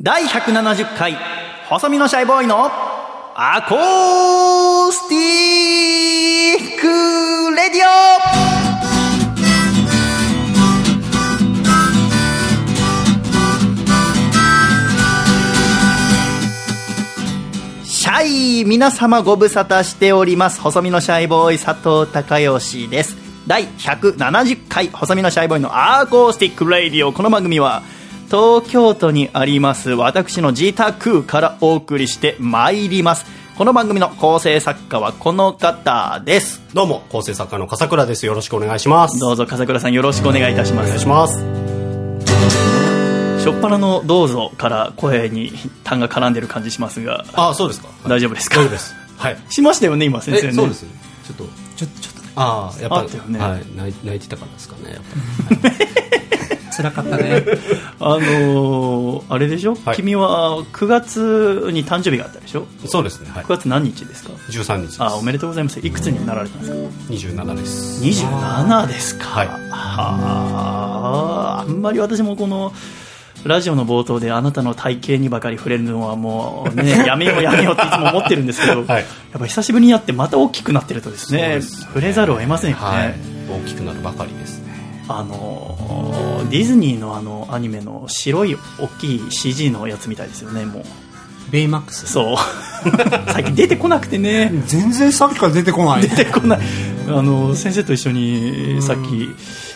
第170回、細身のシャイボーイのアコースティックレディオシャイ皆様ご無沙汰しております。細身のシャイボーイ佐藤孝義です。第170回、細身のシャイボーイのアーコースティックレディオ。この番組は、東京都にあります私の自宅からお送りしてまいります。この番組の構成作家はこの方です。どうも、構成作家の笠倉です。よろしくお願いします。どうぞ笠倉さんよろしくお願いいたしおま願いす。します。しょっぱなのどうぞから声に痰が絡んでる感じしますが、あ、そうですか。大丈夫ですか大丈夫です。はい。しましたよね、今先生ね。そうです。ちょっと、ちょちょっとねああ、やっあぱったより、ねはい、泣い泣いてたからですかね。やっ 辛かったねあのーあれでしょ、はい君は9月に誕生日があったでしょぱりそうですね。はい9。月何日ですか十三日です。あおめでとうございますいくつになられたんですか二十七です。 27ですかはいはああんまり私もこのラジオの冒頭であなたの体型にばかり触れるのはもう ねやめようやめようっていつも思ってるんですけど、はいやっぱ久しぶりにやってまた大きくなってるとですそうねですね触れざるを得ませんよね、はい。大きくなるばかりですね。あのーディズニーのあのアニメの白い大きい CG のやつみたいですよねもうベイマックス そう最近出てこなくてね全然さっきから出てこない出てこないあの先生と一緒にさっき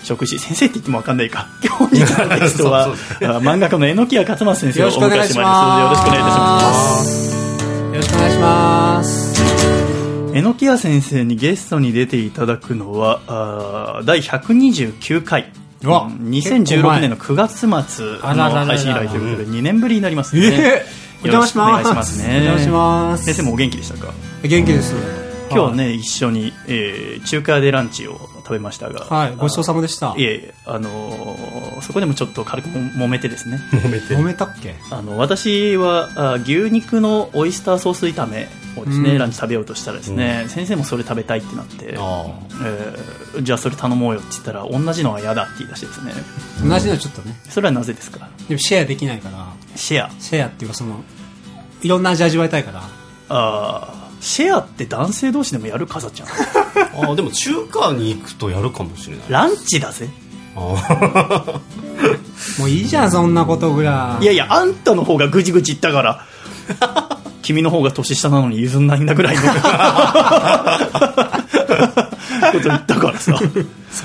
食事先生って言っても分かんない か本日のゲストはそうあ漫画家の榎谷勝間先生をお迎えしてまいりますのでよろしくお願いいたしますよろしくお願いします榎谷先生にゲストに出ていただくのはあー第129回うわうん2016年の9月末あらららのら配信以来ということで2年ぶりになりますね、ええおよ邪ろ魔しくお願いししまますすねお邪魔します先生もお元気でしたか元気です今日はね、一緒に、えー中華でランチを食べましたが、はいごちそうさまでしたあいえいえ、あのーそこでもちょっと軽くも揉めてですね、揉めて揉。めたっけあの私はあ牛肉のオイスターソース炒めをですね、うんランチ食べようとしたらですね、先生もそれ食べたいってなって、ああ。えーじゃあそれ頼もうよって言ったら、同じのは嫌だって言い出してですね、同じのちょっとねそれはなぜですか、でもシェアできないからシェア、シェアっていうかそのいろんな味味わいたい からあーシェアって男性同士でもやる、かさちゃん、ああ、でも中華に行くとやるかもしれない。ランチだぜ、あ もういいじゃんそんなことぐらいいやいや、あんたの方がぐちぐち言った から。君の方が年下なのに譲んないんだぐらいの こと言ったからさそ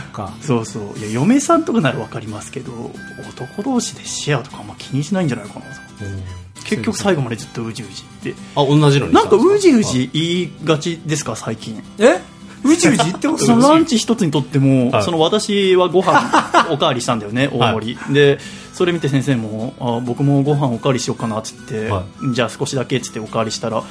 っかそうそういや嫁さんとかなら分かりますけど男同士でシェアとかあんま気にしないんじゃないかな結局最後までずっとうじうじってあ。あ、同じのにしたなんです。んかうじうじ言いがちですか最近え宇宙人って ことそのランチ一つにとっても、はいその私はご飯おかわりしたんだよ ね大盛り、でそれ見て先生もあ僕もご飯おかわりしようかなっつって、はじゃあ少しだけっつっておかわりしたら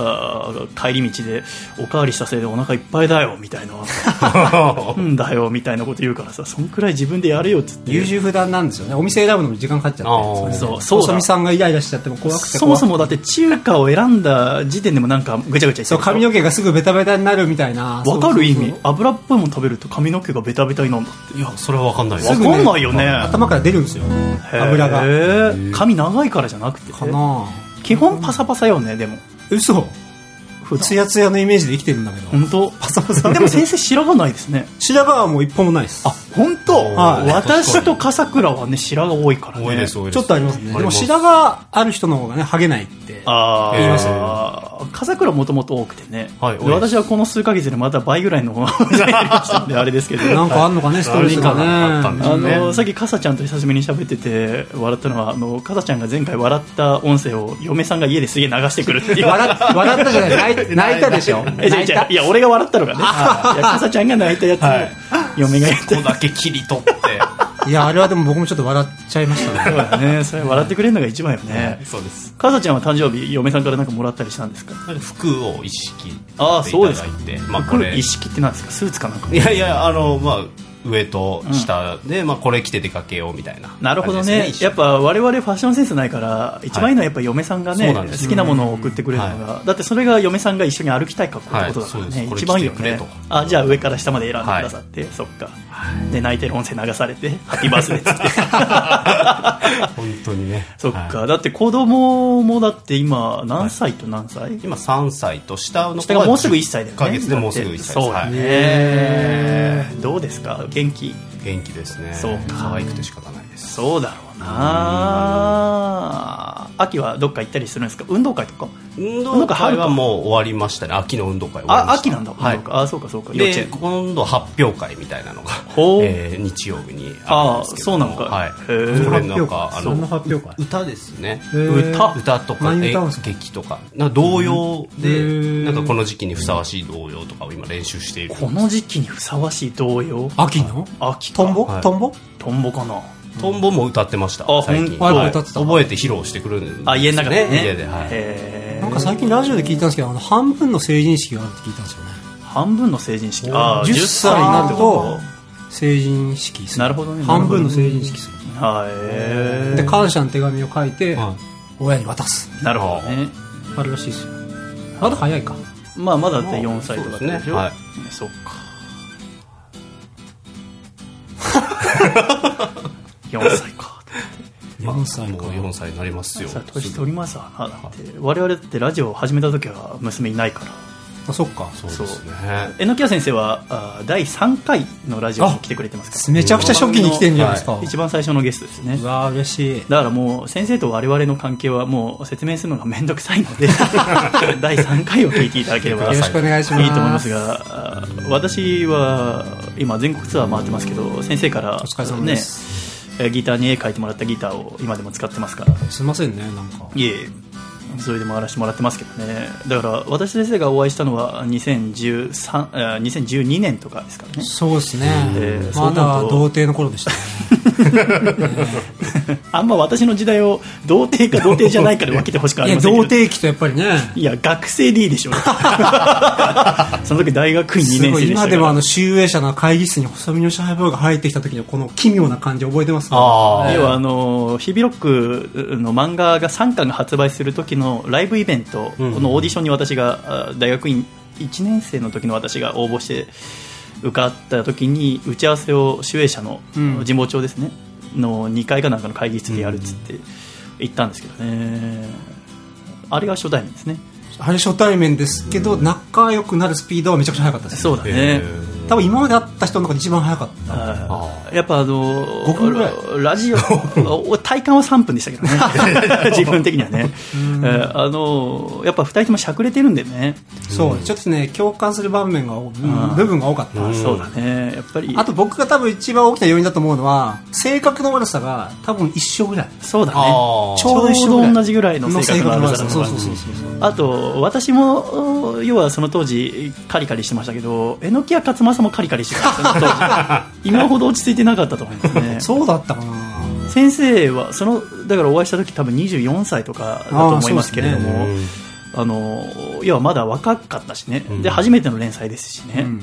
あー帰り道でおかわりしたせいでお腹いっぱいだよみたい なうんだよみたいなこと言うからさそんくらい自分でやれよっつって優柔不断なんですよねお店選ぶのも時間かかっちゃあーってれでそうそうだ細見さんがイライラしちゃっても怖くてそ怖もくてそもだって中華を選んだ時点でもなんかぐちゃぐちゃ言ってるでしそょう髪の毛がすぐベタベタになるみたいなわかる意味そうそう油っぽいもの食べると髪の毛がベタベタになるんだっていや、それはわかんないですわすぐねかんないよねそう頭から出るんですよ油がへー髪長いからじゃなくてかな基本パサパサよねでも嘘普ツ段ヤツヤのイメージで生きてるんだけど本当パサパ サでも先生白髪ないですね白髪はもう一本もないですあ本当はい私と笠倉はね白髪多いからね多いです、多いです。ちょっとありますねでありもます白髪ある人の方がねハゲないってあ言いますあ笠倉もともと多くてね、はいで多いです私はこの数ヶ月でまた倍ぐらいの方が増えてきました んであれですけどなんかあんのかねストレスがねあったんでしょあうねのさっき笠ちゃんと久しぶりに喋ってて笑ったのはあの笠ちゃんが前回笑った音声を嫁さんが家ですげえ流してくるっていう笑っ笑ったじゃない泣い泣いたでしょえ、違う泣い違たういや、俺が笑ったのがね。いや、かさちゃんが泣いたやつをはい嫁がやっここだけ切り取 って。いやあれはでも僕もちょっと笑っちゃいましたねた。ね、それ笑ってくれるのが一番よね。そうです。かさちゃんは誕生日、嫁さんからなんかもらったりしたんですか服を意識していあーそうですかただいてまあこ服れ意識ってなんですかスーツかなんかいやいやあのまあ上と下で、まあ、これ着て出かけようみたいななるほど感ねじですやっぱ我々ファッションセンスないから一番いいのはやっぱ嫁さんがね、そうなんです好きなものを送ってくれるのが、だってそれが嫁さんが一緒に歩きたい格好っはていことだかそらうでね、すこれ一番いい着てよくれねとあじゃあ上から下まで選んでくださって、そっかで泣いてる音声流されてハッピーバースデーっつって本当にねそっか、はいだって子供もだって今何歳と何歳、今3歳と下の子下がもうすぐ1歳だよねヶ月でもうすぐ1歳ですそうだはいね、どうですか元気元気ですねそうか可愛くて仕方ないですそうだろうな秋はどっか行ったりするんですか運動会とか運運動動会春会かはもう終わりましたね秋の運動会終わりあました秋なんだ、はい運動会あそうかそうか幼稚で園今度発表会みたいなのがほう、えー日曜日にあああるんですけそどうもなのか、はいへーこれなんかあそんなの発表会歌ですねへー歌歌とか何え歌うんですか劇とかなんか童謡でうんなんかこの時期にふさわしい童謡とかを今練習しているこの時期にふさわしい童謡秋の秋かトンボ、はいトンボトンボかなトンボも歌ってましたあ最近ほんはあい歌ってた覚えて披露してくるんですよあ家の中でね家ではいへーなんか最近ラジオで聞いたんですけどあの半分の成人式があるって聞いたんですよね半分の成人式ああ10歳になると10歳って成人式するなるほどね半分の成人式することかへでー感謝の手紙を書いて、は親に渡すなるほどねあるらしいですよまだ早いかまあまだだって4歳とかってそうですねでしょはいそっか 4歳か4歳もかう4歳になりますよさ年取りますわなだって我々だってラジオを始めた時は娘いないからあそっかそうですね榎谷先生はあ第3回のラジオに来てくれてますからめちゃくちゃ初期に来てんじゃないですか、一番最初のゲストですねうわー嬉しいだからもう先生と我々の関係はもう説明するのが面倒くさいの で第3回を聞いていただければよろしくお願いしますいいと思いますがあー私は今全国ツアー回ってますけど先生から、ねお疲れ様です、えーギターに絵描いてもらったギターを今でも使ってますからすいませんねなんかいえいえそれで回らせてもらってますけどねだから私先生がお会いしたのは2013えー2012年とかですからね そうですね、えーまだそうなると童貞の頃でしたねあんま私の時代を童貞か童貞じゃないかで分けてほしくあ いりやませんけど童貞期とやっぱりね いや、学生でいいでしょう。その時大学院2す年ご生いでした今からでもあの集英社の会議室に細身のシャイボーイが入ってきた時のこの奇妙な感じ覚えてますかああ要はあのヒビロックの漫画が3巻が発売する時のライブイベント、うんこのオーディションに私があ大学院1年生の時の私が応募して受かった時に打ち合わせを守衛者のうん神保町ですね、の2階かなんかの会議室でやるっつって行ったんですけどね、あれが初対面ですねあれ初対面ですけど、仲良くなるスピードはめちゃくちゃ速かったですそうだね、多分今まで会った人の中で一番速かったはいやっぱあの5分ぐらいラ ジオお体感は3分でしたけどね自分的にはね、えーあのやっぱ2人ともしゃくれてるんでね、そうちょっとね共感する場面が多ん部分が多かった、そうだねやっぱりあと僕が多分一番大きな要因だと思うのは性格の悪さが多分一緒ぐらいそうだねあーちょうど一緒ぐらい同じぐらいの性格の悪さだの性格の悪さそうそうそうあと私もお要はその当時カリカリしてましたけど榎谷勝正もカリカリしてたその当 時今ほど落ち着いてなかったと思いますねそうだったかな先生はそのだからお会いした時多分24歳とかだと思いますけれどあもあ、ーそうですの要はまだ若かったしね、んで初めての連載ですしね、うん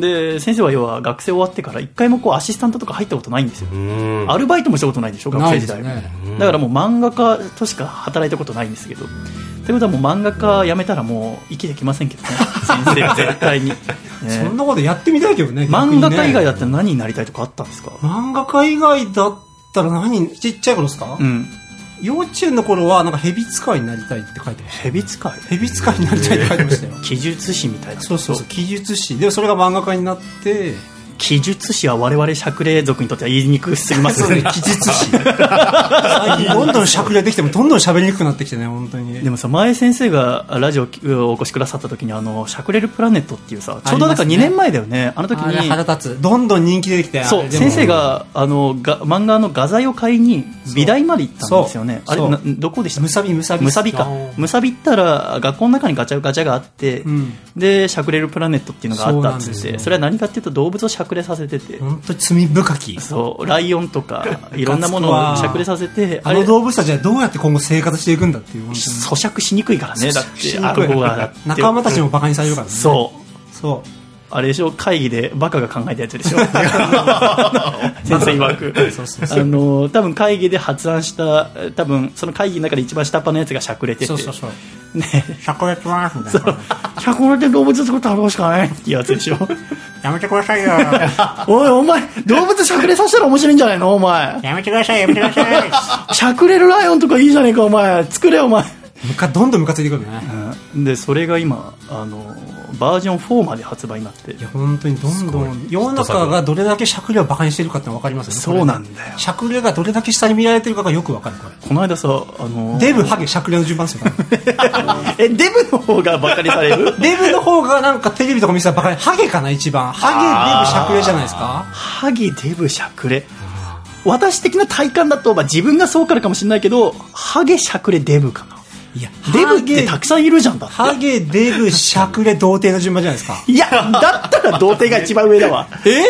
で先生は要は学生終わってから一回もこうアシスタントとか入ったことないんですよ、うんアルバイトもしたことないでしょ学な生いで時代すも、ねだからもう漫画家としか働いたことないんですけどってことはもう漫画家辞めたらもう生きてきませんけど ね先生は絶対に、ねそんなことやってみたいけどね漫画家以外だっったら何になりたいとかあったんですか、漫画家以外だったら何ちっちゃい頃ですか、うん幼稚園の頃はなんか蛇使いになりたいって書いてまし た蛇使い蛇使いになりたいって書いてましたよ記述師みたいなそうそうそう記述師でそれが漫画家になって記述師は我々釈霊族にとっては言いにくすぎますね記述師最近どんどんしゃくれてきてもどんどん喋りにくくなってきてね本当にでもさ前先生がラジオをお越しくださった時にあのしゃくれるプラネットっていうさちょうどなんかありますね2年前だよねあの時あれに腹立つどんどん人気出てきてそう先生があのが漫画の画材を買いに美大まで行ったんですよねそあうれそうなどこでしたむさびむさびむさびかあーむさび行ったら学校の中にガチャガチャがあって、うんでしゃくれるプラネットっていうのがあったっつってそうなんそ,、ですよれは何かっていうと動物をしゃくれさせてて、本当に罪深きそうライオンと かいろんなものをしゃくれさせてあの動物たちはどうやって今後生活していくんだっていう本当咀嚼しにくいからねだっにてあの子がだって仲間たちもバカにされるからねそうそうあれでしょ会議でバカが考えたやつ でしょ先生曰 くあの多分会議で発案した多分その会議の中で一番下っ端のやつがしゃくれててそうそうそ うねしゃくれてますみたいなしゃくれて動物作ったらどうしかないってやつでしょやめてくださいよ おいお前動物しゃくれさせたら面白いんじゃないのお前やめてくださいやめてくださいしゃくれるライオンとかいいじゃねえかお前作れお前むかどんどんムカついてくるね でそれが今あのバージョン4まで発売になっていや本当にどんどん世の中がどれだけしゃくれをバカにしてるかっての分かりますよねそうなんだよしゃくれがどれだけ下に見られてるかがよく分かるこれこの間さあのデブハゲしゃくれの順番です よ多分えデブの方がバカにされるデブの方がなんかテレビとか見せたらバカにハゲかな一番ハゲデブしゃくれじゃないですかハゲデブしゃくれ私的な体感だと、まあ、自分がそうからかもしれないけどハゲしゃくれデブかないやデブってたくさんいるじゃんだってハゲデブしゃくれ童貞の順番じゃないですかいやだったら童貞が一番上だわ え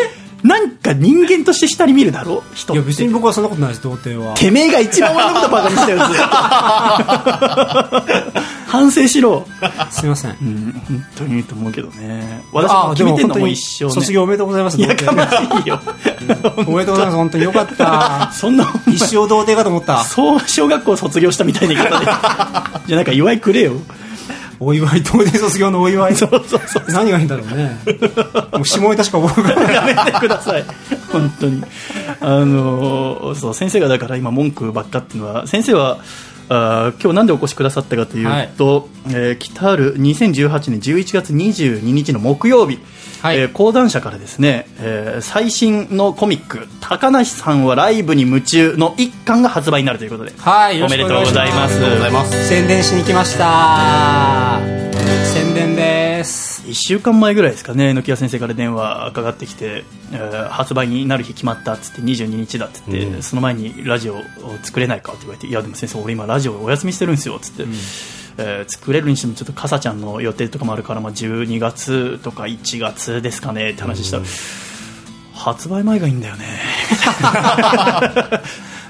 なんか人間として下に見るだろ人いや別に僕はそんなことないです童貞 はてめえが一番俺のことバカにしたやつ 反省しろすいませんうん本当にいいと思うけどね私も決めてんのも一緒、ね、卒業おめでとうございますいや童か貞ましいよおめでとうございます本当によ かったそんなお前一生童貞かと思ったそう小学校卒業したみたいな言い 方でじゃあなんか祝いくれよお祝い童貞卒業のお祝いそうそうそう何がいいんだろうねもう下ネタしか覚えがない やめてください本当にあのそう先生がだから今文句ばっかっていうのは先生はあー今日なんでお越しくださったかというと、えー来たる2018年11月22日の木曜日、はいえー講談社からですね、えー最新のコミック「高梨さんはライブに夢中」の一巻が発売になるということで、はいおめでとうございますおめでとうございます宣伝しに来ました宣伝です1週間前ぐらいですかね、軒屋先生から電話かかってきて、えー発売になる日決まったっつって、22日だっつって、うんその前にラジオを作れないかって言われて、いや、でも先生、俺今、ラジオお休みしてるんですよっつって、えー作れるにしても、ちょっとかさちゃんの予定とかもあるから、まあ、12月とか1月ですかねって話したら、発売前がいいんだよね、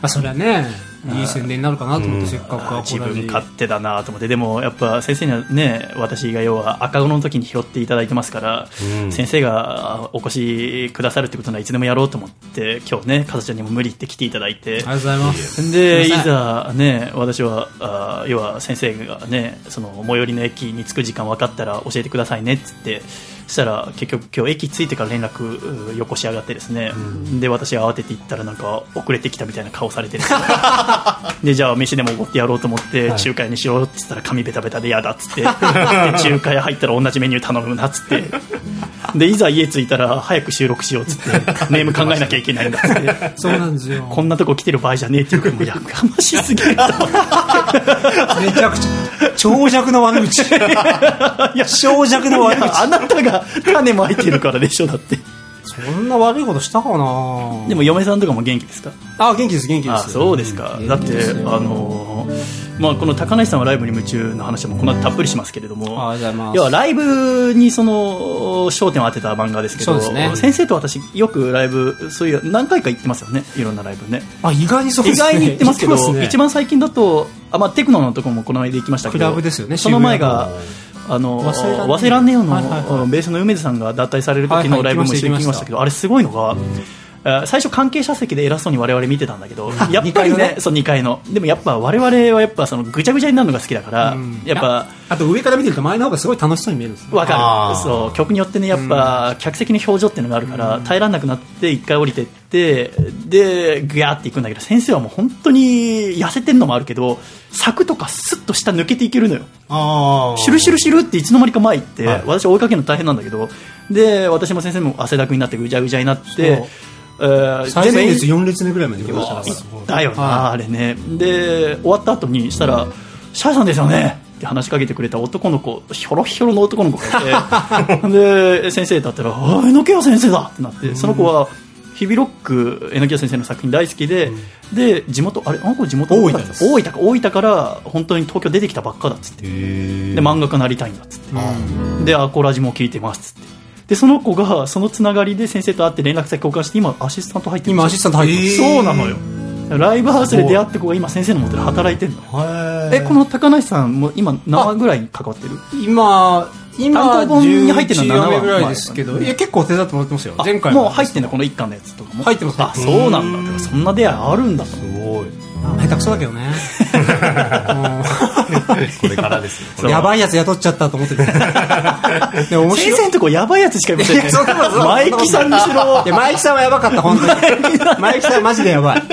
あそれはねいい宣伝になるかなと思ってせっかくは自分勝手だなと思って、でもやっぱ先生にはね、私が要は赤子の時に拾っていただいてますから、うん先生がお越しくださるってことならいつでもやろうと思って、今日ね、かずちゃんにも無理言って来ていただいてありがとう、ございますで、いすいませんざね、私は、あー要は先生がね、その最寄りの駅に着く時間分かったら教えてくださいねっつって、そしたら結局今日駅着いてから連絡うよこし上がってですね、で、私が慌てて行ったらなんか遅れてきたみたいな顔されてですねで、じゃあ飯でもおごってやろうと思って、中華屋にしようっつったら髪ベタベタで嫌だっつって、で中華屋入ったら同じメニュー頼むなっつって、で、いざ家着いたら早く収録しようっつって、ネーム考えなきゃいけないんだっつって。そうなんですよこんなとこ来てる場合じゃねえっていうか、もうやかましすぎると。めちゃくちゃ長尺の悪 口 いや長尺の悪口あなたが種まいてるからでしょ、だって。そんな悪いことしたかなでも嫁さんとかも元気ですかあ元気です元気であすそうですか。だって、あのーまあ、この高梨さんはライブに夢中の話もこの後たっぷりしますけれども、あありがとうございます要はライブにその焦点を当てた漫画ですけそうどですね先生と私よくライブそういう何回か行ってますよねいろんなライブねあ意外にそうで意すね外に行ってますけど行ね一番最近だとあ、まあ、テクノのとこもこの間行きましたけどクラブですよねその前があの忘れらんねえ忘れらんねえよの、はいはいはいあのベースの梅津さんが脱退される時はいはのいライブも一緒に行きましたけど、あれすごいのが、えー最初関係者席で偉そうに我々見てたんだけどやっ二ぱ階りのねねそう2階のでもやっぱ我々はやっぱそのぐちゃぐちゃになるのが好きだから、うんやっぱあと上から見てると前の方がすごい楽しそうに見えるんですねわかあるーそう曲によってねやっぱ客席の表情っていうのがあるから、耐えられなくなって一回降りてってでぐやーっていくんだけど先生はもう本当に痩せてるのもあるけど柵とかスッと下抜けていけるのよああシュルシュルシュルっていつの間にか前行って、はい私追いかけるの大変なんだけどで私も先生も汗だくになってぐちゃぐちゃになって、えー最前列全部4列目ぐらいまで行きましたからだよな、あれねで終わった後にしたら「シャイさんですよね」って話しかけてくれた男の子ひょろひょろの男の子がいて で先生だったら「あ榎谷先生だ!」ってなってその子は日々ロック榎谷先生の作品大好きで、で地元あれあの子地元大分です大分か大分から本当に東京出てきたばっかだっつってでで漫画家なりたいんだっつってでアコラジも聞いてますっつってでその子がそのつながりで先生と会って連絡先交換して今アシスタント入ってるん今アですよシスタント入ってますそうなのよライブハウスで出会った子が今先生のもとで働いてるのええこの高梨さんも今何話ぐらいに関わってる今今単行本に入ってるのは7話11話目ぐらいですけど、いや結構手伝ってもらってますよあ前回もう入ってんだこの一巻のやつとかも入ってますあそうなんだでもそんな出会いあるんだとすごいあ下手くそ だけどね これか らですよこうんれやばいやつ雇っちゃったと思ってるでも面先白い生のとこやばいやつしかいませんいね やそんなことそんなことマイキさんにしろいやマイキさんはやばかった本当に マイキさんマジでやばい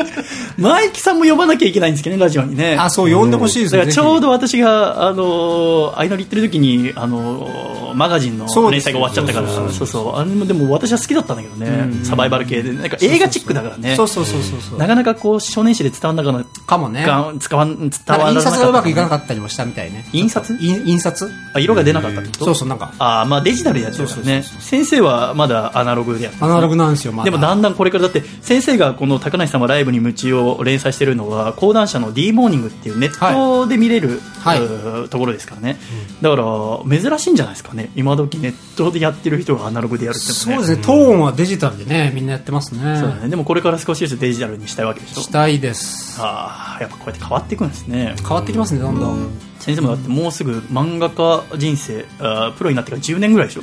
マイキさんも呼ばなきゃいけないんですけどねラジオにねあそう呼んでほしい ですだねからちょうど私が、あのー、相乗り行ってる時に、あのーマガジンのそうで連す載が終わっちゃったからそうそうあれもでも私は好きだったんだけどね、サバイバル系でなんか映画チックだからねそうそうそうそうそうなかなかこう少年誌で伝わんなかったかもねが使わん伝たわらだなか印った刷がうまくいかなかったりもしたみたいね印刷印印刷あ色が出なかったってことそうそうなんかあーまあデジタルでやってるからね先生はまだアナログでやってるアナログなんですよまでもだんだんこれからだって先生がこの高梨様ライブに夢中を連載してるのは講談社の D モーニングっていうネットで見れる、はいうーところですからね、だから珍しいんじゃないですかね今時ネットでやってる人がアナログでやるってそうのではすねトーンはデジタルでねみんなやってますそうだねねでもこれから少しずつデジタルにしたいわけでしょしたいですああやっぱこうやって変わっていくんですね変わってきますねどんどん先生もだってもうすぐ漫画家人生あープロになってから10年ぐらいでしょ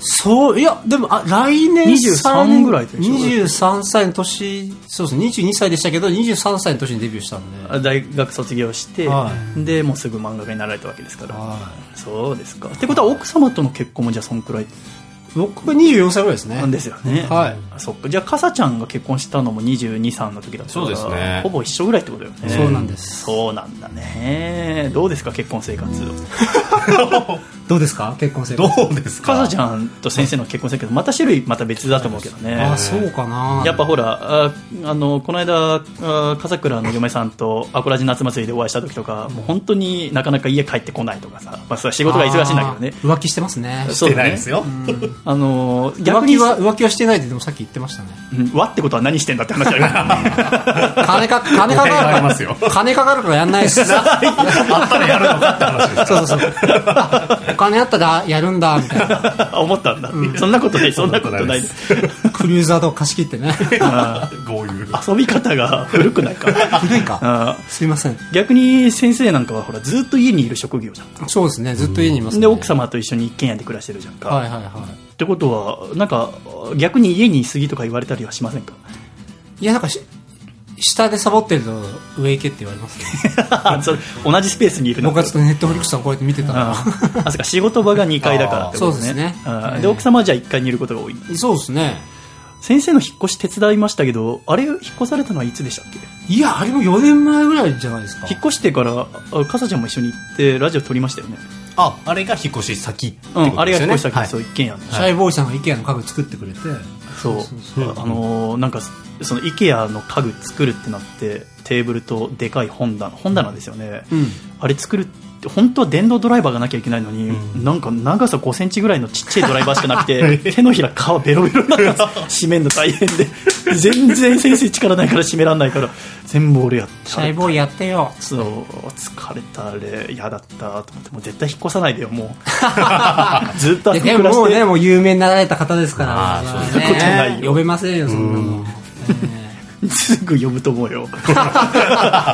そういやでもあ来年23ぐらいでしょ23歳の年そうですね22歳でしたけど23歳の年にデビューしたんであ大学卒業して、はでもうすぐ漫画家になられたわけですから、そうですかってことは奥様との結婚もじゃあそんくらい僕が24歳ぐらいですねなんですよね、はいあそっかじゃあかさちゃんが結婚したのも2 2三の時だったからそうですねほぼ一緒ぐらいってことだよねそうなんですそうなんだねどうですか結婚生活どうですか結婚生活どうですかかさちゃんと先生の結婚生活また種類また別だと思うけどねあそうかなやっぱほらああのこの間あ笠倉の嫁さんとアコラジ夏祭りでお会いした時とかもう本当になかなか家帰ってこないとかさ、まあ、それは仕事が忙しいんだけどねあー浮気してますねそしうてだねないですよあの逆浮に気は浮気はしてないってでもさっき言ってましたねうんわってことは何してんだって話あるからね金か金かかるお願いかしまらすよ金かかるからやんないですそう あったらやるのかって話ですそうそうあお金あったらやるんだみたいな 思ったんだ、そんなことないそんなことないですクルーザーとか貸し切ってね豪遊遊び方が古く ないか古いかあーすいません逆に先生なんかはほらずっと家にいる職業じゃんそうですねずっと家にいますねで奥様と一緒に一軒家で暮らしてるじゃんか、はいはいはいってことはなんか逆に家にいすぎとか言われたりはしません かいや、なんかし、下でサボってると上行けって言われますね。 それ同じスペースにいるの僕はちょっとネットフリックスさんこうやって見てたあら。あそうか仕事場が2階だからってことねあーそうですねあーえでえ奥様はじゃあ1階にいることが多いそうですね。先生の引っ越し手伝いましたけどあれ引っ越されたのはいつでしたっけいや、あれも4年前ぐらいじゃないですか。引っ越してからあかさちゃんも一緒に行ってラジオ撮りましたよねああれが引っ越し先ってこうとですよねんあれが引っ越したけど、はいそう一軒家のシャイボーイさんが IKEA の家具作ってくれて。そうそうあのーなんかその IKEA の家具作るってなってテーブルとでかい本棚本棚ですよね、うん。あれ作るって本当は電動ドライバーがなきゃいけないのに、なんか長さ5センチぐらいのちっちゃいドライバーしかなくて手のひら皮ベロベロになってます締めるの大変で全然先生力ないから締めらんないから全部俺やってシャイボーイやってよ。そう疲れたあれ嫌だったと思ってもう絶対引っ越さないでよも うずっとあいそやこで暮らももしうて、ね、もう有名になられた方ですから。あーまあそういうことないよ呼べませんよ、そんなの。ねすぐ呼ぶと思うよ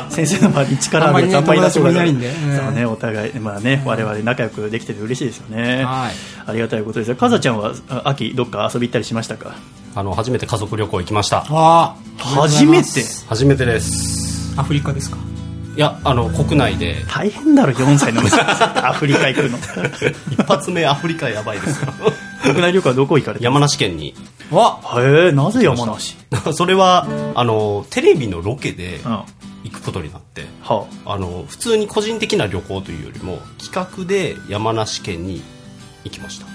先生の周りに力あるやつああんんまりいなそうだからまりね友達もいないんでそうねお互いまあね我々仲良くできてて嬉しいですよねはいありがたいことですよかざちゃんはあ秋どっか遊び行ったりしましたかあの初めて家族旅行行きましたわあ。初めて初めてですアフリカですか。いやあの国 内で大変だろ4歳の娘さんってアフリカ行くの一発目アフリカやばいですよ 国内旅行はどこ行かれて山梨県に わへえなぜ山梨それはあのテレビのロケでうんは行くことになって、ああの普通に個人的な旅行というよりも企画で山梨県に行きました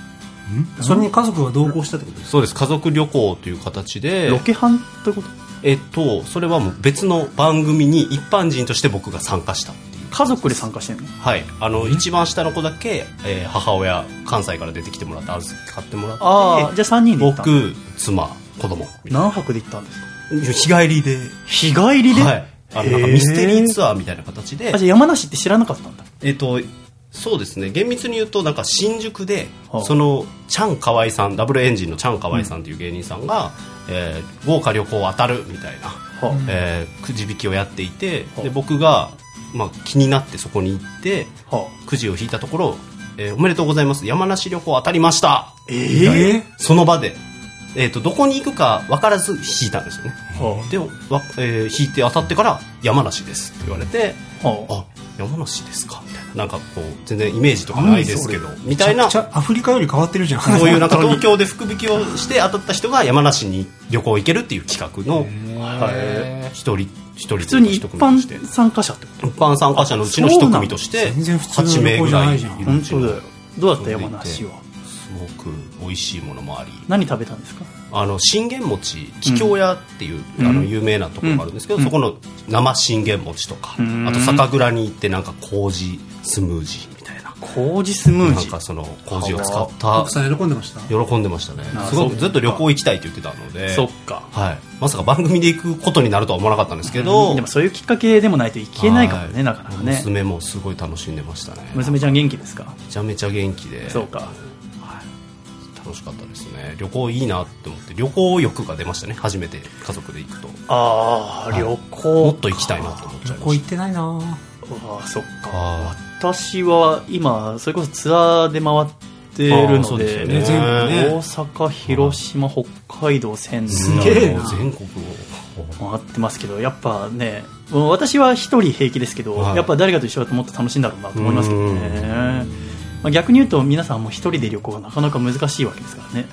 それに家族が同行したってことですそうです家族旅行という形でロケハンってことえっとそれはもう別の番組に一般人として僕が参加したっていう家族で参加してんのはいあの一番下の子だけ、えー母親関西から出てきてもらって預かってもらってああじゃあ3人で行ったの僕妻子供みたいな何泊で行ったんですか日帰りで日帰りで、はいあのなんかミステリーツアーみたいな形であじゃあ山梨って知らなかったんだえっ、とそうですね厳密に言うとなんか新宿で、はあそのチャンカワイさんダブルエンジンのチャンカワイさんという芸人さんが、えー豪華旅行を当たるみたいな、はあえーくじ引きをやっていてはあで僕が、まあ、気になってそこに行ってはくじを引いたところえーおめでとうございます山梨旅行当たりましたえー、その場で、えー、とどこに行くか分からず引いたんですよね、はで、わえー引いて当たってから山梨ですって言われてはあ山梨ですかみたいななんかこう全然イメージとかないですけどみたいなじそゃアフリカより変わってるじゃん。ういうなんか東京で福引きをして当たった人が山梨に旅行行けるっていう企画のはい一人一人普通に一般として参加者ってこ一般参加者のうちの一組としてあそうなんだ全然普通の8名ぐらいいるとう本ち当のだよどうだったそう山梨はすごく美味しいものもあり何食べたんですかあの信玄餅桔梗屋っていう、あの有名なところがあるんですけど、そこの生信玄餅とか、んあと酒蔵に行ってなんか麹スムージーみたいな、麹スムーなんジーかその麹を使った奥さん喜んでました。喜んでましたねあすごそくっかずっと旅行行きたいって言ってたのでそっかはい、まさか番組で行くことになるとは思わなかったんですけど、でもそういうきっかけでもないといけないかもねなかなかね娘もすごい楽しんでましたねめ娘ちゃん元気ですかちゃめちゃ元気でそうか楽しかったですね旅行いいなって思って旅行欲が出ましたね初めて家族で行くとああい旅もっ行と行きたいなと思っち旅ゃいま行し行ってないなああそっかた私は今それこそツアーで回ってるあーのそうですでよね全部ね大阪広島北海道仙す台げえな全国を回ってますけどやっぱねもう私は一人平気ですけど、はいやっぱ誰かと一緒だともっと楽しいんだろうなと思いますけどうねん、まあ、逆に言うと皆さんも一人で旅行はなかなか難しいわけですからね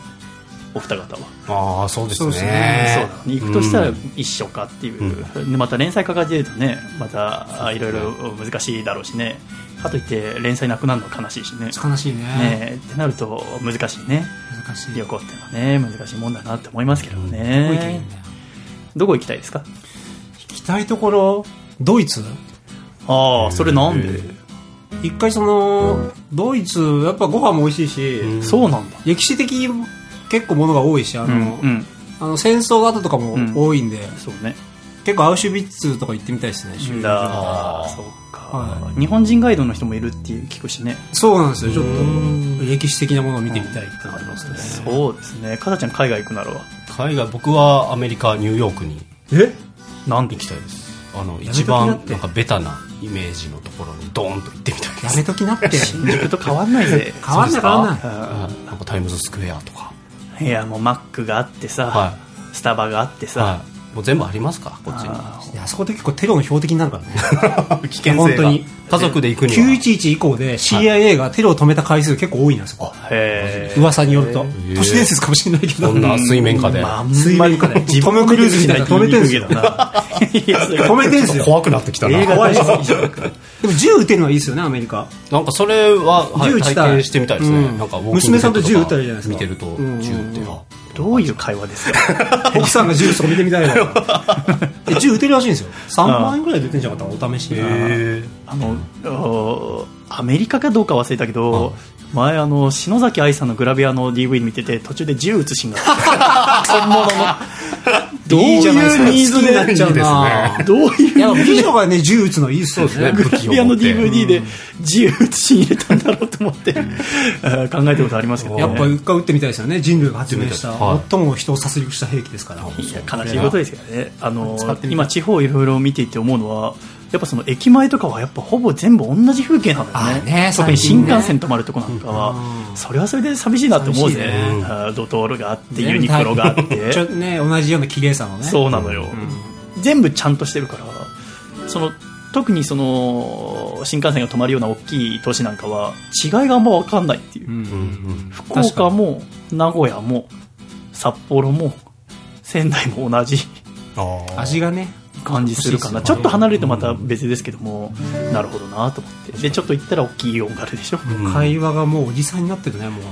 お二方は、ああそうですそうですねねそうだね行くとしたらうん一緒かっていうう、でまた連載抱えてるとねまたあいろいそろ難しいだろうしねかといって連載なくなるのは悲しいしね悲しいね。ねえってなると難しいね難しい。旅行ってのはね難しいもんだなって思いますけどどこ行けばいいねんだよどこ行きたいですか行きたいところ、ドイツああそれなんで、一回その、ドイツ、やっぱご飯も美味しいし、うんそうなんだ歴史的結構ものが多いし、あの、うんうんあの戦争があったとかも多いんで、そうね結構アウシュビッツとか行ってみたいですね、収容所だあーそうか、は日本人ガイドの人もいるっていう聞くしねそうなんですよ、ちょっうんと歴史的なものを見てみたいってのがありますね。そうですねかさちゃん海外行くなら海外僕はアメリカニューヨークにえなんで行きたいですあのめとき一だっ番てなんかベタなイメージのところにドーンと行ってみたいでやすめときなって。新宿と変わんないぜ変わんない変わんないなうんなんかタイムズスクエアとかいいやもうマックがあってさ、はスタバがあってさ、はいもう全部ありますからこっちあにいやあそこで結構テロの標的になるからね。危険本当に家族で行くには911以降で CIA がテロを止めた回数結構多いな、そこ。へえ噂によるとえ。都市伝説かもしれないけこど。んな水面下で、まあ、あん水ま面り下で自分トムクルーズみたいな止めてるけどな いやそれ止めてんすよ。怖くなってきたな映画怖い大でし好ょきじゃんでも銃撃てるのはいいですよね、アメリカ。なんかそれは、はい銃撃体ちたい験してみたいですね、うんなんかウォーキング娘さんとデッ銃撃ドったらいいじゃないですか見てるとうん銃撃ってよどういう会話ですか奥さんが銃撃つとこ見てみたいな。で銃撃てるらしいんですよ。3万円ぐらい出てんじゃなかったお試しに。あのおアメリカかどうか忘れたけど前あの篠崎愛さんのグラビアの DV 見てて途中で銃撃つシーンがあった本物のどういいじゃないですかいうニーズ好きになっでちゃうなどういういや、美女がね、銃撃つのいいっすよそうですねね。グラビアの武器を持って DVD で銃撃つシーン入れたんだろうと思ってあ考えたことありますけどねやっぱ一回撃ってみたいですよね。人類が発明した、はい最も人を殺戮した兵器ですから。いや悲しいことですよねあの使ってみた今地方いろいろ見ていて思うのはやっぱその駅前とかはやっぱほぼ全部同じ風景なんだよねあーね特に最新近ね幹線止まるとこなんかは、それはそれで寂しいなって思うぜ、寂しいねあードトールがあってユニクロがあっ ちょてね、同じような綺麗さのね。そうなのよ、全部ちゃんとしてるからその特にその新幹線が止まるような大きい都市なんかは違いがあんま分かんないっていう、うんうん福岡も名古屋も札幌も仙台も同じあ味がね。感じするかな、欲しちいょっすよねっと離れるとまた別ですけども、なるほどなと思ってでちょっと行ったら大きい音があるでしょ、会話がもうおじさんになってるね、もう。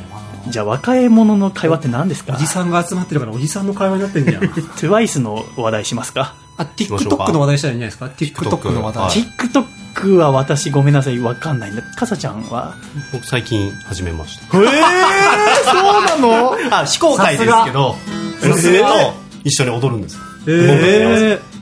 じゃあ若い者の会話って何ですかおじさんが集まってるからおじさんの会話になってんじゃん。 TWICE の話題しますかあ、ましょうか TikTok の話題したらいいんじゃないですか ?TikTok の話は題い。 TikTok は私ごめんなさいわかんないんだかさちゃんは僕最近始めましたええそうなのあ非公開ですけどさすが娘と一緒に踊るんですよ えー、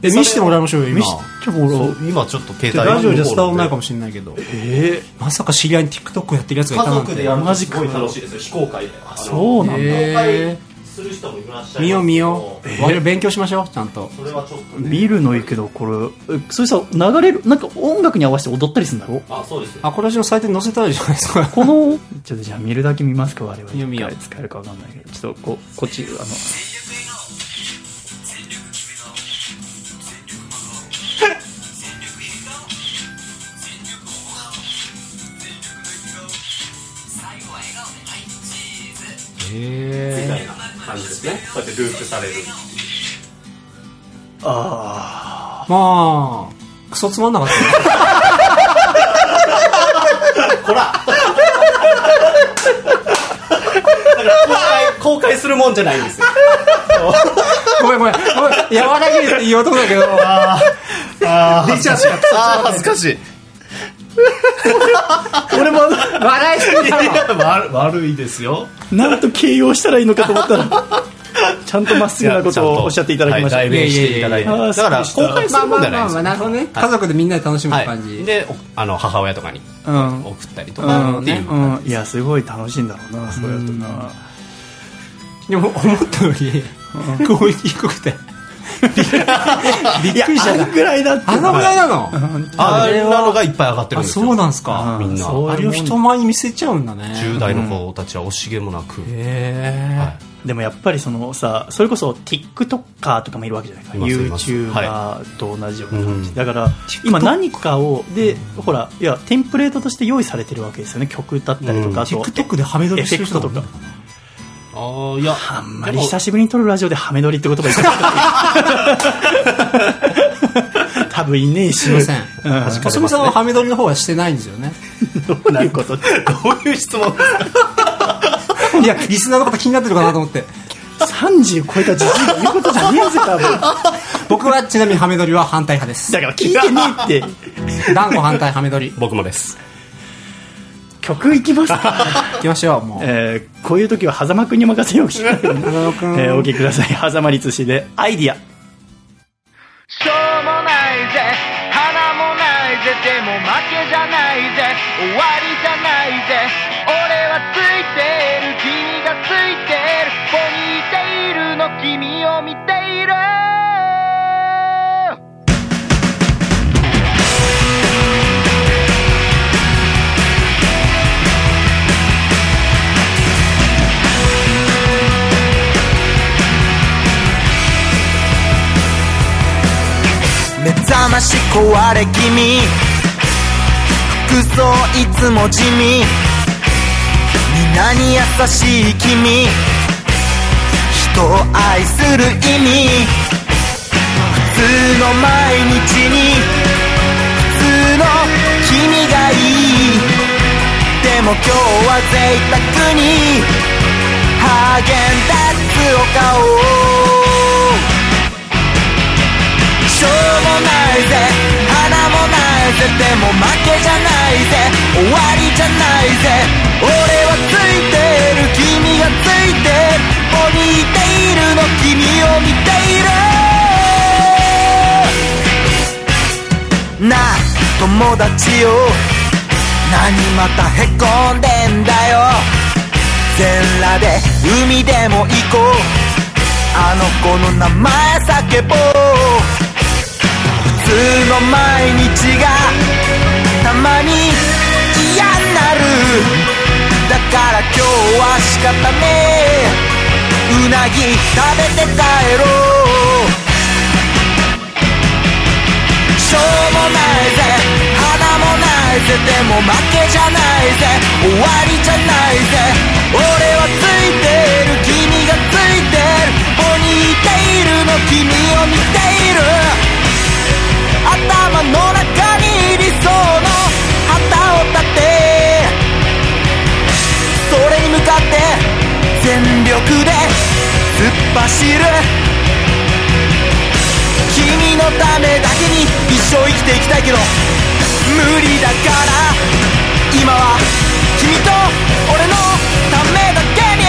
えそれ見してもらいましょうよ、今見。してもらおう今ちょっと携帯ラジオじゃ伝わらないかもしれないけど。えまさか知り合いに TikTok やってるやつがいたなんて。やるのすごい楽しいですよ非公開でそうなんだ、えーすする人もいらっしゃいますけど見よう見よう、我々勉強しましょうちゃんとそれはちょっとね見るのいいけどこれえそれさ流れるなんか音楽に合わせて踊ったりするんだろあそうですよあこれのサイトに載せたらいいじゃないですかこのちょっとじゃあ見るだけ見ますか我々見よう見よう一回使えるかわかんないけどちょっとここっちあのみへたいな感じですねこうやってループされるまあクソつまんなかったねほらだから公開公開するもんじゃないんですよごめんごめんごめん柔らぎりって言おうとこだけどあー恥ずかしい俺も笑いすぎだろ悪悪いですよなんと形容したらいいのかと思った らちゃんとまっすぐなことをおっしゃっていただきました、はい代弁していただいていやいやいやだから公開すまあるもまんじあゃないまんあですまあよなるほどね家族でみんなで楽しむは感じ、い、でおあの母親とかにうん送ったりとなるほかどっていねう、うん、いやすごい楽しいんだろうなそうやとなでも思ったよりクオリティ低くてびっくりしあたれぐらいだってあのぐらいなのあれなのがいっぱい上がってるんあですよそうなんすかみんなそうあれを人前に見せちゃうんだね10代の子たちは惜しげもなへく、えはいでもやっぱりそのさそれこそ TikToker とかもいるわけじゃないかいますいます YouTuber と同じような感じ、うんだから今何かをでほらいやテンプレートとして用意されてるわけですよね曲だったりとか、うんあと TikTok でハメ撮エりフしてェるクト人とかああいやあんまり久しぶりに撮るラジオでハメ撮りって言葉言ってない 多分いねえしすいませんうん細見さんはハメ撮りの方はしてないんですよねどういうことどういう質問いやリスナーの方気になってるかなと思って30超えたじじいが言うことじゃねえぜ多分僕はちなみにハメ撮りは反対派ですだから聞いてねえって断固反対ハメ撮り僕もです曲いきますか、行きましょうもうえーこういう時は狭間くんに任せようしないように長野くんえー、お聞きください。狭間律師で、アイディア。しょうもないぜ花もないぜでも負けじゃないぜ終わりじゃないぜ俺はついてる君がついてるここにいているの君を見ている目覚まし壊れ気味服装いつも地味みんなに優しい君人を愛する意味普通の毎日に普通の君がいいでも今日は贅沢にハーゲンダッツを買おうしょうもないぜ花もないぜでも負けじゃないぜ終わりじゃないぜ俺はついてる君がついてるここにいているの君を見ているなあ友達よ何またへこんでんだよ全裸で海でも行こうあの子の名前叫ぼう普通の毎日がたまに嫌になるだから今日は仕方ねえうなぎ食べて帰ろうしょうもないぜ花もないぜでも負けじゃないぜ終わりじゃないぜ俺はついてる君がついてるここにいているの君を見ている頭の中に理想の旗を立てそれに向かって全力で突っ走る君のためだけに一生生きていきたいけど無理だから今は君と俺のためだけに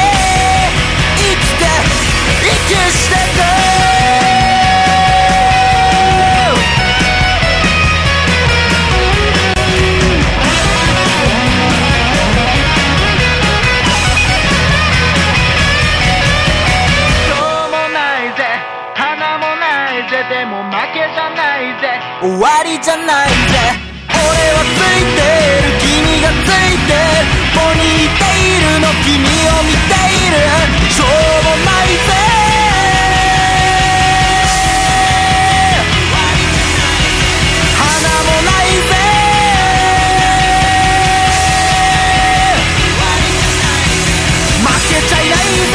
生きて息してく「終わりじゃないぜ俺はついてる君がついてるここにいているの君を見ているしょうもないぜ花もないぜ負けちゃいないぜ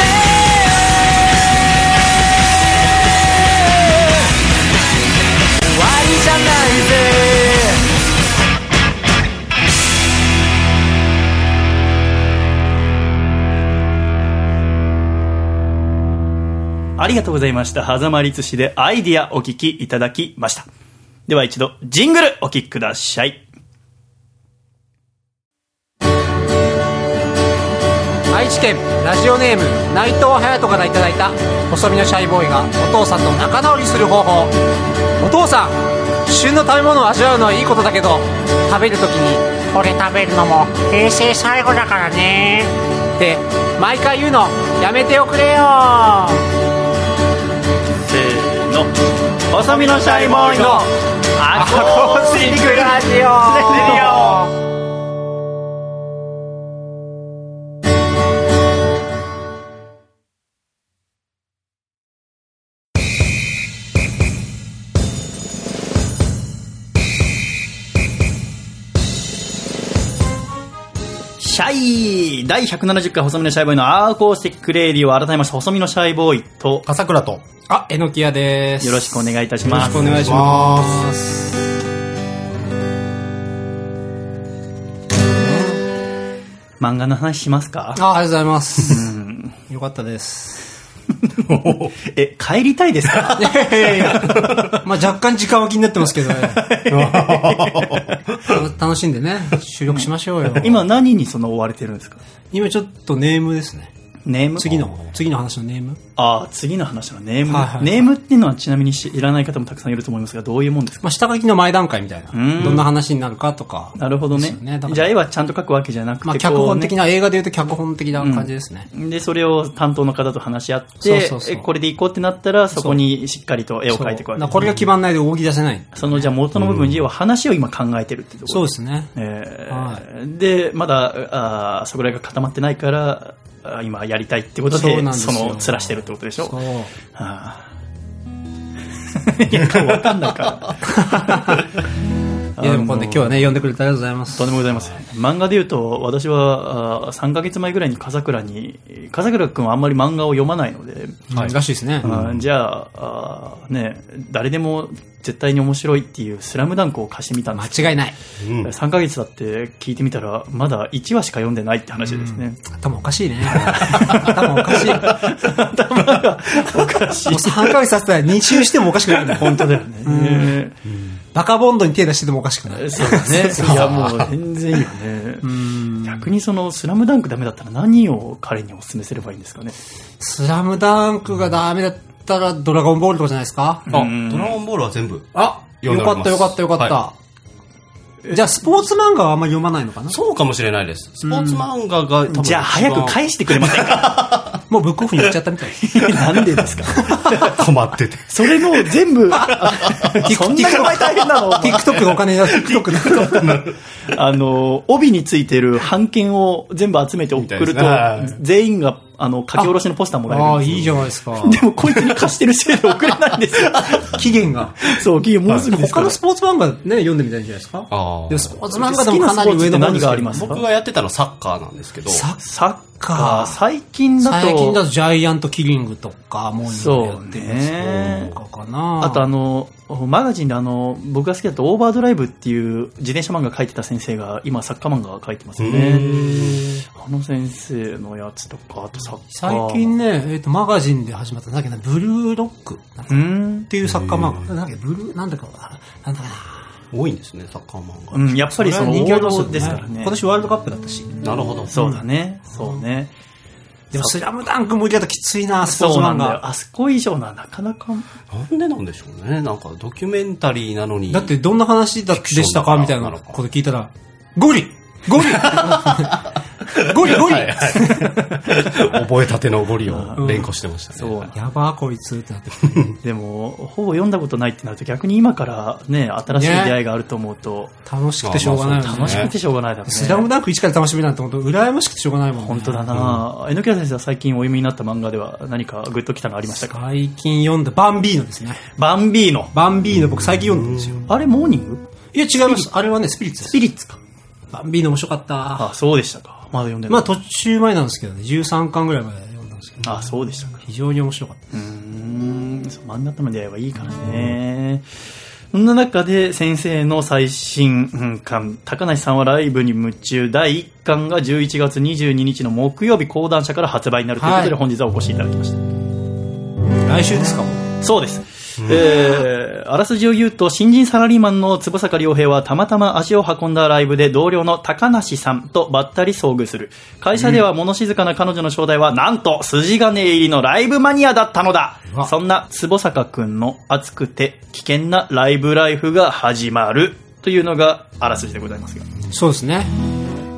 終わりじゃないぜありがとうございました。狭間律師でアイディアお聞きいただきました。では一度、ジングルお聞きください。愛知県ラジオネーム内藤隼人からいただいた細身のシャイボーイがお父さんと仲直りする方法お父さん旬の食べ物を味わうのはいいことだけど食べるときに「これ食べるのも平成最後だからね」って毎回言うのやめておくれよせーの。細身のシャイボーイのアコースティックラジオシャイ第170回細身のシャイボーイのアーコースティックレディを改めまして細身のシャイボーイと笠倉とあえのきやですよろしくお願いいたします。よろしくお願いしま漫画の話しますかすあありがとうございますよかったですえ、帰りたいです かまあ若干時間は気になってますけどね 楽しんでね収録しましょうよ今何にその追われてるんですか今ちょっとネームですねネーム次。の次の話のネーム、ああ、次の話はネーム、はいはいはいネームっていうのはちなみに知らない方もたくさんいると思いますが、どういうもんですかまあ、下書きの前段階みたいなうんどんな話になるかとか、なるほどね。そうねだからじゃあ絵はちゃんと書くわけじゃなくて、まあ、脚本的こな映画で言うと脚本的な感じですね、うねで、それを担当の方と話し合って、そうそうそうえこれでいこうってなったら、そこにしっかりと絵をそう描いていくわけだでからすこね、れが決まんないで動き出せないそのじゃあ元の部分、要は話を今考えてるってところそうですねえーはで、まだ、あーそこら辺が固まってないから、あー今やりたいってことそうで、なんですそよの、つらしてるってことでしそょうあー いや、顔わかんないから。いやでもこれね今日はね呼んでくれてありがとうございま すとんでもございません。漫画で言うと、私は、あ3ヶ月前ぐらいに笠倉に、笠倉くんはあんまり漫画を読まないので、はいらしいですね、あーじゃああー、ね、誰でも絶対に面白いっていうスラムダンクを貸してみたんですけど間違いないうん3ヶ月だって聞いてみたら、まだ1話しか読んでないって話ですね。頭おか しいね頭おかしい 頭がおかしいもう。3ヶ月経ってたら2周してもおかしくないね本当だよね。バカボンドに手出しててもおかしくな いそうだね。いや、もう全然いいよね。逆にその、スラムダンクダメだったら何を彼にお勧めすればいいんですかね。スラムダンクがダメだったらドラゴンボールとかじゃないですかあドラゴンボールは全部あ読んよでかおりっまたすよかったよかった、はじゃあスポーツ漫画はあんまり読まないのかなそうかもしれないですスポーツ漫画が多分じゃあ、早く返してくれませんかもうブックオフに行っちゃったみたいです なんでですか止まってて それもう全部、そんなにお前大変なのお前 TikTok がお金だ TikTok あの、帯についてる版権を全部集めて送るみたいですと、全員が、あの、書き下ろしのポスターもらえるんですあよあいいじゃないですかでもこいつに貸してるせいで送れないんです よ。期限がそう、期限もうすぐですか他らの。スポーツ漫画ね読んでみたいんじゃないですかであもあスポーツ漫画でもかなり上の方です好きなスポけどーツって何があります僕がやってたのサッカーなんですけどサッサッカカー、ー最近だと。最近だとジャイアントキリングとかもう今やってますそうねとかかなあとあの、マガジンであの、僕が好きだとオーバードライブっていう自転車漫画書いてた先生が、今サッカー漫画書いてますよね。あの先生のやつとか、あとサッカー。最近ね、えっとマガジンで始まったなんだっけなブルーロックなんかうっん。ていう作家漫画なんだっけブルーなんだかあなんだかな多いんですねサッカー漫う画ん、やっぱりそのこれは人気あ王りますよ道ねですからね。今年ワールドカップだったしなるほどそうだね。そうね。でもスラムダンク無理だときついなスポーそツうな漫んだ画よ。あそこ以上な、なかなか。なんでなんでしょうねなんかドキュメンタリーなのにだって どんな話だでしたかみたいなこと聞いたら、ゴリゴリ ゴリゴリ、はいはい、 覚えたてのゴリを連呼してましたね。そうやばーこいつってなって。でもほぼ読んだことないってなると逆に今からね新しい出会いがあると思うと、楽しくてしょうがないよね。楽しくてしょうがないだろうねスラムダンク一から楽しみなんて本当羨ましくてしょうがないもん、ね。本当だな、榎谷先生は最近お読みになった漫画では何かグッときたのありましたか最近読んだバンビーノですね。バンビーノバンビーノ僕最近読んだんですよ。あれモーニングいや違います。あれはね、スピリッツでスす。ピリッツかバンビーノ面白かった。あそうでしたかまだ読んでないまあ途中前なんですけどね、13巻ぐらいまで読んだんですけど、あそうでしたか非常に面白かった。うーんそう真ん中の出会いはいいからねそんな中で先生の最新うん巻高梨さんはライブに夢中第1巻が11月22日の木曜日講談社から発売になるということで、はい本日はお越しいただきました来週ですかもう。そうです。えーあらすじを言うと、新人サラリーマンの坪坂良平はたまたま足を運んだライブで同僚の高梨さんとばったり遭遇する。会社では物静かな彼女の正体は、なんと筋金入りのライブマニアだったのだうわそんな坪坂くんの熱くて危険なライブライフが始まる。というのがあらすじでございますが。そうですね。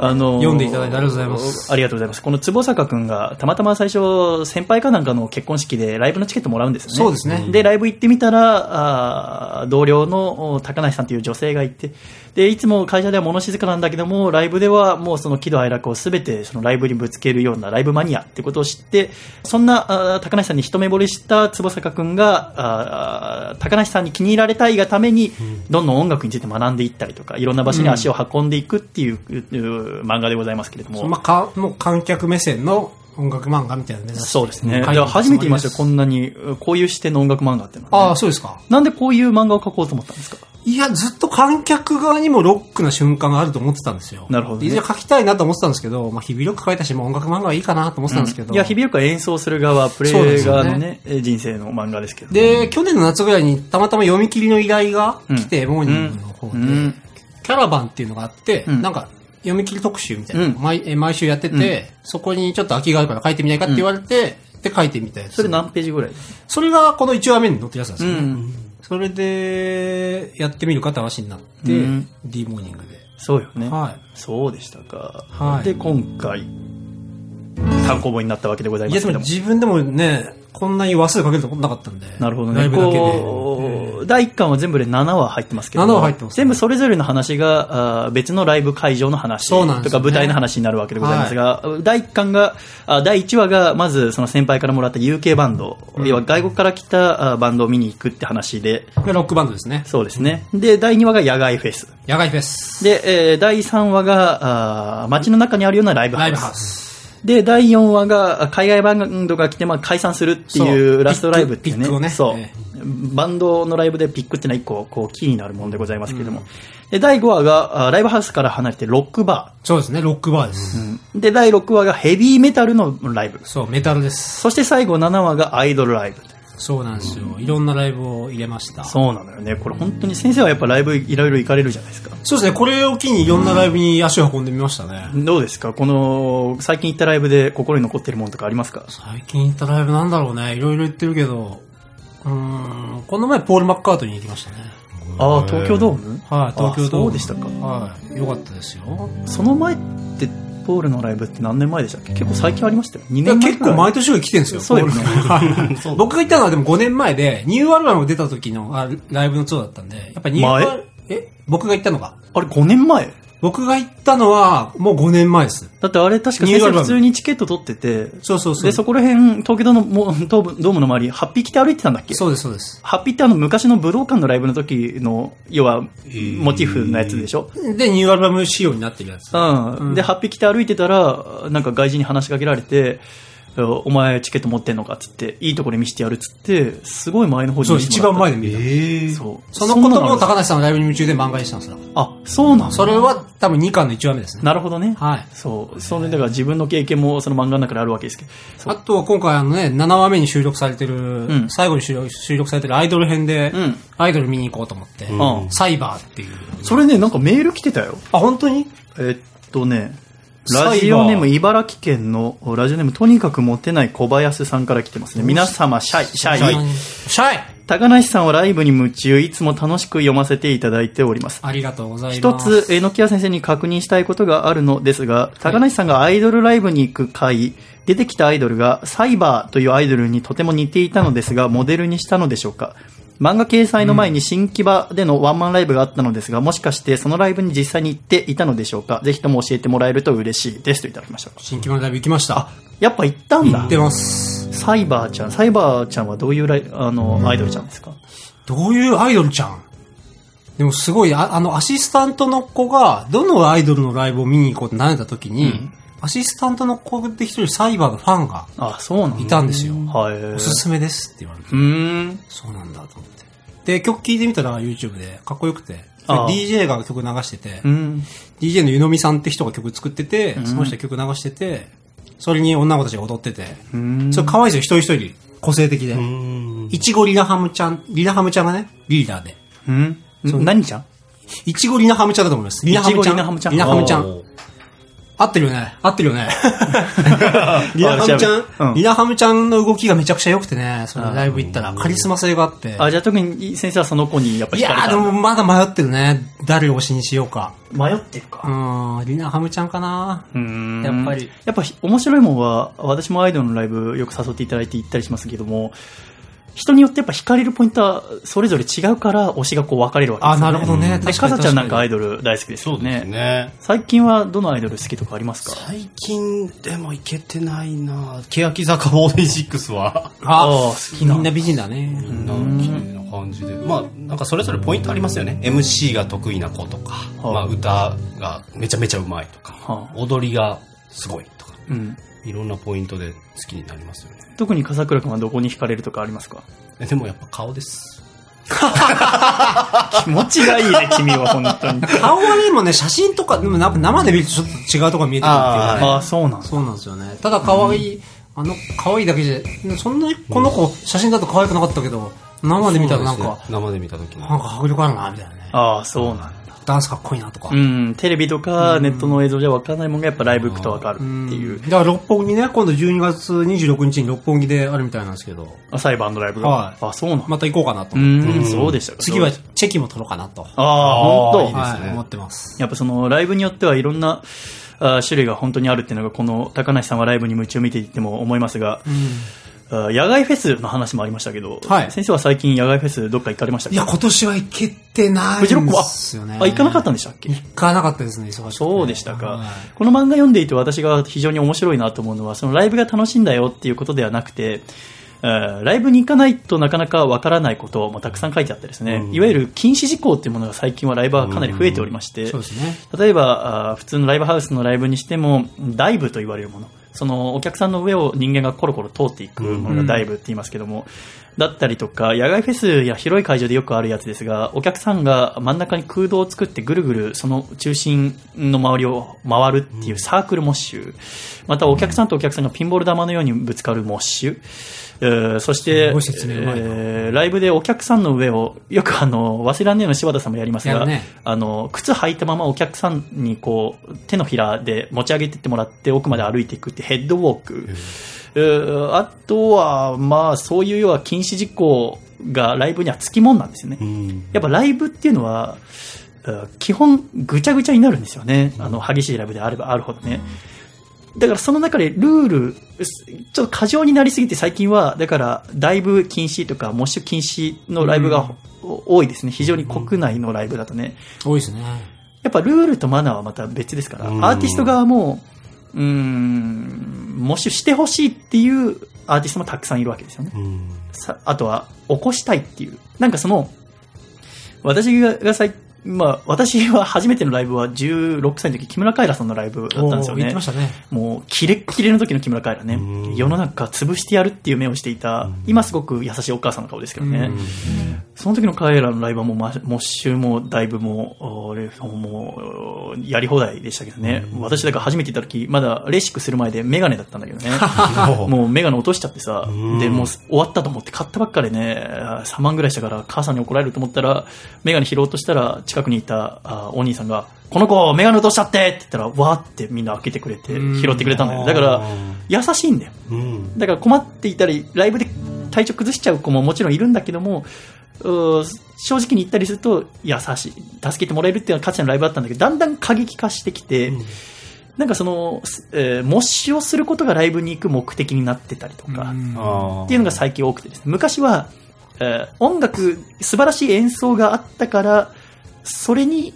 あのー読んでいただいてありがとうございますありがとうございます。この坪坂くんが、たまたま最初、先輩かなんかの結婚式でライブのチケットもらうんですよね。そうですねで、ライブ行ってみたら、あー同僚のお高梨さんという女性がいて、で、いつも会社では物静かなんだけども、ライブではもうその喜怒哀楽をすべてそのライブにぶつけるようなライブマニアってことを知って、そんなあー高梨さんに一目惚れした坪坂くんが、あー高梨さんに気に入られたいがために、どんどん音楽について学んでいったりとか、いろんな場所に足を運んでいくっていう、うう漫画でございますけれども。まあ、かもう観客目線の音楽漫画みたいなの目指してそうですね。書いてるいや初めて見ましたよ、こつもりんなに、うこういう視点の音楽漫画ってのはね、ああ、そうですか。なんでこういう漫画を描こうと思ったんですかいや、ずっと観客側にもロックな瞬間があると思ってたんですよ。なるほどねでいや書きたいなと思ってたんですけど、まあ、日々ロック書いたし、もう音楽漫画はいいかなと思ってたんですけど。いや、日々よくは演奏する側、プレそうでイすよ側ねのね、え人生の漫画ですけど。で、去年の夏ぐらいにたまたま読み切りの依頼が来て、モーニングの方で、うんキャラバンっていうのがあって、んなんか、読み切り特集みたいな、うん毎え毎週やってて、そこにちょっと空きがあるから書いてみないかって言われて、で書いてみたやつ。それ何ページぐらいそれがこの1話目に載ってるやつなんですよね。うんそれで、やってみるかって話になって、うん D モーニングそうよね。で。はい。そうでしたか。はいで、今回、単行本になったわけでございいまやすでけもども。自分でもね、こんなに話数かけると思んなかったんで。なるほどラね。イブだけで。こう、第1巻は全部で7話入ってますけど。 7話入ってます全部それぞれの話が、あー別のライブ会場の話そうなんとですかよね舞台の話になるわけでございますが、第1巻が、あ第1話が、まずその先輩からもらった UK バンド、要は外国から来たあバンドを見に行くって話で、これロックバンドですね。そうですね。で、第2話が野外フェス。野外フェス。で、えー第3話が、あー街の中にあるようなライブハウス。ライブハウス。で、第4話が、海外バンドが来て、まあ、解散するっていそううラストライブっていうピックをね。ねそうえ。バンドのライブでピックってのは一個、こう、キーになるものでございますけれども。で、第5話が、あライブハウスから離れてロックバそうですね、ロックバーです。ー。で、第6話がヘビーメタルのライブ。そう、メタルです。そして最後7話がアイドルライブ。そうなんですよ。いろんなライブを入れました。そうそうなのよね。これ本当に先生はやっぱライブいろいろ行かれるじゃないですか。ですね、これを機にいろんなライブに足を運んでみましたね。どうですかこの、最近行ったライブで心に残ってるものとかありますか最近行ったライブなんだろうね。いろいろ言ってるけど、うーん、この前ポール・マッカートニーに行きましたね。ああ、東京ドームはい、東京ドーム。あそうでしたか。はい、よかったですよ。その前って、ポールのライブって何年前でしたっけ結構最近ありましたよ。2いや年前結くら構い毎年来てるんですよ。そうですねポ ールそう僕が行ったのはでも5年前で、ニューアルバム出た時のあライブのツアーだったんで、やっぱニューアル、え僕が行ったのが。あれ5年前僕が行ったのはもう5年前です。だってあれ確かニュ先ーア生ルバ普ム通にチケット取ってて、そうそうそう。で、そこら辺、東京ドームもドームの周り、ハッピー来て歩いてたんだっけそうです、そうです。ハッピーってあの昔の武道館のライブの時の、要は、モチーフのやつでしょ、で、ニューアルバム仕様になってるやつ。うん。で、ハッピー来て歩いてたら、なんか外人に話しかけられて、お前チケット持ってんのかっつって、いいとこで見せてやるっつって、すごい前の方にそう、見せて一もら番った前で見た。そう。そのそこともんなのある高梨さんのライブに夢中で漫画にしたんですよ。あ、そうなのそれは多分2巻の1話目ですね。なるほどね。はいそう。それだから自分の経験もその漫画の中であるわけですけど。あとは今回あのね、7話目に収録されてる、ん最後に収録収録されてるアイドル編で、んアイドル見に行こうと思って、うんサイバーっていう。それね、なんかメール来てたよ。あ、本当にえっとね、サイバーラジオネーム茨城県のラジオネームとにかくモテない小林さんから来てますね。皆様、シャイ、シャイ。シャイ高梨さんはライブに夢中、いつも楽しく読ませていただいております。ありがとうござい一ます。つ、えのきや先生に確認したいことがあるのですが、高梨さんがアイドルライブに行く回、出てきたアイドルがサイバーというアイドルにとても似ていたのですが、モデルにしたのでしょうか漫画掲載の前に新木場でのワンマンライブがあったのですが、もしかしてそのライブに実際に行っていたのでしょうかぜひとも教えてもらえると嬉しいですといただきました。新規のライブ行きました。やっぱ行ったん行だって。ます。サイバーちゃん、サイバーちゃんはどういうライあの、アイドルちゃんですかどういうアイドルちゃんでもすごい、ああの、アシスタントの子が、どのアイドルのライブを見に行こうって悩んだ時に、アシスタントの子で一人サイバーのファンがあ、そうなんだ。いたんですよ。はい。おすすめですって言われてう。ーん。そうなんだと思って。で、曲聴いてみたら YouTube でかっこよくて、ああ DJ が曲流しててう、ん。 DJ の湯飲みさんって人が曲作ってて、その人が曲流してて、それに女の子たちが踊ってて、それ可愛いですよ、一人一人個性的で。いちごリナハムちゃん、リナハムちゃんがね、リーダーで。うん。何ちゃんいちごリナハムちゃんだと思います。リナハムちゃん。いちごリナハムちゃんリナハムちゃおんー。合ってるよね。合ってる よね。リナハムちゃうんん、リナハムちゃんの動きがめちゃくちゃ良くてね、そのライブ行ったらカリスマ性があって。あ、じゃあ特に先生はその子にやっぱい惹かやれたーでもまだ迷ってるね。誰を推しにしようか。迷ってるかう。ーん、リナハムちゃんかなうんやっぱり。やっぱ面白いもんは、私もアイドルのライブよく誘っていただいて行ったりしますけども、人によってやっぱ惹かれるポイントはそれぞれ違うから推しがこう分かれるわけですよね。あなるほどねで、確かかにさちゃんなんかアイドル大好きですそようでね。すね。最近はどのアイドル好きとかありますか最近でも行けてないな欅坂46は。ああー好きなみんな美人だね。みんな綺麗な感じで。まあ、なんかそれぞれポイントありますよね。MC が得意な子とか、はいまあ歌がめちゃめちゃうまいとか、は踊りがすごいとか、うん。いろんなポイントで好きになりますよね。特に笠倉くんはどこに惹かれるとかありますかえでもやっぱ顔です。気持ちがいいね、君は本当に。顔はでもね、写真とか、でもな生で見るとちょっと違うところ見えてくるっていうかね。 ああ、そうなんだ。そうなんですよね。ただ可愛い、あの、可愛いだけじゃ、そんなにこの子、写真だと可愛くなかったけど、生で見たらなんそうかで、すね生で見た時に。なんか迫力あるな、みたいなね。ああ、そうなんだ。ダンスかっこいいなとか。うん、テレビとかネットの映像じゃ分からないもんがやっぱライブ行くと分かるっていう、だから六本木ね、今度12月26日に六本木であるみたいなんですけど、あサイバーのライブが。はいあ、そうなんだ。また行こうかなとう。ーん、そうでしたか。次はチェキも取ろうかなと。ああ、本当いいですはねい、思ってます。やっぱそのライブによってはいろんなあー種類が本当にあるっていうのがこの高梨さんはライブに夢中を見ていっても思いますが、あー野外フェスの話もありましたけど、はい先生は最近野外フェスどっか行かれましたいや、か今年は行けてないフジロッんクでは、すよね。あ、行かなかったんでしたっけ行かなかったですね、忙しくてそうでしたかはい。この漫画読んでいて私が非常に面白いなと思うのは、そのライブが楽しいんだよっていうことではなくて、えーライブに行かないとなかなかわからないこともたくさん書いてあってですね、いわゆる禁止事項っていうものが最近はライブはかなり増えておりまして、そうですね。例えばあー普通のライブハウスのライブにしてもダイブと言われるものそのお客さんの上を人間がコロコロ通っていくものがダイブって言いますけども、だったりとか野外フェスや広い会場でよくあるやつですがお客さんが真ん中に空洞を作ってぐるぐるその中心の周りを回るっていうサークルモッシュまたお客さんとお客さんがピンボール玉のようにぶつかるモッシュ、えーそしてすごい説明うまいなえーライブでお客さんの上をよくあの忘れらんねえの柴田さんもやりますやが、るねあの靴履いたままお客さんにこう手のひらで持ち上げてってもらって奥まで歩いていくってヘッドウォーク、えーあとは、まあ、そういうような禁止事項がライブにはつきもんなんですよね、うん。やっぱライブっていうのは、えー基本ぐちゃぐちゃになるんですよね。あの、激しいライブであればあるほどね。だからその中でルール、すちょっと過剰になりすぎて最近は、だから、だいぶ禁止とか、モッシュ禁止のライブがお多いですね。非常に国内のライブだとね。多いですね。やっぱルールとマナーはまた別ですから、うんアーティスト側も、うーん、モッシュしてほしいっていうアーティストもたくさんいるわけですよね。うん。さあとは起こしたいっていうなんかその私がが最まあ、私は初めてのライブは16歳の時木村カエラさんのライブだったんですよおー行っねてましたね。もうキレッキレの時の木村カエラねうん世の中潰してやるっていう目をしていた今すごく優しいお母さんの顔ですけどねその時のカエラのライブはもうまモッシュもだいぶもうおレフォンもおやり放題でしたけどね私だから初めて行った時まだレーシックする前で眼鏡だったんだけど ねもうメガネ落としちゃってさ、うんで、もう終わったと思って買ったばっかでね、3万ぐらいしたから母さんに怒られると思ったら、メガネ拾おうとしたら近くにいたあお兄さんが、この子メガネ落としちゃってって言ったら、わーってみんな開けてくれて、拾ってくれたんだよ。だから、優しいんだよ。うん。だから困っていたり、ライブで体調崩しちゃう子ももちろんいるんだけども、うー正直に言ったりすると、優しい、助けてもらえるっていうのがかつてのライブだったんだけど、だんだん過激化してきて、なんかその、すえー模試をすることがライブに行く目的になってたりとか、あっていうのが最近多くてですね昔は、えー音楽素晴らしい演奏があったからそれに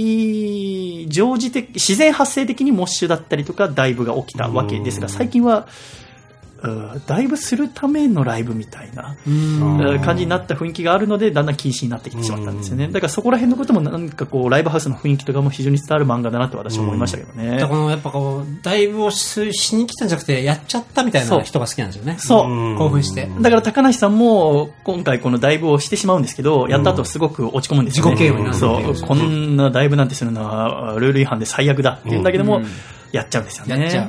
いい常時的自然発生的にモッシュだったりとかダイブが起きたわけですがうん最近はうんダイブするためのライブみたいなうん感じになった雰囲気があるのでだんだん禁止になってきてしまったんですよねうんだからそこら辺のこともなんかこうライブハウスの雰囲気とかも非常に伝わる漫画だなと私は思いましたけどねだからこのやっぱこう、だいぶをししに来たんじゃなくて、やっちゃったみたいそうな人が好きなんですよね。そう興奮して。だから高梨さんも今回このダイブをしてしまうんですけど、やった後すごく落ち込むんですよね。自己嫌悪になるそう、こんなダイブなんてするのはルール違反で最悪だって言うんだけども、やっちゃうんですよね。やっちゃう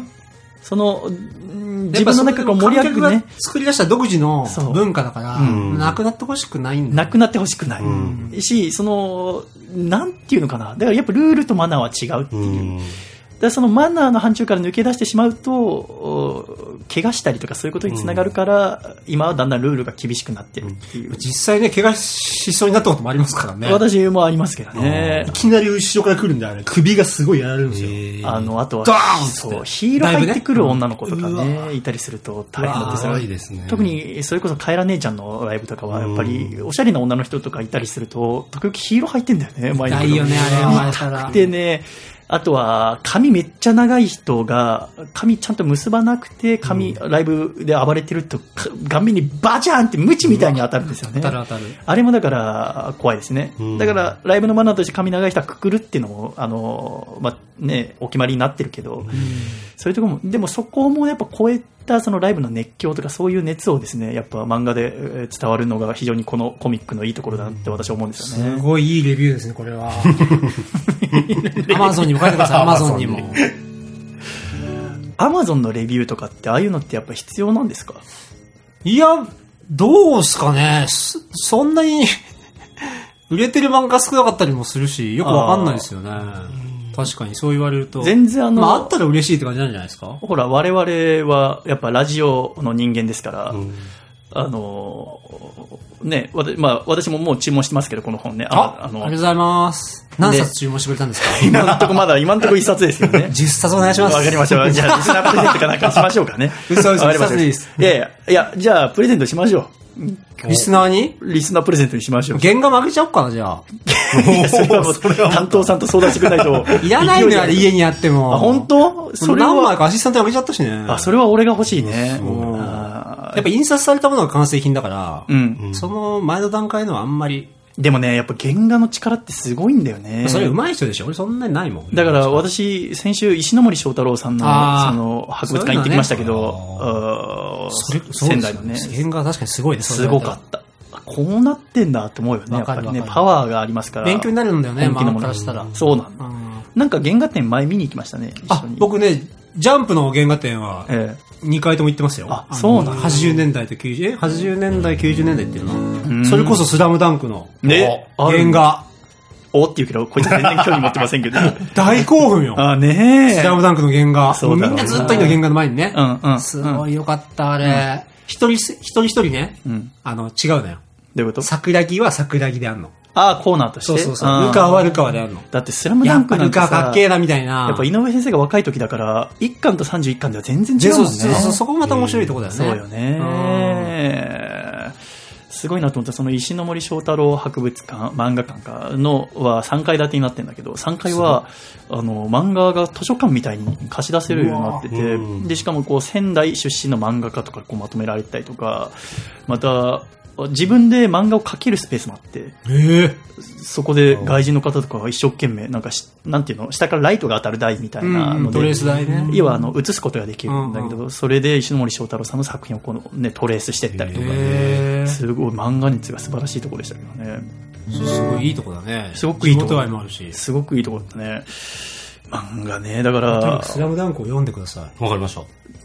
その、うん自分の中こう盛り上げやっぱそるれねでも観客が、作り出した独自のそう文化だから、んなくなってほしくないんだなよ。くなってほしくない。んし、その、なんていうのかな。だからやっぱルールとマナーは違うってういう。んだからそのマナーの範疇から抜け出してしまうと、お怪我したりとかそういうことにつながるから、今はだんだんルールが厳しくなってるっていう。実際ね、怪我しそうになったこともありますからね。私もありますけどねい。きなり後ろから来るんだよね。首がすごいやられるんですよ。あの、あとは、ドーンっつってそう、ヒール入ってくる女の子とかね、いたりすると大変だってうわー多いですね特に、それこそカエラ姉ちゃんのライブとかは、やっぱり、おしゃれな女の人とかいたりすると、時々ヒール入ってんだよね、前に。ないよね、あれは前から。でね、あとは、髪めっちゃ長い人が、髪ちゃんと結ばなくて、髪、ライブで暴れてると、か顔面にバジャーンってムチみたいに当たるんですよね。当たる当たる。あれもだから怖いですね、んだからライブのマナーとして髪長い人はくくるっていうのもあの、まあね、お決まりになってるけど、そういうところも、でもそこもやっぱ超えたそのライブの熱狂とか、そういう熱をですねやっぱ漫画でえー伝わるのが非常にこのコミックのいいところだなって私は思うんですよすね。ごいいいレビューですね、こ れは。アマゾンにも書いてください、アマゾンにも。アマゾンのレビューとかって、ああいうのってやっぱ必要なんですかいや、どうすかね。そそんなに、 売れてる漫画少なかったりもするし、よくわかんないですよね。確かに、そう言われると。全然あのまあ、あったら嬉しいって感じなんじゃないですかほら、我々はやっぱラジオの人間ですから、あのーね、わたまあ、私ももう注文してますけど、この本ね。あ、ありのがとうございます。何冊注文してくれたんですか。今のとこまだ、今のとこ一冊ですよね ?10 冊お願いしまわす。かりました。じゃあ、リスナープレゼントかなんかしましょうかね。嘘嘘わかりました一冊でいいですいやいや、いや、じゃあ、プレゼントしましょ リスナーにう。リスナープレゼントにしましょう。原画負けちゃおうかな、じゃあ。いやそれはもう 担当さんと相談してくれないと。いらないのよ、あれ家にあっても。あ、本当そそれれ何枚は、かアシスタントに負けちゃったしね。あ、それは俺が欲しいね。うんあやっぱ印刷されたものが完成品だから、ーうん。その前の段階のはあんまり、でもね、やっぱ原画の力ってすごいんだよね。それ上手い人でしょ俺そんなにないもん。だから私、先週、石ノ森章太郎さんのあーその博物館行ってきましたけど、あーそれ、そう仙です台よのね、原画は確かにすごいです。すごかった。こうなってんだって思うよね、やっわかぱるりね、わかるパワーがありますから。勉強になるんだよね、本気の漫も画のからしたら。そうなんうだ。んなんか原画展前見に行きましたね、一あ緒に。、僕ね、ジャンプの原画展は、え2回とも行ってますよ。あのそうなんだ ?80 年代と90、え ?80 年代、90年代っていうのんはそれこそスラムダンクの、ねおある原画。えおって言うけど、こいつ全然興味持ってません けど。大興奮よ。あ、ねえス。ラムダンクの原画。そうだろうなみんなずっと今原画の前にね。うんうんすごいよかった、あれ。一人す、一人一人ね。うんあの、違うのよ。どういうこと桜木は桜木であんの。あー、コーナーとして。そうそうそうあ。ールカワはルカワであんの。だって、スラムダやンっクぱなんルてカさワかっけえな、みたいな。やっぱ井上先生が若い時だから、1巻と31巻では全然で違うそうもんね。そうそう、そこもまた面白いとこだよね。そうよね。すごいなと思ったその石ノ森章太郎博物館、漫画館かのは3階建てになってるんだけど、3階はあの漫画が図書館みたいに貸し出せるようになってて、でしかもこう仙台出身の漫画家とかこうまとめられてたりとか、また自分で漫画を描けるスペースもあって、ええ。そこで外人の方とかが一生懸命、なんかし、なんていうの、下からライトが当たる台みたいなうんうのんで、トレース台ね要はあの映すことができるんだけど、うんそれで石ノ森章太郎さんの作品をこの、ね、トレースしてったりとかへね、ーすごい漫画熱が素晴らしいところでしたけどね、すごいいいとこだね。すごくいいとこ地元愛もあるし。すごくいいところだったね。漫画ね、だかとにらかく、スラムダンクを読んでください。わかりました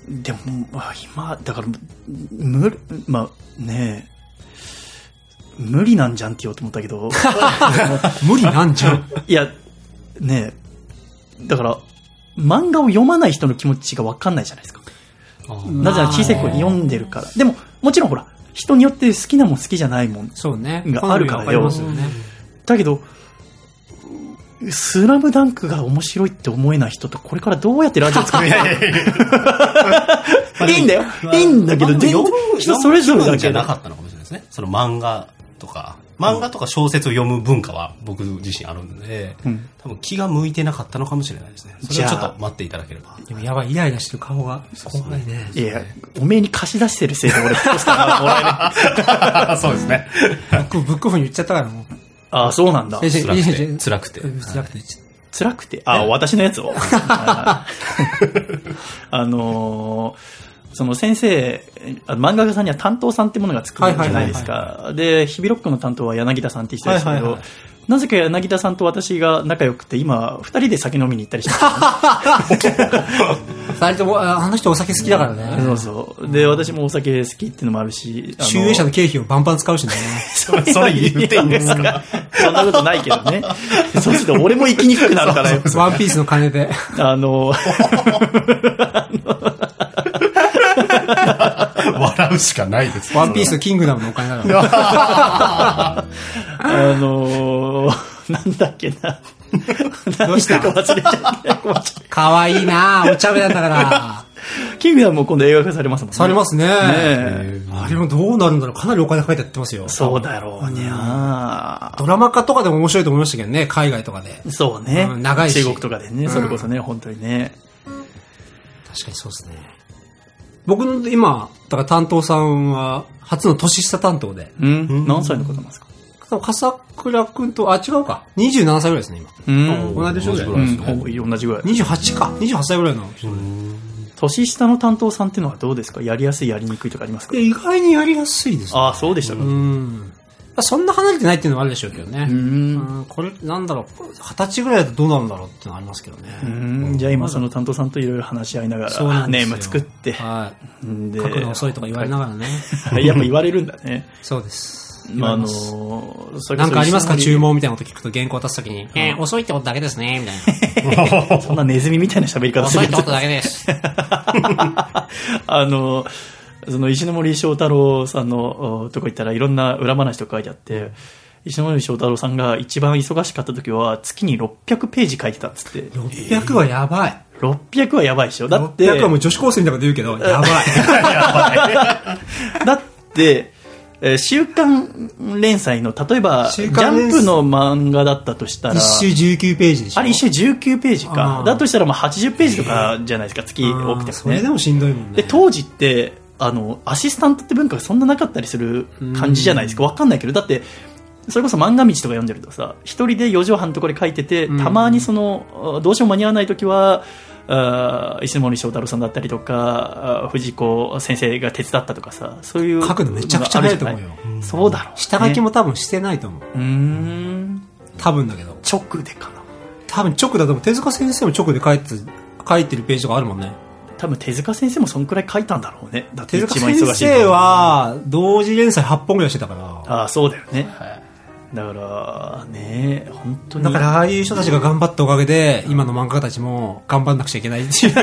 でも、あ今、だから、む、まあ、ねえ、無理なんじゃんって言おうと思ったけど、無理なんじゃん。いや、ねえ、だから、漫画を読まない人の気持ちがわかんないじゃないですか。なぜなら小さい頃に読んでるから。でも、もちろんほら、人によって好きなもん好きじゃないもんそうね。があるからよ好みが分かりますよね。だけど「スラムダンクが面白いって思えない人とこれからどうやってラジオ作る いいんだよいいんだけど全然人それぞれだじけゃなどかったのかもしれないですね。その漫画とか、漫画とか小説を読む文化は僕自身あるんで、ん多分気が向いてなかったのかもしれないですね。それはちょっと待っていただければ。でもやばい、イライラしてる顔が怖いね。いやおめえに貸し出してるせいで俺そうしたからもら えないそうですね。 僕、ブックオフに言っちゃったからもう。ああそうなんだ先辛く辛辛くてて。辛くて。言っちゃっ辛くて、あ、私のやつ を。あのーその先生、あ漫画家さんには担当さんってものがつくじゃないですか。で、ヒビロックの担当は柳田さんって人ですけど、はいはいはいなぜか柳田さんと私が仲良くて、今、二人で酒飲みに行ったりしてますた。二人とも、ああの人お酒好きだからね、そね。うそう。で、私もお酒好きっていうのもあるし、あの集英社の経費をバンバン使う しね。 それ言っていいんですか そんなことないけどね。 そうすると俺も生きにくくなるからよ。ワンピースの金で。あの笑うしかないです。ワンピースとキングダムのお金 だから。あのー、なんだっけな。どうしたなんか忘れちゃった。かわいいなぁお茶目なんだから。キングダムも今度映画化されますもんね。 されますね。ねえあれもどうなるんだろう。かなりお金かけてやってますよ。そうだろうにゃドラマ化とかでも面白いと思いましたけどね、海外とかで。確ーそうね。うん長いし中国とかでね、それこそね、本当にね。かにそうですね。僕の今、だから担当さんは、初の年下担当で。うん何歳の方なんですか多分笠倉くんと、あ、違うか。27歳ぐらいですね、今。うん。同じ年ぐうらい。ん、ほぼ同じぐらい。 28か。28歳ぐらいの人で。年下の担当さんっていうのはどうですかやりやすい、やりにくいとかありますかで意外にやりやすいですね。ああ、そうでしたか。うん。そんな離れてないっていうのもあるでしょうけどね。んうんこれ、なんだろう、二十歳ぐらいだとどうなるんだろうっていうのはありますけどね。うんじゃあ今その担当さんといろいろ話し合いながそうなら、んでネすーよム作って。はい。で書くの遅いとか言われながらね。 やっぱ言われるんだね。そうです。まあ、あの言われますー、それこなそんかあります石か森注文みたいなこと聞くと原稿渡すときに、えー、遅いってことだけです ね、みたいそんなネズミみたいな喋りな。方す遅るいやってつことだ けです。あの、その石ノ森章太郎さんのおとこ行ったらいろんな裏話とか書いてあって、石ノ森章太郎さんが一番忙しかった時は月に600ページ書いてたっつって。 600はやばい。 600はやばいでしょだって、 600はもう女子高生みたいなこと言うけど、 やばい。だって、えー週刊連載の、例えば、ジ週ャ刊連載ンプの漫画だったとしたら、一周19ページでしょ。あれ一週19ページかあ。ーだとしたらまあ80ページとかじゃないですか、月多くてもね。それでもしんどいもんでね。当時ってあのアシスタントって文化がそんななかったりする感じじゃないですかわかんないけどだってそれこそ漫画道とか読んでるとさ一人で4畳半のところで書いててたまにそのあどうしようも間に合わない時はあ石森章太郎さんだったりとかあ藤子先生が手伝ったとかさそういう書くのめちゃくちゃ早いと思うよのがあるじゃないそうだろうね下書きも多分してないと思う。うーん多分だけど。直でかな多分直だと思う。手塚先生も直で書いてた、書いてるページとかあるもんね。多分手塚先生もそんくらい書いたんだろうねだって手一塚番忙しい先時生は、同時連載8本ぐらいしてたから。ああそうだよね、だからね本当にだから、ああいう人たちが頑張ったおかげで、今の漫画家たちも頑張んなくちゃいけないっ ていう。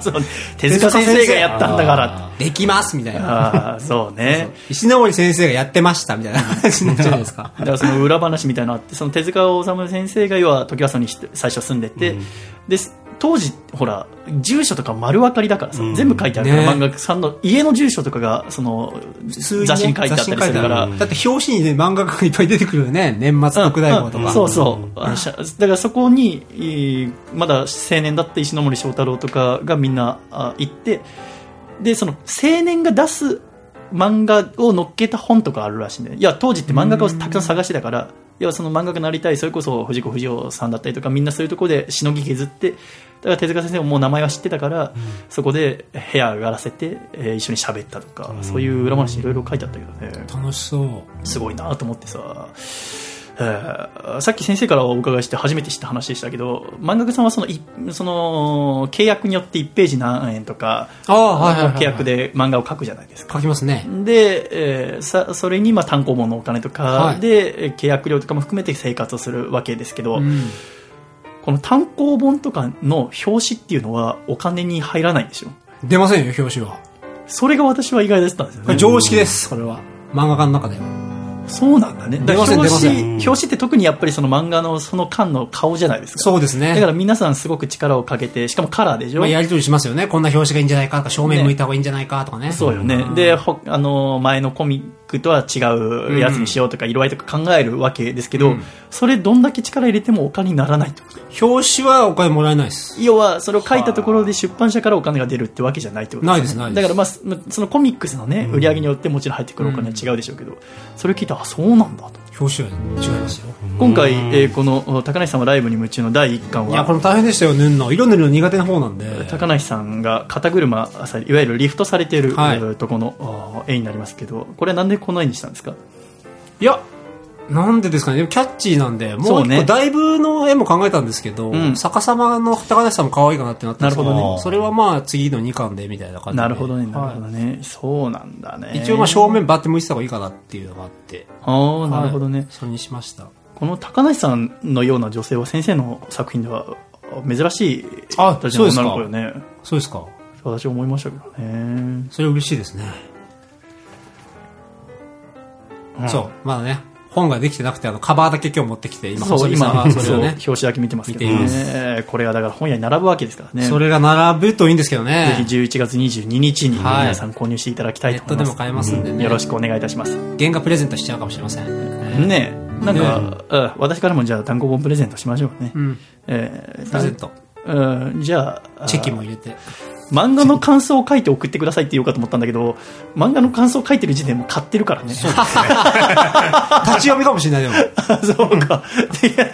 そう手塚先生がやったんだから。できますみたいな。ああ、 そうね。石森先生がやってましたみたいな話になっちゃうじゃないですか。だからその裏話みたいなのあって、その手塚治虫先生が要は時はそに最初住んでて、です当時、ほら、住所とか丸分かりだからさ、全部書いてあるから、ね漫画家さんの家の住所とかが、その、普通にね雑誌に書いてあったりするから、雑誌に書いてあるだって表紙にね、漫画家がいっぱい出てくるよね。年末特大号とうんか。そうそうあのしゃだからそこにえーまだ青年だった石ノ森章太郎とかがみんなあ行ってでその青年が出す漫画を載っけた本とかあるらしいんでいや当時って漫画家をたくさん探してたからいやその漫画家になりたいそれこそ藤子不二雄さんだったりとかみんなそういうところでしのぎ削ってだから手塚先生ももう名前は知ってたから、そこで部屋上がらせて、えー一緒に喋ったとか、そういう裏話いろいろ書いてあったけどね。楽しそう。すごいなと思ってさ、えーさっき先生からお伺いして初めて知った話でしたけど漫画家さんはそのいその契約によって1ページ何円とかああ、はいはいはいは契い。約で漫画を書くじゃないですか。書きますね。で、えーさそれにまあ単行本のお金とかはいで、えー契約料とかも含めて生活をするわけですけど、うん。この単行本とかの表紙っていうのはお金に入らないんでしょ出ませんよ、表紙は。それが私は意外でしたんですよこれね。常識です、これは。漫画家の中では。そうなんだね。だから出ま表せん紙、表紙って特にやっぱりその漫画のその間の顔じゃないですか。そうです ね。だから皆さんすごく力をかけて、しかもカラーでしょ、まあ、やりとりしますよね。こんな表紙がいいんじゃないかとか、正面向いた方がいいんじゃないかとかね。そうよね。んで、ほあの、前のコミックとは違うやつにしようとか、色合いとか考えるわけですけど、それどんだけ力入れてもお金にならないってこと。表紙はお金もらえないです。要は、それを書いたところで出版社からお金が出るってわけじゃないってことないですないですだから、まあす、そのコミックスのね、売り上げによってもちろん入ってくるお金は違うでしょうけど、それ聞いたら、あ、そうなんだと。表紙は違いますよ。今回、えーこの、高梨さんはライブに夢中の第1巻いや、は、これも大変でしたよ、塗るの。色塗るの苦手な方なんで。高梨さんが肩車され、いわゆるリフトされてる、はいえーとこのあー絵になりますけど、これなんでこの絵にしたんですかいや、なんでですかね。でもキャッチーなんで、そもううね一個だいぶの絵も考えたんですけど、ん逆さまの高梨さんも可愛いかなってなったんですけなるほどねそれはまあ次の2巻でみたいな感じで。なるほどね、なはるほどね。そうなんだね。い一応まあ正面バッて向いてた方がいいかなっていうのがあって。ああ、なるほどね。それにしました。この高梨さんのような女性は先生の作品では珍しいあ形そのうです女かの子よね。そうですか。私思いましたけどね。それ嬉しいですね。そう。まだね、本ができてなくて、あの、カバーだけ今日持ってきて、今、そ細う、見さん今が、そそれうをね表、紙だけ見てますけど見ていまね。これがだから本屋に並ぶわけですからね。それが並ぶといいんですけどね。ぜひ11月22日にはい皆さん購入していただきたいネとッ思トいでまもす。買えますんでね。よろしくお願いいたします。原価プレゼントしちゃうかもしれません。ねえなんか、うん私からもじゃあ単語本プレゼントしましょうね。んえープレゼント。うんじゃあ、チェキも入れて。漫画の感想を書いて送ってくださいって言おうかと思ったんだけど、漫画の感想を書いてる時点でもう買ってるからね。そう 立ち読みかもしれない、でも。か。で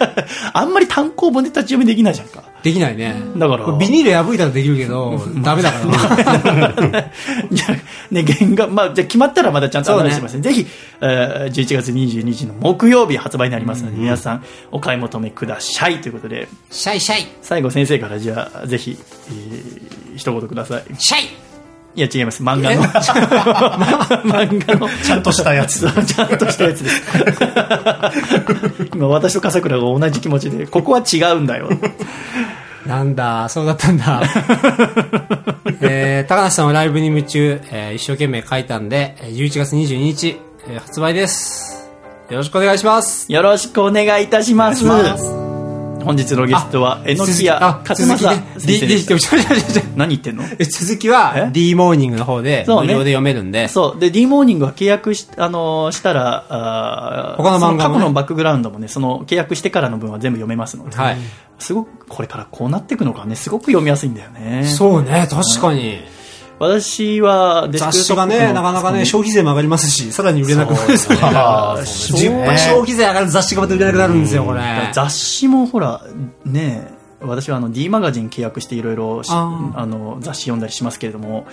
あんまり単行本で立ち読みできないじゃんか。できないね。だからこれビニール破いたらできるけど、ダメだから。 じゃあね、原画、まあ、じゃあ決まったらまだちゃんとそう案ね内してますね。ぜひ、えー11月22日の木曜日発売になりますので、皆さんお買い求めくださいということで、シャイシャイ最後先生からじゃあ、ぜひ、えー一言ください。シャイいや、違います。漫画の。 漫画の。ちゃんとしたやつそうちゃんとしたやつ です。今、私と笠倉が同じ気持ちで、ここは違うんだよ。なんだ、そうだったんだ。えー、高梨さんはライブに夢中、えー一生懸命書いたんで、えー11月22日、えー発売です。よろしくお願いします。よろしくお願いいたします。お願いします本日のゲストは、えのきやあ、勝続き正ね。先 D、生 D でって、した。ちょちょちょちょ何言ってんのえ続きえは D モーニングの方でそう無ね料で読めるんで、そう。で、D モーニングは契約し、あのーしたら、あー他の漫画もねそ過去のバックグラウンドもね、その契約してからの分は全部読めますので、はいすごく、これからこうなっていくのがね、すごく読みやすいんだよね。そうね、確かに。私はデスク雑トップの、誌がね、なかなかね、消費税も上がりますし、さらに売れなくなるんですよ。 あーそうです消ね費税上がる雑誌がまた売れなくなるんですよ、これ。雑誌もほらね私はあの D マガジン契約していろいろしああの雑誌読んだりしますけれども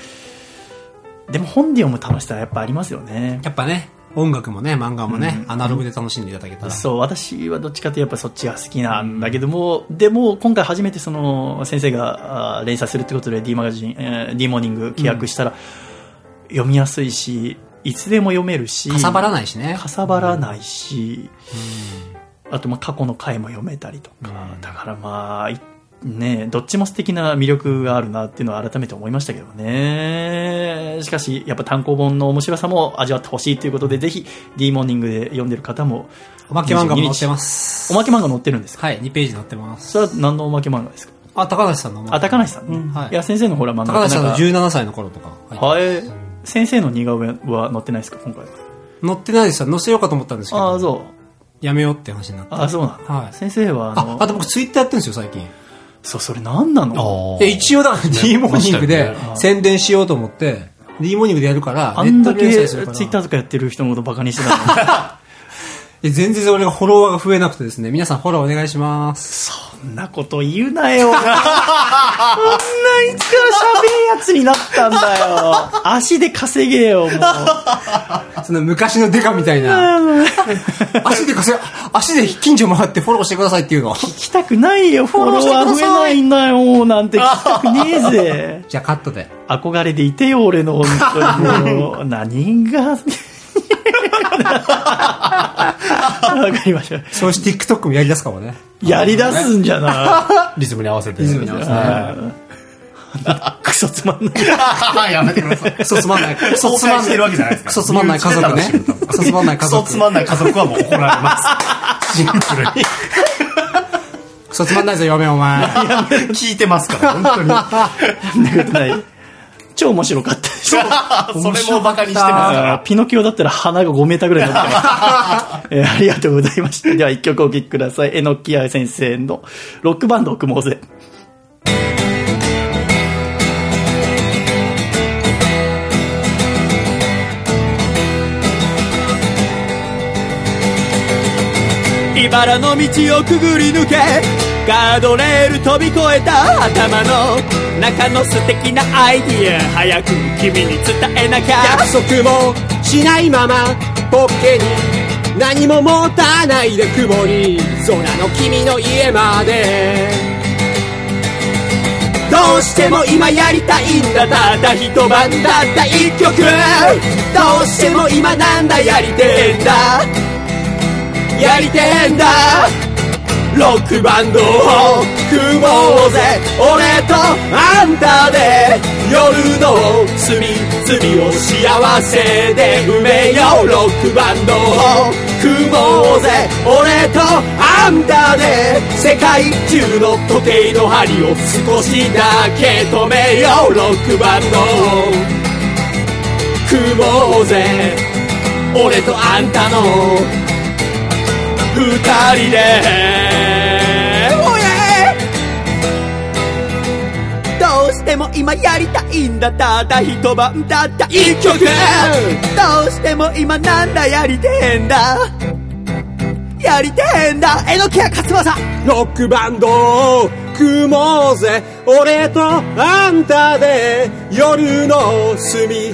でも本で読む楽しさはやっぱありますよねやっぱね、音楽もね、漫画もね、アナログで楽しんでいただけたら。そう私はどっちかというとやっぱそっちが好きなんだけども、でも今回初めてその先生があー連載するってことで D マガジン、えー D モーニング契約したら、読みやすいしいつでも読めるしかさばらないしね。かさばらないし、あとまあ過去の回も読めたりとか、だからまあいねえどっちも素敵な魅力があるなっていうのは改めて思いましたけどねしかしやっぱ単行本の面白さも味わってほしいということでぜひ D モーニングで読んでる方もおまけ漫画も載ってます。おまけ漫画載ってるんですかはい、2ページ載ってます。それは何のおまけ漫画ですかあ、高梨さんのおまあけ高梨さんね、はいいや先生のほら漫画高梨さんの十17歳の頃とか。はいはい先生の似顔絵は載ってないですか今回載ってないですよ。載せようかと思ったんですけああど、そうやめようって話になって。ああそうなんだ、はい先生はああ、のあと僕ツイッターやってるんですよ、最近。そうそれ何なので、一応だから D モーニングで宣伝しようと思って、D モーニングでやるから、あんだけツイネット連載するからッターとかやってる人のことバカにしてたのにで全然俺がフォロワーが増えなくてですね、皆さんフォローお願いします。そ んなこと言うなよ。こんないつから喋るやつになったんだよ。足で稼げ よ、もう。その昔のデカみたいな。 足で稼い、足で近所回ってフォローしてくださいっていうの。来たくないよ、フォロワー増えないんだよ、なんて来たくねえぜ。じゃあカットで。憧れでいてよ、俺の、本当に もう。何が。わかりま した。そうして TikTok もやり出すかもね。やり出すんじゃない。リズムに合わせて。リズムに合わせて。くそつまんない。 やめてください。 クソつまんない。クソつまんな崩壊してい。るわけじゃないですかクソつまんない家族ね。クソつまんない家クソ族。つまんない家族はもう怒られます。シンプルに。クソつまんないぞ、嫁、お前。聞いてますから、本当に。 はい超面白かったですそれもバカにしてますから。ピノキオだったら鼻が5メーターぐらいになってます、えーありがとうございました。 では一曲お聴きください。えのきあい先生のロックバンドを組もうぜ。茨の道をくぐり抜けガードレール飛び越えた頭の中の素敵なアイディア早く君に伝えなきゃ約束もしないままポッケに何も持たないで曇り空の君の家までどうしても今やりたいんだただ一晩だった一曲どうしても今なんだやりてえんだやりてえんだロックバンドを組もうぜ俺とあんたで夜の隅々を幸せで埋めようロックバンドを組もうぜ俺とあんたで世界中の時計の針を少しだけ止めようロックバンドを組もうぜ俺とあんたの二人でおやえどうしても今やりたいんだただ一晩だった一曲どうしても今なんだやりてえんだやりてえんだえのきや勝正ロックバンドを組もうぜ俺とあんたで夜の隅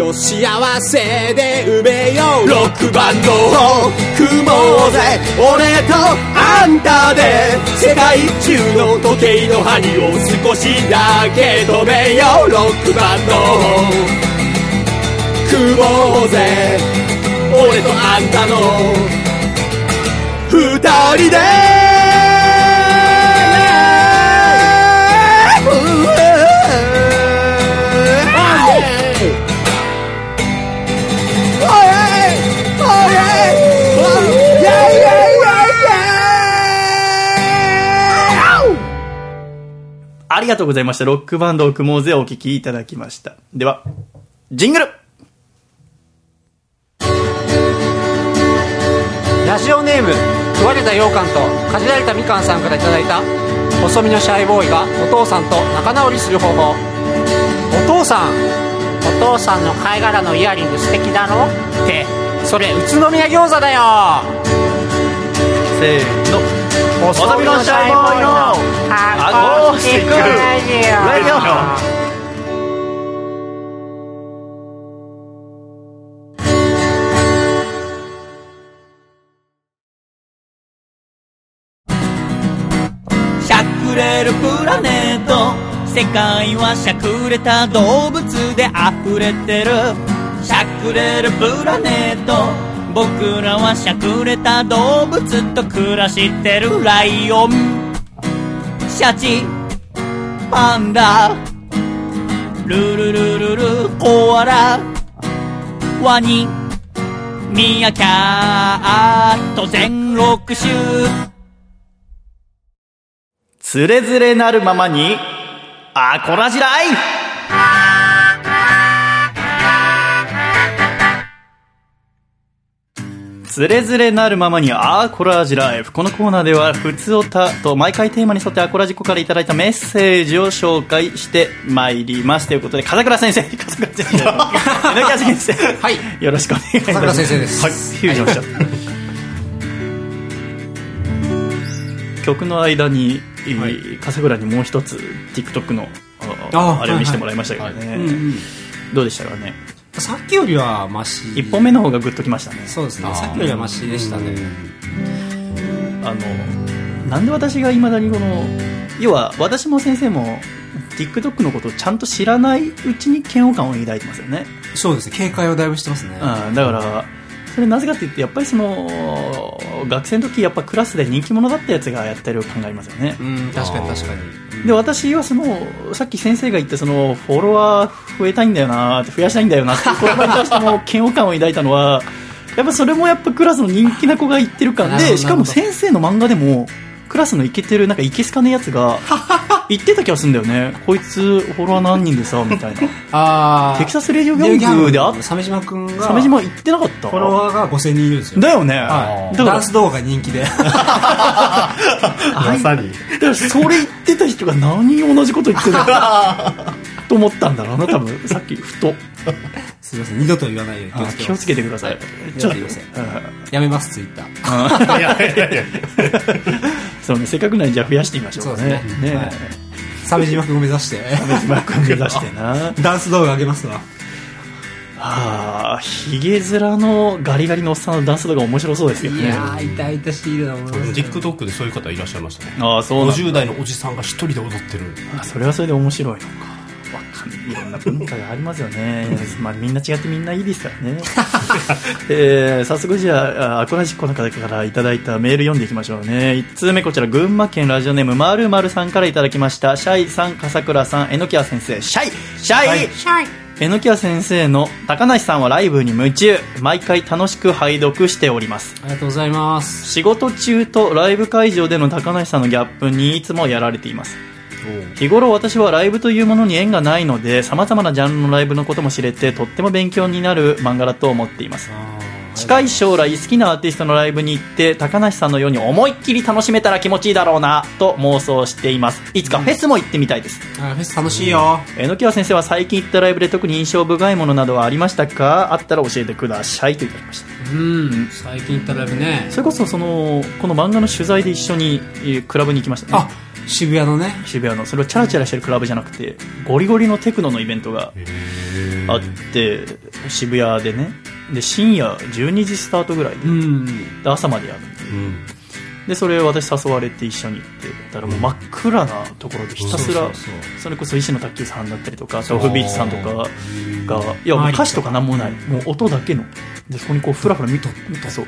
々を幸せで埋めようロックバンドを組もうぜ俺とあんたで世界中の時計の針を少しだけ止めようロックバンドを組もうぜ俺とあんたの二人でありがとうございました。ロックバンドを組もうぜをお聴きいただきました。では、ジングルラジオネーム食われた羊羹とかじられたみかんさんからいただいた細身のシャイボーイがお父さんと仲直りする方法お父さんお父さんの貝殻のイヤリング素敵だろってそれ宇都宮餃子だよせーの。細身のシャイボーイのアコースティックララジオしゃくれるプラネット世界はしゃくれた動物で溢れてるしゃくれるプラネット僕らはしゃくれた動物と暮らしてるライオンシャチパンダルルルルルコアラワニミヤキャット全6種つれづれなるままに、アコラジライフつれづれなるままにアーコラージライフ。このコーナーでは、ふつおたと毎回テーマに沿ってアコラジコからいただいたメッセージを紹介してまいります。ということで、風倉先生、風倉先生、榎谷先生、はいよろしくお願いします。風倉先生ですはい、フュージョンしちゃった。曲の間に、えー笠倉にもう一つ TikTok のあああれを見せてもらいましたけどね、どうでしたかねさっきよりはマシ。一本目の方がグッときましたねそうですね。さっきよりはマシでしたね。あのなんで私がいまだにこの要は私も先生も TikTok のことをちゃんと知らないうちに嫌悪感を抱いてますよね、そうですね。警戒をだいぶしてますね。うん、だからそれなぜかって言ってやっぱりその学生の時やっぱクラスで人気者だったやつがやってる感がありますよね、うん確かに確かにで私はそのさっき先生が言ってそのフォロワー増えたいんだよなって増やしたいんだよなっていう言葉に対しても嫌悪感を抱いたのはやっぱそれもやっぱクラスの人気な子が言ってる感なるほでどしかも先生の漫画でもクラスのイケてるなんかイケすかねえや つが言ってた気がするんだよねこいつフォロワー何人でさみたいなああテキサスレディオギャングであっ鮫島くんが、鮫島行ってなかったフォロワーが5000人いるんですよ。だよね、はいだかダらンス動画人気で。まさにだからそれ言ってた人が何同じこと言ってるのか と思ったんだろうな多分さっきふとすみません、二度と言わないように気をつけ気まをす。つけてください、ちょっとやめます、ツイッター。そうねせっかくなんでじゃあ増やしてみましょうかねそうねですね、鮫島くんを目指して、マ君目指してなダンス動画上げますわ。ああひげ面のガリガリのおっさんのダンス動画面白そうですよいねやー痛々しいだろうな TikTok でそういう方いらっしゃいましたねああそうなんだ50代のおじさんが一人で踊ってるあそれはそれで面白いのかわかんないいろんな文化がありますよね、まあ、みんな違ってみんないいですからね、 えー早速じゃああアコラジックの中からいただいたメール読んでいきましょうね1通目こちら群馬県ラジオネームまるまるさんからいただきましたシャイさん笠倉さんえのきや先生シャイシャイ、えのきや先生の高梨さんはライブに夢中毎回楽しく拝読しておりますありがとうございます仕事中とライブ会場での高梨さんのギャップにいつもやられています日頃私はライブというものに縁がないので様々なジャンルのライブのことも知れてとっても勉強になる漫画だと思っています近い将来好きなアーティストのライブに行って高梨さんのように思いっきり楽しめたら気持ちいいだろうなと妄想していますいつかフェスも行ってみたいですあフェス楽しいよ。えのきわ先生は最近行ったライブで特に印象深いものなどはありましたかあったら教えてくださいといただきましたうん最近行ったライブねそれこそそのこの漫画の取材で一緒にえークラブに行きましたねあ、渋谷のね。渋谷のそれをチャラチャラしてるクラブじゃなくてゴリゴリのテクノのイベントがあって渋谷でねで深夜12時スタートぐらいで,、うん。で朝までやるでそれ私誘われて一緒に行ってたらもう真っ暗なところでひたすらそれこそ石野卓球さんだったりとかあとオフビーチさんとかがいやもう歌詞とか何もないもう音だけのでそこにこうふらふら見と見たそう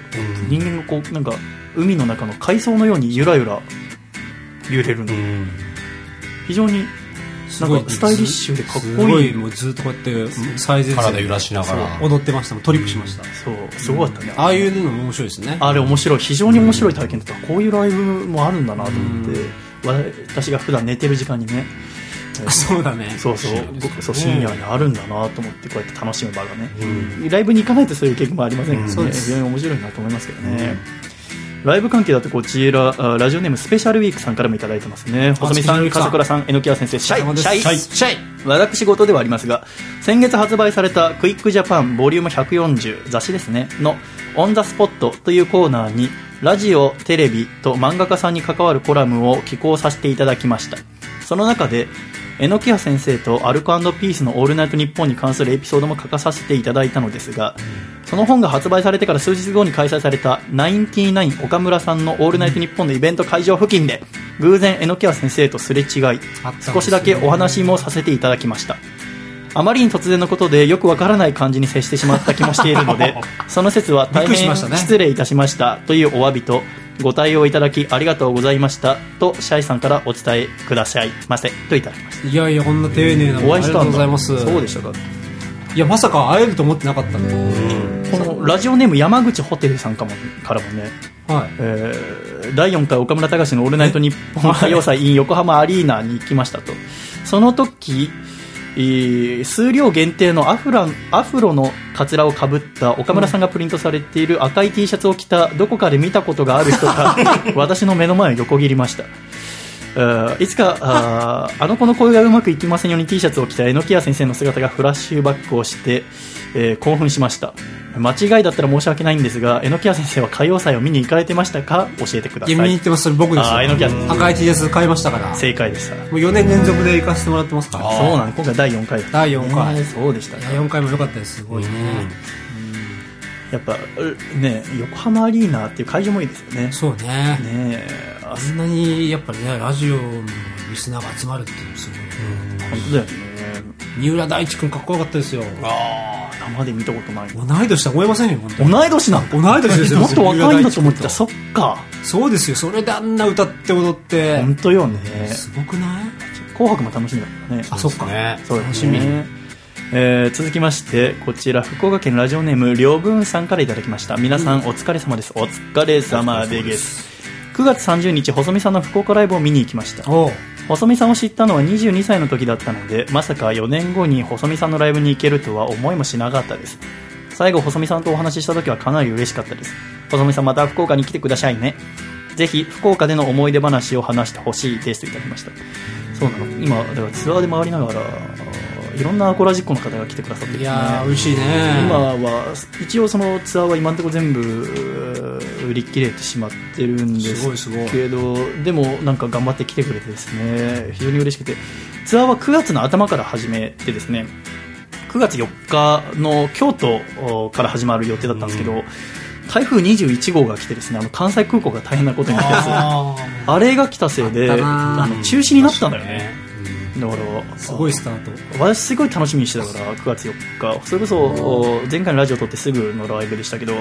人間がこうなんか海の中の海藻のようにゆらゆら揺れるの非常にすなんかスタイリッシュでかっすこごいいい、もうずっとこうやって、最前線体で揺らしながら踊ってました。もうトリップしました。そうすごかったね、ああいうのも面白いですね。あれ面白い非常に面白い体験だったこういうライブもあるんだなと思って、わ私が普段寝てる時間にねそうだね。 そうそうごそう深夜にあるんだなと思ってこうやって楽しむ場がね、ライブに行かないとそういう経験もありませんからね、そうです非常に面白いなと思いますけどね、ライブ関係だとこちらあラジオネームスペシャルウィークさんからもいただいてますね細見さんスペシャルウィークさん笠倉さん榎谷先生シャお疲れ様イですシャイシャイシャイ私事ではありますが先月発売された「クイックジャパンボリューム140雑誌ですねの「オン・ザ・スポット」というコーナーにラジオテレビと漫画家さんに関わるコラムを寄稿させていただきましたその中で榎谷先生とアルコピースの「オールナイトニッポン」に関するエピソードも書かさせていただいたのですがその本が発売されてから数日後に開催された「ナインティナイン岡村さんのオールナイトニッポン」のイベント会場付近で偶然榎谷先生とすれ違い少しだけお話もさせていただきましたあまりに突然のことでよくわからない感じに接してしまった気もしている のでその説は大びっくりし変ましたね失礼いたしましたというお詫びとご対応いただきありがとうございましたとシャイさんからお伝えくださいませといただきましたいやいや、こんな丁寧なのお会いしたんありがとだうございますそうでしたかいや、まさか会えると思ってなかったんで。このラジオネーム山口ホテルさんかもからもねはい。えー第4回岡村隆史の「オールナイトニッポン歌謡祭 in 横浜アリーナ」に行きましたとその時、えー数量限定のアフランアフロのカツラをかぶった岡村さんがプリントされている赤い T シャツを着たどこかで見たことがある人が私の目の前を横切りましたえーいつかあーあの子の声がうまくいきませんように T シャツを着た榎谷先生の姿がフラッシュバックをして、えー興奮しました間違いだったら申し訳ないんですが榎谷先生は歌謡祭を見に行かれてましたか教えてくだいやさ見にい行ってます、それ僕ですよ。あー榎谷さん赤い T シャツ買いましたから。も正解でしたう4年連続で行かせてもらってますから。そうなん今回第4回だ第4回ねそうでしたいや4回も良かったですすごいね、やっぱうね横浜アリーナっていう会場もいいですよねそうねねえああんなにやっぱりねラジオのリスナーが集まるっていうのもすごいね、本当だよね三浦大知君かっこよかったですよああ生で見たことない同い年とは思いませんよ、本当同に。い年なの同い年ですよもっと若いんだと思って僕たそっかそうですよ、それであんな歌って踊って。本当よねすごくない紅白も楽しみだもんねあ、そっか。ねそう楽しみ、えー続きましてこちら福岡県ラジオネームりょうぶんさんからいただきました皆さんお疲れ様ですお疲れ様です9月30日細見さんの福岡ライブを見に行きましたおう細見さんを知ったのは22歳の時だったのでまさか4年後に細見さんのライブに行けるとは思いもしなかったです最後細見さんとお話しした時はかなり嬉しかったです細見さんまた福岡に来てくださいねぜひ福岡での思い出話を話してほしいですといただきましたそうなの今だからツアーで回りながらいろんなアコラジッコの方が来てくださってるんいですやー、ね嬉しいね。今は一応そのツアーは今のところ全部売り切れてしまってるんですすごいすごい。けどでもなんか頑張って来てくれてですね非常に嬉しくてツアーは9月の頭から始めてですね9月4日の京都おから始まる予定だったんですけど、台風21号が来てですねあの関西空港が大変なことになってですねあれが来たせいでああったなの中止になったんだよねだからすごいスタート。私すごい楽しみにしてたから9月4日それこそお前回のラジオ撮ってすぐのライブでしたけど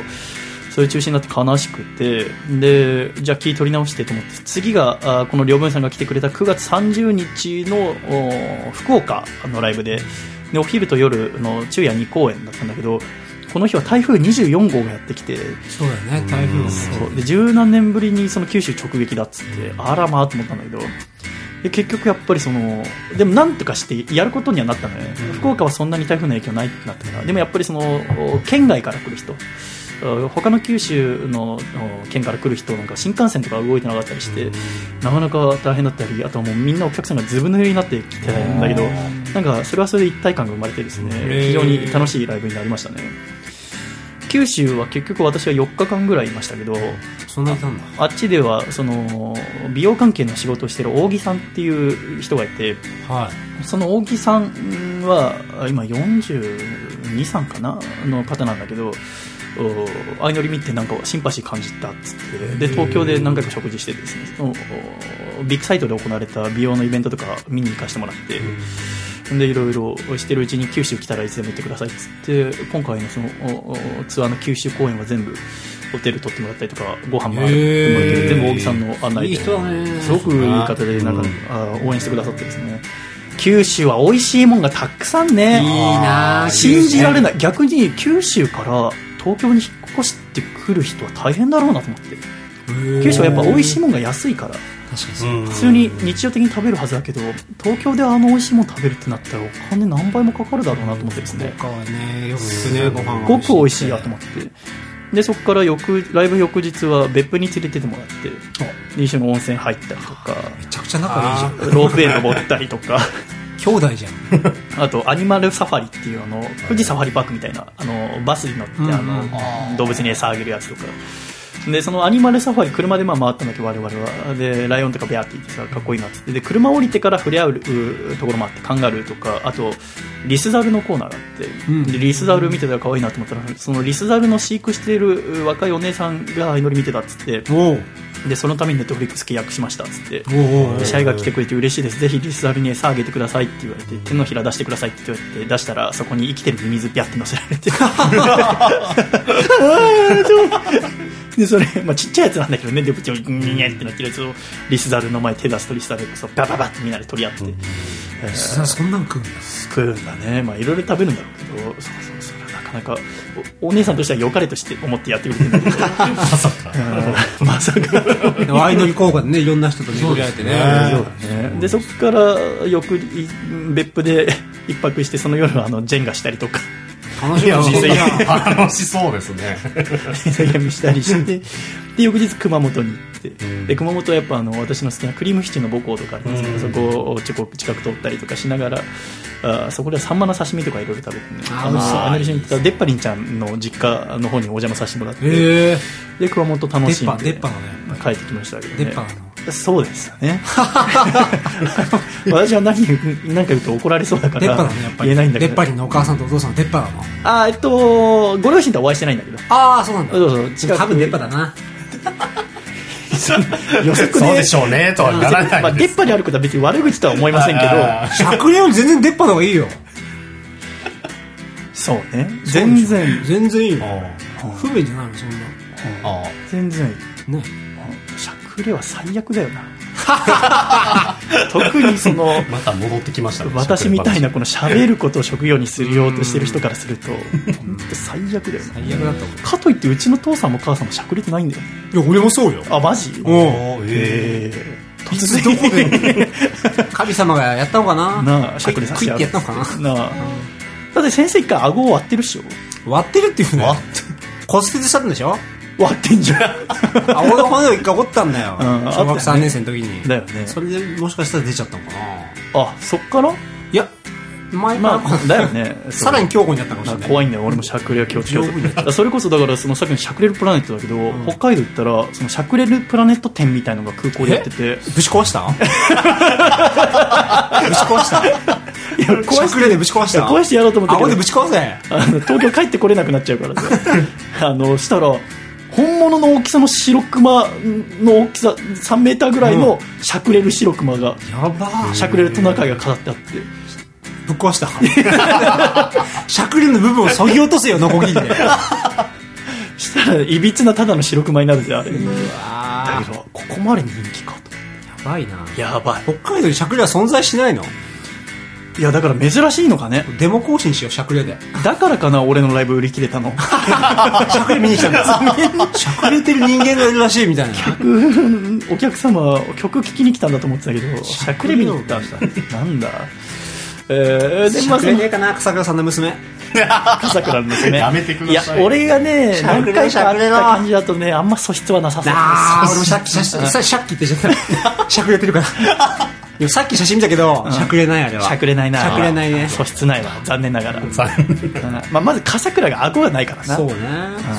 それ中止になって悲しくてでじゃあ気取り直してと思って次があこの両文さんが来てくれた9月30日のお福岡のライブででお昼と夜の昼夜2公演だったんだけどこの日は台風24号がやってきてそうだよね、台風も。そうで十何年ぶりにその九州直撃だっつってあらまあと思ったんだけどで結局やっぱりそのでもなんとかしてやることにはなったのよね、福岡はそんなに台風の影響ないってなったからでもやっぱりその県外から来る人うん他の九州のお県から来る人なんか新幹線とか動いてなかったりして、なかなか大変だったりあとはもうみんなお客さんがずぶ濡れになってきてたんだけどなんかそれはそれで一体感が生まれてですねー非常に楽しいライブになりましたね九州は結局私は4日間ぐらいいましたけどそんないたんだ。あっちではその美容関係の仕事をしてる扇さんっていう人がいてはい。その扇さんは今42歳かなの方なんだけどお相乗り見てなんかシンパシー感じたっつってで東京で何回か食事してですねそのおビッグサイトで行われた美容のイベントとか見に行かせてもらって。でいろいろしてるうちに九州来たらいつでも行ってくださいっつって今回のそのおおツアーの九州公演は全部ホテル取ってもらったりとかご飯もあるってもらってへー全部大木さんの案内でいい人だね。すごくいい方でなんか、あ応援してくださってですね九州は美味しいもんがたくさんねいいなぁ信じられない逆に九州から東京に引っ越してくる人は大変だろうなと思って九州はやっぱ美味しいもんが安いから普普通に日常的に食べるはずだけど東京であの美味しいもん食べるってなったらお金何倍もかかるだろうなと思ってですね他はね、よくね、ご飯すごく美味しいややと思ってでそこから翌ライブ翌日は別府に連れてってもらって一緒に温泉入ったりとかめちゃくちゃ仲いいじゃん。ロープウェイ登ったりとか兄弟じゃん。あとアニマルサファリっていうあの富士サファリパークみたいなあのバスに乗ってうんうんあの動物に餌あげるやつとかでそのアニマルサファリ車でまあ回ったんだけど我々はでライオンとかベアって言ってさかっこいいなってでで車降りてから触れ合ううところもあってカンガルーとかあとリスザルのコーナーがあって、うんでリスザル見てたら可愛いなと思ったらそのリスザルの飼育している若いお姉さんが祈り見てたっつっておうでそのためにネットフリックス契約しましたっつっておうおう試合が来てくれて嬉しいです、ぜひリスザルに餌あげてくださいって言われて、手のひら出してくださいって言われて、出したら、そこに生きてるミミズピャって乗せられ て、でそれ、まあ、ちっちゃいやつなんだけどね、で、ぶちょににゃってなってるやつを、リスザルの前、手出すとリスザルがそうバババってみんなで取り合って、えーそそんなん食うんだ。作るんだね、まあ、いろいろ食べるんだろうけど、そうそう、それはなかなかお、お姉さんとしては良かれとして思ってやってくれてるんだけど、まさか、まさか。ワイドリ効果でね、いろんな人と巡り合えてね。でそこから翌日別府で 一泊してその夜はあのジェンガしたりとか 楽しみだいやね。楽しそうです ね朝闇したりしてで翌日熊本に行ってで熊本はやっぱあの私の好きなクリームシチューの母校とかあるんですけど、そこをちょこ近く通ったりとかしながらあそこではサンマの刺身とかいろいろ食べてねあーあの美味しそうアナリシに行ったデッパリンちゃんの実家の方にお邪魔させてもらって、へえ。で熊本楽出しっん歯、で出っ歯のね。帰ってきましたけどね出っ歯の。そうですよ ね。私は何何か言うと怒られそうだか出っら歯だね、やっぱり。言えないんだけ出っど歯。りのお母さんとお父さんは出っ歯なの。あえっとご両親とはお会いしてないんだけど。ああ、そうなんだ。そうそう近く多分出っ歯だな。予測そうでしょうねとはならまなあい出でっす歯にあることは別に悪口とは思いませんけどあ、 100年より全然出っ歯の方がいいよ。そうね全然全然いいよ不便じゃないのそんなあ全然いいねしゃくれは最悪だよな特にその あまた戻ってきましたね私みたいなこの喋ることを職業にするようとしてる人からする と本当最悪だよな最悪だったもんかといってうちの父さんも母さんもしゃくれてないんだよねいや俺もそうよあマジうんええ突然どこで 神様がやったのかななあしゃくれさせクイてッてやったのかななあだって先生一回顎を割ってるっしょ割ってるっていうね割っ骨折したんでしょ割ってんじゃん あ俺の骨を一回折ったんだようん小学3年生の時にだよねそれでもしかしたら出ちゃったのかなあそっからいや前かまらあだよねそうさらに強固になったかもしなれんなかい怖いんだよ俺もしゃくれは気をつけようと丈夫になっそれこそだからそのさっきのしゃくれるプラネットだけど、北海道行ったらそのしゃくれるプラネット展みたいのが空港でやっててぶち 壊したぶち壊したいや壊しゃくれでぶち壊しいやた壊してやろうと思ったけ顎どでぶち壊せあの東京帰ってこれなくなっちゃうからさ あのしたら本物の大きさの白クマの大きさ3メーターぐらいのしゃくれる白クマが、やばーしゃくれるトナカイが飾ってあってぶっ壊した しゃくれの部分をそぎ落とせよノコギリでしたらいびつなただの白クマになるぜあれだやけどここまで人気かとばいなやばい北海道にしゃくれは存在しないのいやだから珍しいのかねデモ更新しようしゃくれでだからかな俺のライブ売り切れ たのしゃくれ見に来たん だしゃくれてる人間がいるらしいみたいなお客様曲聴きに来たんだと思ってたけどしゃくれ見に行ったんだなんだえー、でしまゃあくそれのねえかな笠倉さんの娘笠倉の娘やめてくださいや俺がねしゃく何回れかあっしゃくたれな感じだとねあんま素質はなさそう あー俺もさっき写真ささっきって言っちゃ ったしゃくれてるからでもさっき写真見たけど、しゃくれないあれはしゃくれないなしゃくれないね素質ないわ残念ながら、うんまあ、まず笠倉が顎がないからなそうもね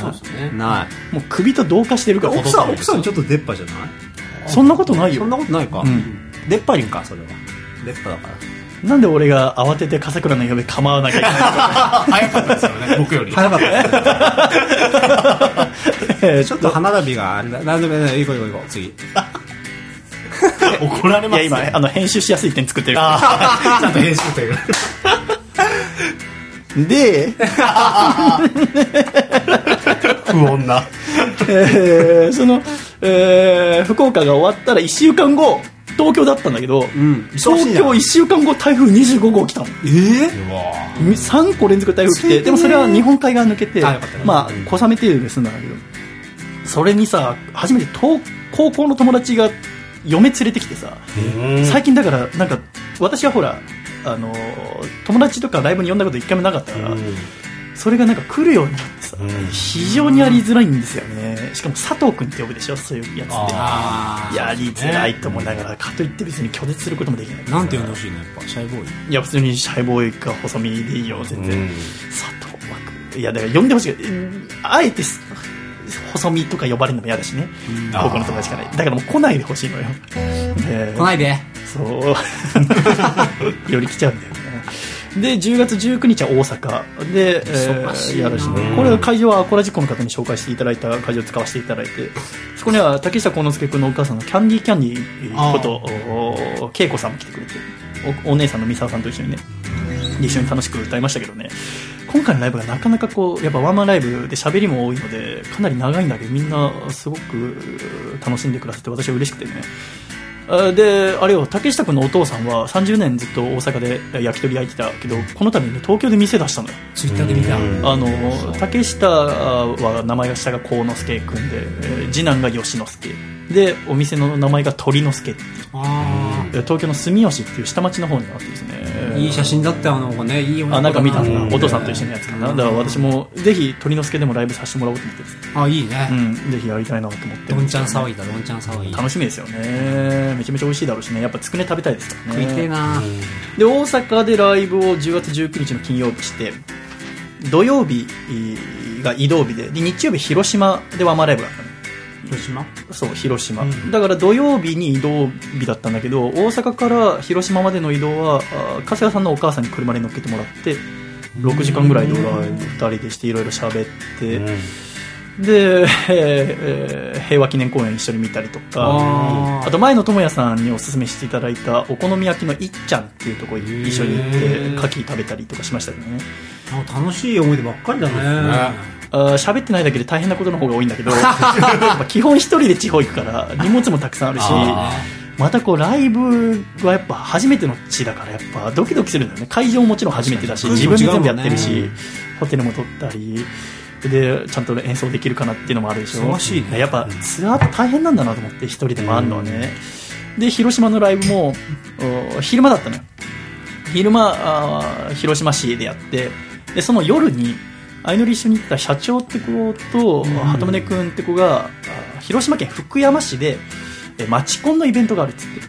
そうですねないもう首と同化してるから奥さん奥さんちょっと出っ歯じゃないそんなことないよそんなことないか、ん出っ歯りんかそれは出っ歯だからなんで俺が慌てて笠倉の嫁構わなきゃいけないのか早かったですよね僕より早かったね えーちょっと花並びがあれだなんでもないいいこいこいこ次怒られいまやす今ねあの編集しやすい点作ってるからちゃんと編集というで、不穏なえ ーその、えー福岡が終わったら1週間後東京だったんだけど、ん忙しい東じゃん京1週間後台風25号来たのえ3個連続台風来てでもそれは日本海側抜けてあよかったねまあ小雨程度で済んだんだけどそれにさ初めて東高校の友達が嫁連れてきてさ最近だからなんか私はほらあのー友達とかライブに呼んだこと一回もなかったからそれがなんか来るようになってさ非常にやりづらいんですよねしかも佐藤君って呼ぶでしょそういうやつってやりづらいと思いながらかといって別に拒絶することもできないなんて呼んでほしいのやっぱシャイボーイいや普通にシャイボーイか細身でいいよ全然、佐藤君いやだから呼んでほしいけどうんあえてす細身とか呼ばれるのも嫌だしね高校の友達からだからもう来ないでほしいのよで来ないでそう より来ちゃうんだよねで10月19日は大阪で、えー忙しいなやるしねこれは会場はアコラジコの方に紹介していただいた会場を使わせていただいてそこには竹下幸之助君のお母さんのキャンディーキャンディーことお恵子さんも来てくれておお姉さんの三沢さんと一緒にね一緒に楽しく歌いましたけどね今回のライブがなかなかこうやっぱワンマンライブで喋りも多いのでかなり長いんだけどみんなすごく楽しんでくださって私は嬉しくてねあであれよ竹下君のお父さんは30年ずっと大阪で焼き鳥焼いてたけどこの度ね東京で店出したのよツイッターで見たあの竹下は名前が下が幸之助君で、えー次男が吉之助でお店の名前が鳥之助っていうあえー東京の住吉っていう下町の方にあってですねーいい写真だったよあの子ねいい女あなの子だんか見たんだお父さんと一緒のやつかなだから私もぜひ鳥之助でもライブさせてもらおうと思ってですねあいいねうんぜひやりたいなと思ってどんちゃん騒ぎだどんちゃん騒ぎ楽しみですよねめちゃめちゃ美味しいだろうしねやっぱつくね食べたいですから食ねいてえなで大阪でライブを10月19日の金曜日して土曜日が移動日でで日曜日広島でワンマンライブがあったの広島そう広島、だから土曜日に移動日だったんだけど大阪から広島までの移動はあ春日さんのお母さんに車に乗っけてもらって6時間ぐらいドライブ2人でしていろいろ喋って、で、えーえー平和記念公園一緒に見たりとかああーと前の智也さんにおすすめしていただいたお好み焼きのいっちゃんっていうところに一緒に行って牡蠣食べたりとかしましたけどねもう楽しい思い出ばっかりだね。あー喋ってないだけで大変なことの方が多いんだけ どやっぱ基本一人で地方行くから荷物もたくさんあるしまたこうライブはやっぱ初めての地だからやっぱドキドキするんだよね会場ももちろん初めてだし自分で全部やってるし、ホテルも取ったりでちゃんと演奏できるかなっていうのもあるでしょ忙しいねやっぱツアーって大変なんだなと思って一人で回るのはねで広島のライブもお昼間だったのよ昼間あー広島市でやってでその夜に相乗り一緒に行った社長って子と鳩宗君って子があー広島県福山市でえ町コンのイベントがあるっつって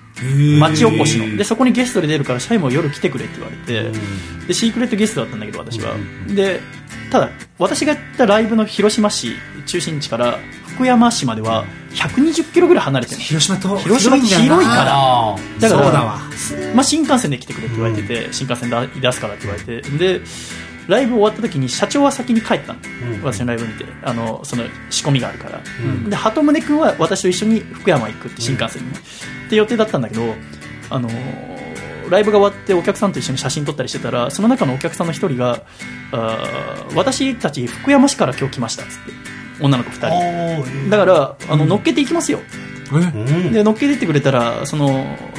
町おこしのでそこにゲストで出るからシャイも夜来てくれって言われてでシークレットゲストだったんだけど私はでただ私が行ったライブの広島市中心地から福山市までは120キロぐらい離れてるの広島と広島って広いからだからそうだわまあ、新幹線で来てくれって言われてて、新幹線だ出すからって言われてでライブ終わった時に社長は先に帰ったの、私のライブ見てあのその仕込みがあるから、で鳩宗君は私と一緒に福山行くって新幹線に、って予定だったんだけどあのーライブが終わってお客さんと一緒に写真撮ったりしてたらその中のお客さんの一人があー私たち福山市から今日来ましたっつって女の子2人だからあの乗っけていきますよ、で乗っけてってくれたらその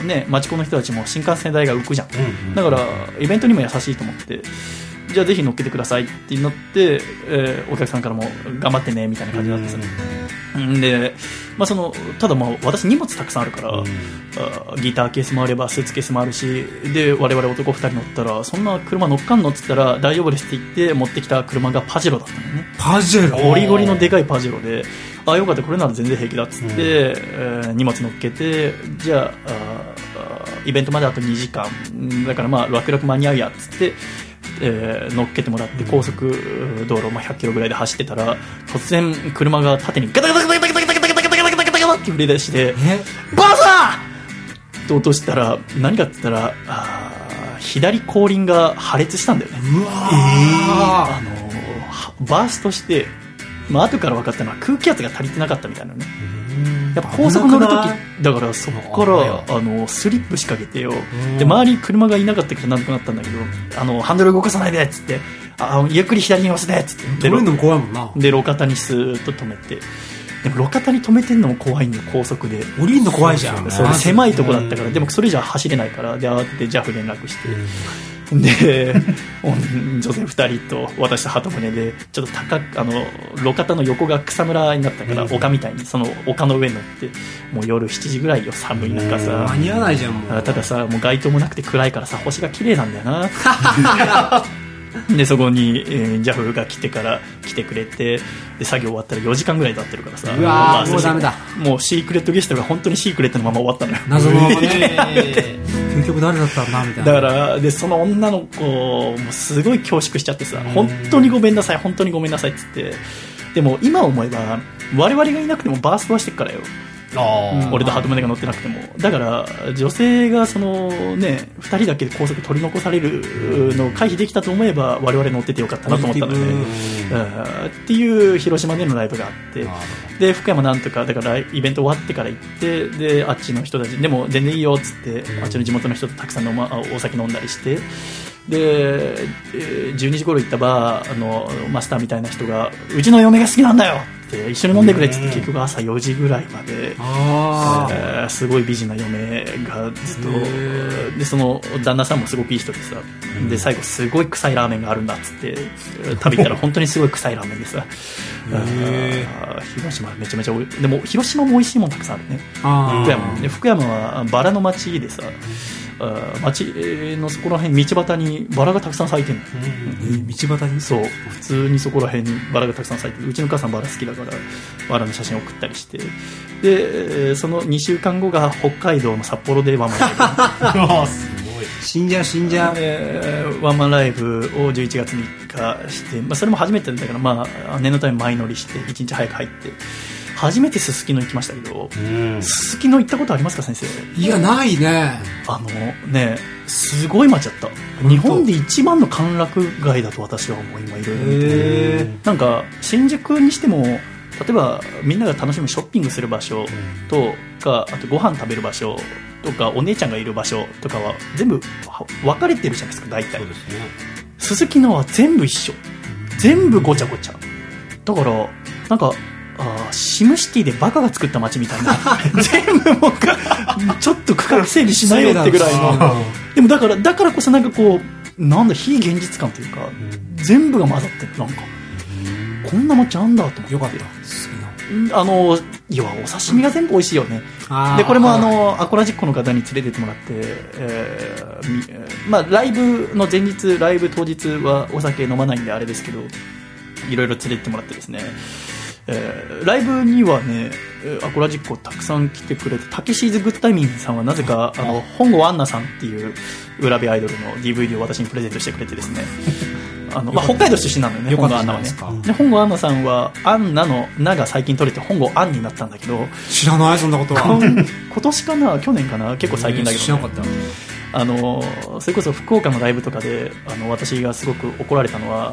ね町子の人たちも新幹線代が浮くじゃん、だからイベントにも優しいと思ってじゃあぜひ乗っけてくださいってなって、えーお客さんからも頑張ってねみたいな感じだったんですよ、で、まあ、そのただまあ私荷物たくさんあるから、あギターケースもあればスーツケースもあるしで我々男2人乗ったらそんな車乗っかんのっつったら大丈夫ですって言って持ってきた車がパジェロだったのねパジェロゴリゴリのでかいパジェロで、あ、よかった、これなら全然平気だっつって、えー荷物乗っけて、じゃああー、イベントまであと2時間、んだからまあ、楽々間に合うやっつって、えー乗っけてもらって、高速道路、まあ、100キロぐらいで走ってたら、突然、車が縦にガタガタガタガタガタガタガタガタガタガタガタガタガタって振り出して、バサーって落としたら、何かって言ったら、あー左後輪が破裂したんだよね。あのはバーストして、まあ後から分かったのは空気圧が足りてなかったみたいなねやっぱ高速乗るときだからそこからあのスリップ仕掛けてよで周りに車がいなかったからなんとかなったんだけどあのハンドル動かさないでっつってああゆっくり左に押すでっつってで取れるのも怖いもんな。で路肩にスーッと止めてでも路肩に止めてんのも怖いんだよ高速で降りるの怖いじゃん。そう狭いとこだったからでもそれじゃ走れないからで慌てて JAF 連絡してでうん女性2人と私と鳩舟でちょっと高くあの路肩の横が草むらになったから丘みたいにその丘の上に乗ってもう夜7時ぐらいよ寒い中さ間に合わないじゃん、もあう。たださもう街灯もなくて暗いからさ星が綺麗なんだよな でそこに、えー、JAF が来てから来てくれてで作業終わったら4時間ぐらい経ってるからさうわーまあそもしうてダメだもうシークレットゲストが本当にシークレットのまま終わったのよ謎のままね。究極誰だったんだみたいだな。からでその女の子もすごい恐縮しちゃってさ本当にごめんなさい本当にごめんなさいっつってでも今思えば我々がいなくてもバーストはしてっからよ俺とハートマネが乗ってなくてもだから女性がそのね2人だけで高速取り残されるのを回避できたと思えば我々乗っててよかったなと思ったので、うんっていう広島でのライブがあってで福山なんとかだからイベント終わってから行ってであっちの人たちでも全然いいよっつってあっちの地元の人とたくさん飲、ま、お酒飲んだりして。でえー12時頃行ったバーのマスターみたいな人がうちの嫁が好きなんだよって一緒に飲んでくれっつって結局朝4時ぐらいまであーえーすごい美人な嫁がずっとでその旦那さんもすごくいい人でさで最後すごい臭いラーメンがあるんだっつって食べたら本当にすごい臭いラーメンでさあー広島めちゃめちゃおいでも広島も美味しいもんたくさんあるねあ福山もで福山はバラの町でさあー町のそこら辺道端にバラがたくさん咲いてるのー道端にそう普通にそこら辺にバラがたくさん咲いてるうちの母さんバラ好きだからバラの写真送ったりしてでえーその2週間後が北海道の札幌でワンマンライブ死んじゃう死んじ ゃう。えーワンマンライブを11月3日して、まあ、それも初めてだから、まあ、念のため前乗りして1日早く入って初めてすすきの行きましたけどすすきの行ったことありますか先生いや、ないね。あのねすごい街だった日本で一番の歓楽街だと私は思う今いろいろ見てなんか新宿にしても例えばみんなが楽しむショッピングする場所とかあとご飯食べる場所とかお姉ちゃんがいる場所とかは全部は分かれてるじゃないですか大体そ鈴木のは全部一緒全部ごちゃごちゃだからなんかあーシムシティでバカが作った街みたい な全部もうかちょっと区画整理しないよってぐらいのでもだからだからこそなんかこうなんだ非現実感というか、全部が混ざってるなんかこんな街あんだと思ってよかったうんあのいやお刺身が全部美味しいよねあーでこれもあはいのアコラジッコの方に連れてってもらって、えーみえーまあ、ライブの前日ライブ当日はお酒飲まないんであれですけどいろいろ連れてってもらってですね、えーライブにはねえーアコラジッコたくさん来てくれてタキシーズグッタイミンさんはなぜかあの本郷アンナさんっていう裏部アイドルの DVD を私にプレゼントしてくれてですねあの、まあ、北海道出身なんだよねよか本郷ったアンじゃナなはいねですでか本郷アンナさんはアンナの「ナ」が最近取れて本郷アンになったんだけど知らないそんなこと今は今年かな去年かな結構最近だけ知らど、なかったあのそれこそ福岡のライブとかであの私がすごく怒られたのは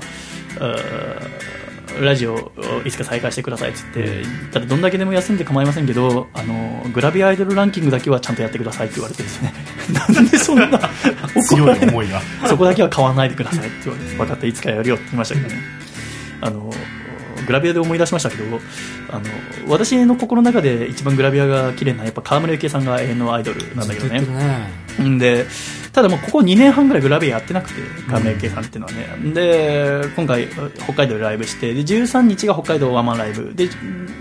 うーラジオをいつか再開してくださいって言って、ただどんだけでも休んで構いませんけどあのグラビアアイドルランキングだけはちゃんとやってくださいって言われてですね なんでそんな怒強らいれない思いが。そこだけは買わないでくださいって言われて、分かった、いつかやるよって言いましたけどね。あの、グラビアで思い出しましたけど、あの、私の心の中で一番グラビアが綺麗なのはやっぱ河村幸恵さんが永遠のアイドルなんだけどね。ねんで、ただもうここ2年半ぐらいグラビアやってなくて、河村幸恵さんっていうのはね。で、今回北海道でライブして、で、13日が北海道ワンマンライブ。で、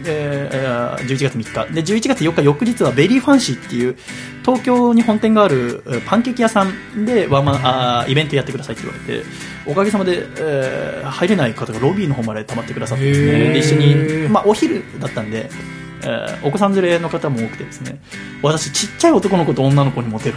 えー11月3日。で、11月4日翌日はベリーファンシーっていう、東京に本店があるえーパンケーキ屋さんでワンマンあーイベントやってくださいって言われておかげさまで、えー入れない方がロビーの方まで溜まってくださってですねで一緒に、まあ、お昼だったんで、えーお子さん連れの方も多くてですね私ちっちゃい男の子と女の子にモテる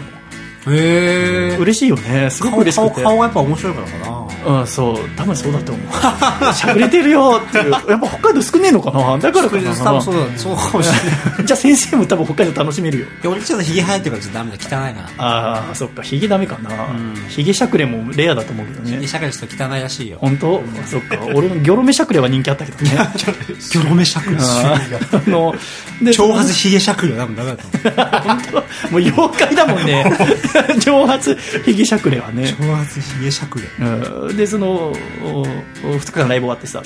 へのえ 嬉しいよねすごく顔嬉し顔くて顔がやっぱ面白いからかなうん、そう多分そうだと思う しゃくれてるよっていうやっぱ北海道少ねえのかなだからかな多分そうだそうかもしれな いじゃあ先生も多分北海道楽しめるよいや俺ちょっとヒゲ生えてるからちょっとダメだ汚いか ああそっかヒゲダメかな、んヒゲしゃくれもレアだと思うけどらヒねゲ社会ちょっと汚いらしいよ本当、そっか俺のギョロメしゃくれは人気あったけど ねギョロメシャクルあーあので挑発ヒゲシャクルは多分ダメだと思う本当もう妖怪だもん ね蒸発ヒゲしゃくれはね挑発ヒゲシャクルうんでその2日間ライブ終わってさ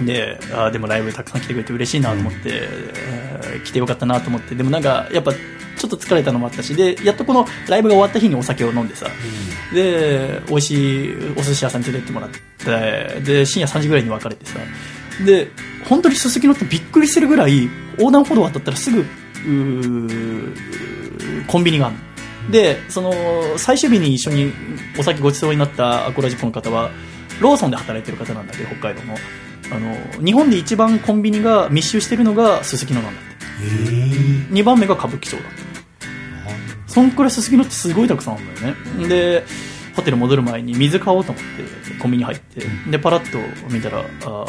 であーでもライブたくさん来てくれて嬉しいなと思って、えー来てよかったなと思ってでもなんかやっぱちょっと疲れたのもあったしでやっとこのライブが終わった日にお酒を飲んでさ、で美味しいお寿司屋さんに連れてってもらってで深夜3時ぐらいに別れてさで本当にすすきのってびっくりするぐらい横断歩道渡ったらすぐうーコンビニがあるのでその最終日に一緒にお酒ごちそうになったアコラジックの方はローソンで働いてる方なんだけど北海道のあの日本で一番コンビニが密集してるのがすすきのなんだって2番目が歌舞伎町だってそんくらいすすきのってすごいたくさんあるんだよねでホテル戻る前に水買おうと思ってコンビニ入ってでパラッと見たらあー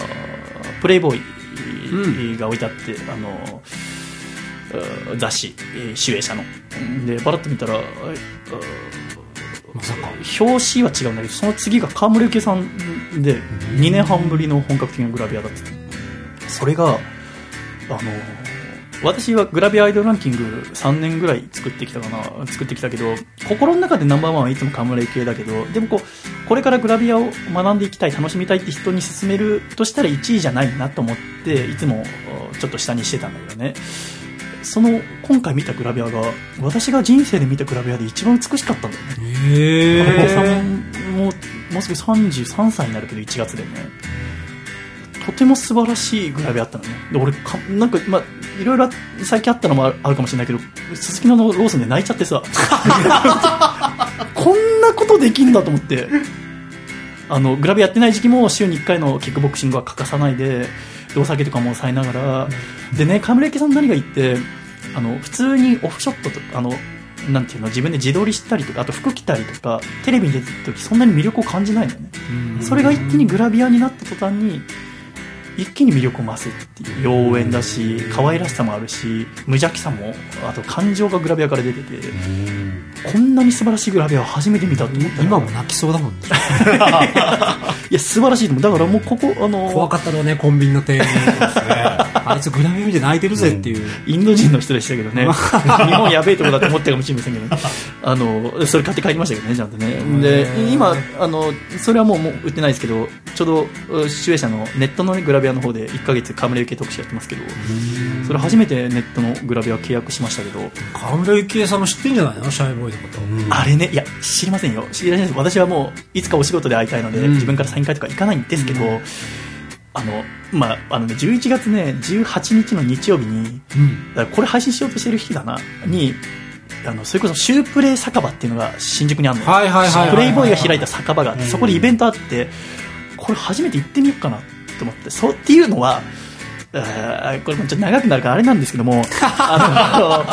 プレイボーイが置いてあって、あのえー雑誌えー集英社のでパラッと見たらえーまさか表紙は違うんだけどその次が河村ゆきさんで2年半ぶりの本格的なグラビアだったそれがあの私はグラビアアイドルランキング3年ぐらい作ってきたかな作ってきたけど心の中でナンバーワンはいつも河村ゆきだけどでもこうこれからグラビアを学んでいきたい楽しみたいって人に勧めるとしたら1位じゃないなと思っていつもおちょっと下にしてたんだけどねその今回見たグラビアが私が人生で見たグラビアで一番美しかったんだよねへ金子さえんももうすぐ33歳になるけど1月でねとても素晴らしいグラビアあったのねで俺かなんかまあいろいろあ最近あったのもあるあるかもしれないけど鈴木のローソンで泣いちゃってさこんなことできんだと思ってあのグラビアやってない時期も週に1回のキックボクシングは欠かさないででお酒とかも抑えながらでねカムレケさん何がいいってあの普通にオフショットとあのなんていうの自分で自撮りしたりとかあと服着たりとかテレビに出てる時そんなに魅力を感じないのねそれが一気にグラビアになった途端に一気に魅力を増すっていう妖艶だし可愛らしさもあるし無邪気さもあと感情がグラビアから出ててこんなに素晴らしいグラビアは初めて見たと思ったよ今も泣きそうだもんね。いや素晴らしいと思うだからもうここあの怖かったろうね、コンビニの店員。あいつグラビア見て泣いてるぜっていう。インド人の人でしたけどね日本やべえとこだと思ったかもしれませんけど、 ね、あのそれ買って帰りましたけどねちゃんとねで今あのそれはもうもう売ってないですけどちょうどう集英社のネットのね、グラビアの方で1ヶ月カムレ受け特集やってますけどそれ初めてネットのグラビア契約しましたけど河村ゆきえさんも知ってんじゃないのシャイボーイのこと。あれねいや知りませんよ知りません私はもういつかお仕事で会いたいので、自分からサイン会とか行かないんですけど、あのまああのね11月ね18日の日曜日にうん。だからこれ配信しようとしてる日だなにあのそれこそシュープレイ酒場っていうのが新宿にあるのよはいはいはいはいはいプレイボーイが開いた酒場があってそこでイベントあってこれ初めて行ってみようかなと思ってそうっていうのはあーこれもちょっと長くなるからあれなんですけど もあ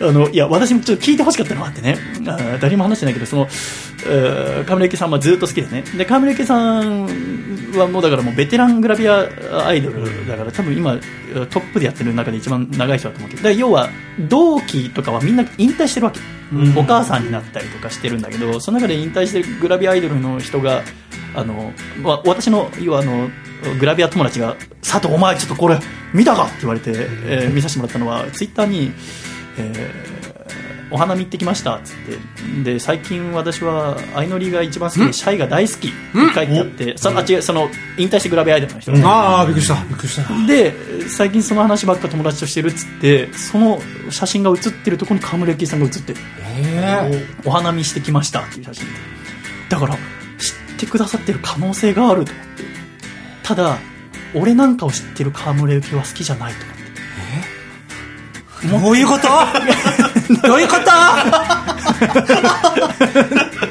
のあのいや私もちょっと聞いてほしかったのがあってねあー誰も話してないけどそのうー河村ゆきさんはずっと好きでねで河村ゆきさんはもうだからもうベテラングラビアアイドルだから多分今トップでやってる中で一番長い人だと思うけどだから要は同期とかはみんな引退してるわけ、お母さんになったりとかしてるんだけどその中で引退してるグラビアアイドルの人があの、まあ、私の要はあのグラビア友達が「佐藤お前ちょっとこれ見たか!」って言われて、えー見させてもらったのはツイッターに、えーお花見行ってきました」っつってで最近私は相乗りが一番好きでシャイが大好き」って書いてあってそのあ違うその引退してグラビアアイドルの人、ああ、びっくりした。びっくりした。で最近その話ばっか友達としてるっつってその写真が写ってるところに河村ゆきさんが写ってるお花見してきましたっていう写真だから知ってくださってる可能性があると思ってただ俺なんかを知ってる河村ゆきは好きじゃないと 思ってどういうことどういうこと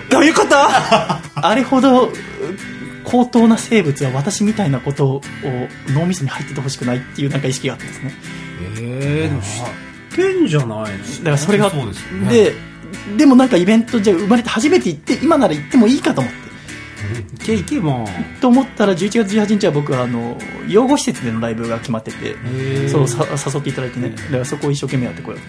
どういうことあれほどう高等な生物は私みたいなことを脳みそに入っててほしくないっていうなんか意識があったんですねええ、でも知ってんじゃないだからそれがそうですよででもなんかイベントじゃ生まれて初めて行って今なら行ってもいいかと思っていけいけもと思ったら11月18日は僕はあの養護施設でのライブが決まっててそうさ誘っていただいてねだからそこを一生懸命やってこよう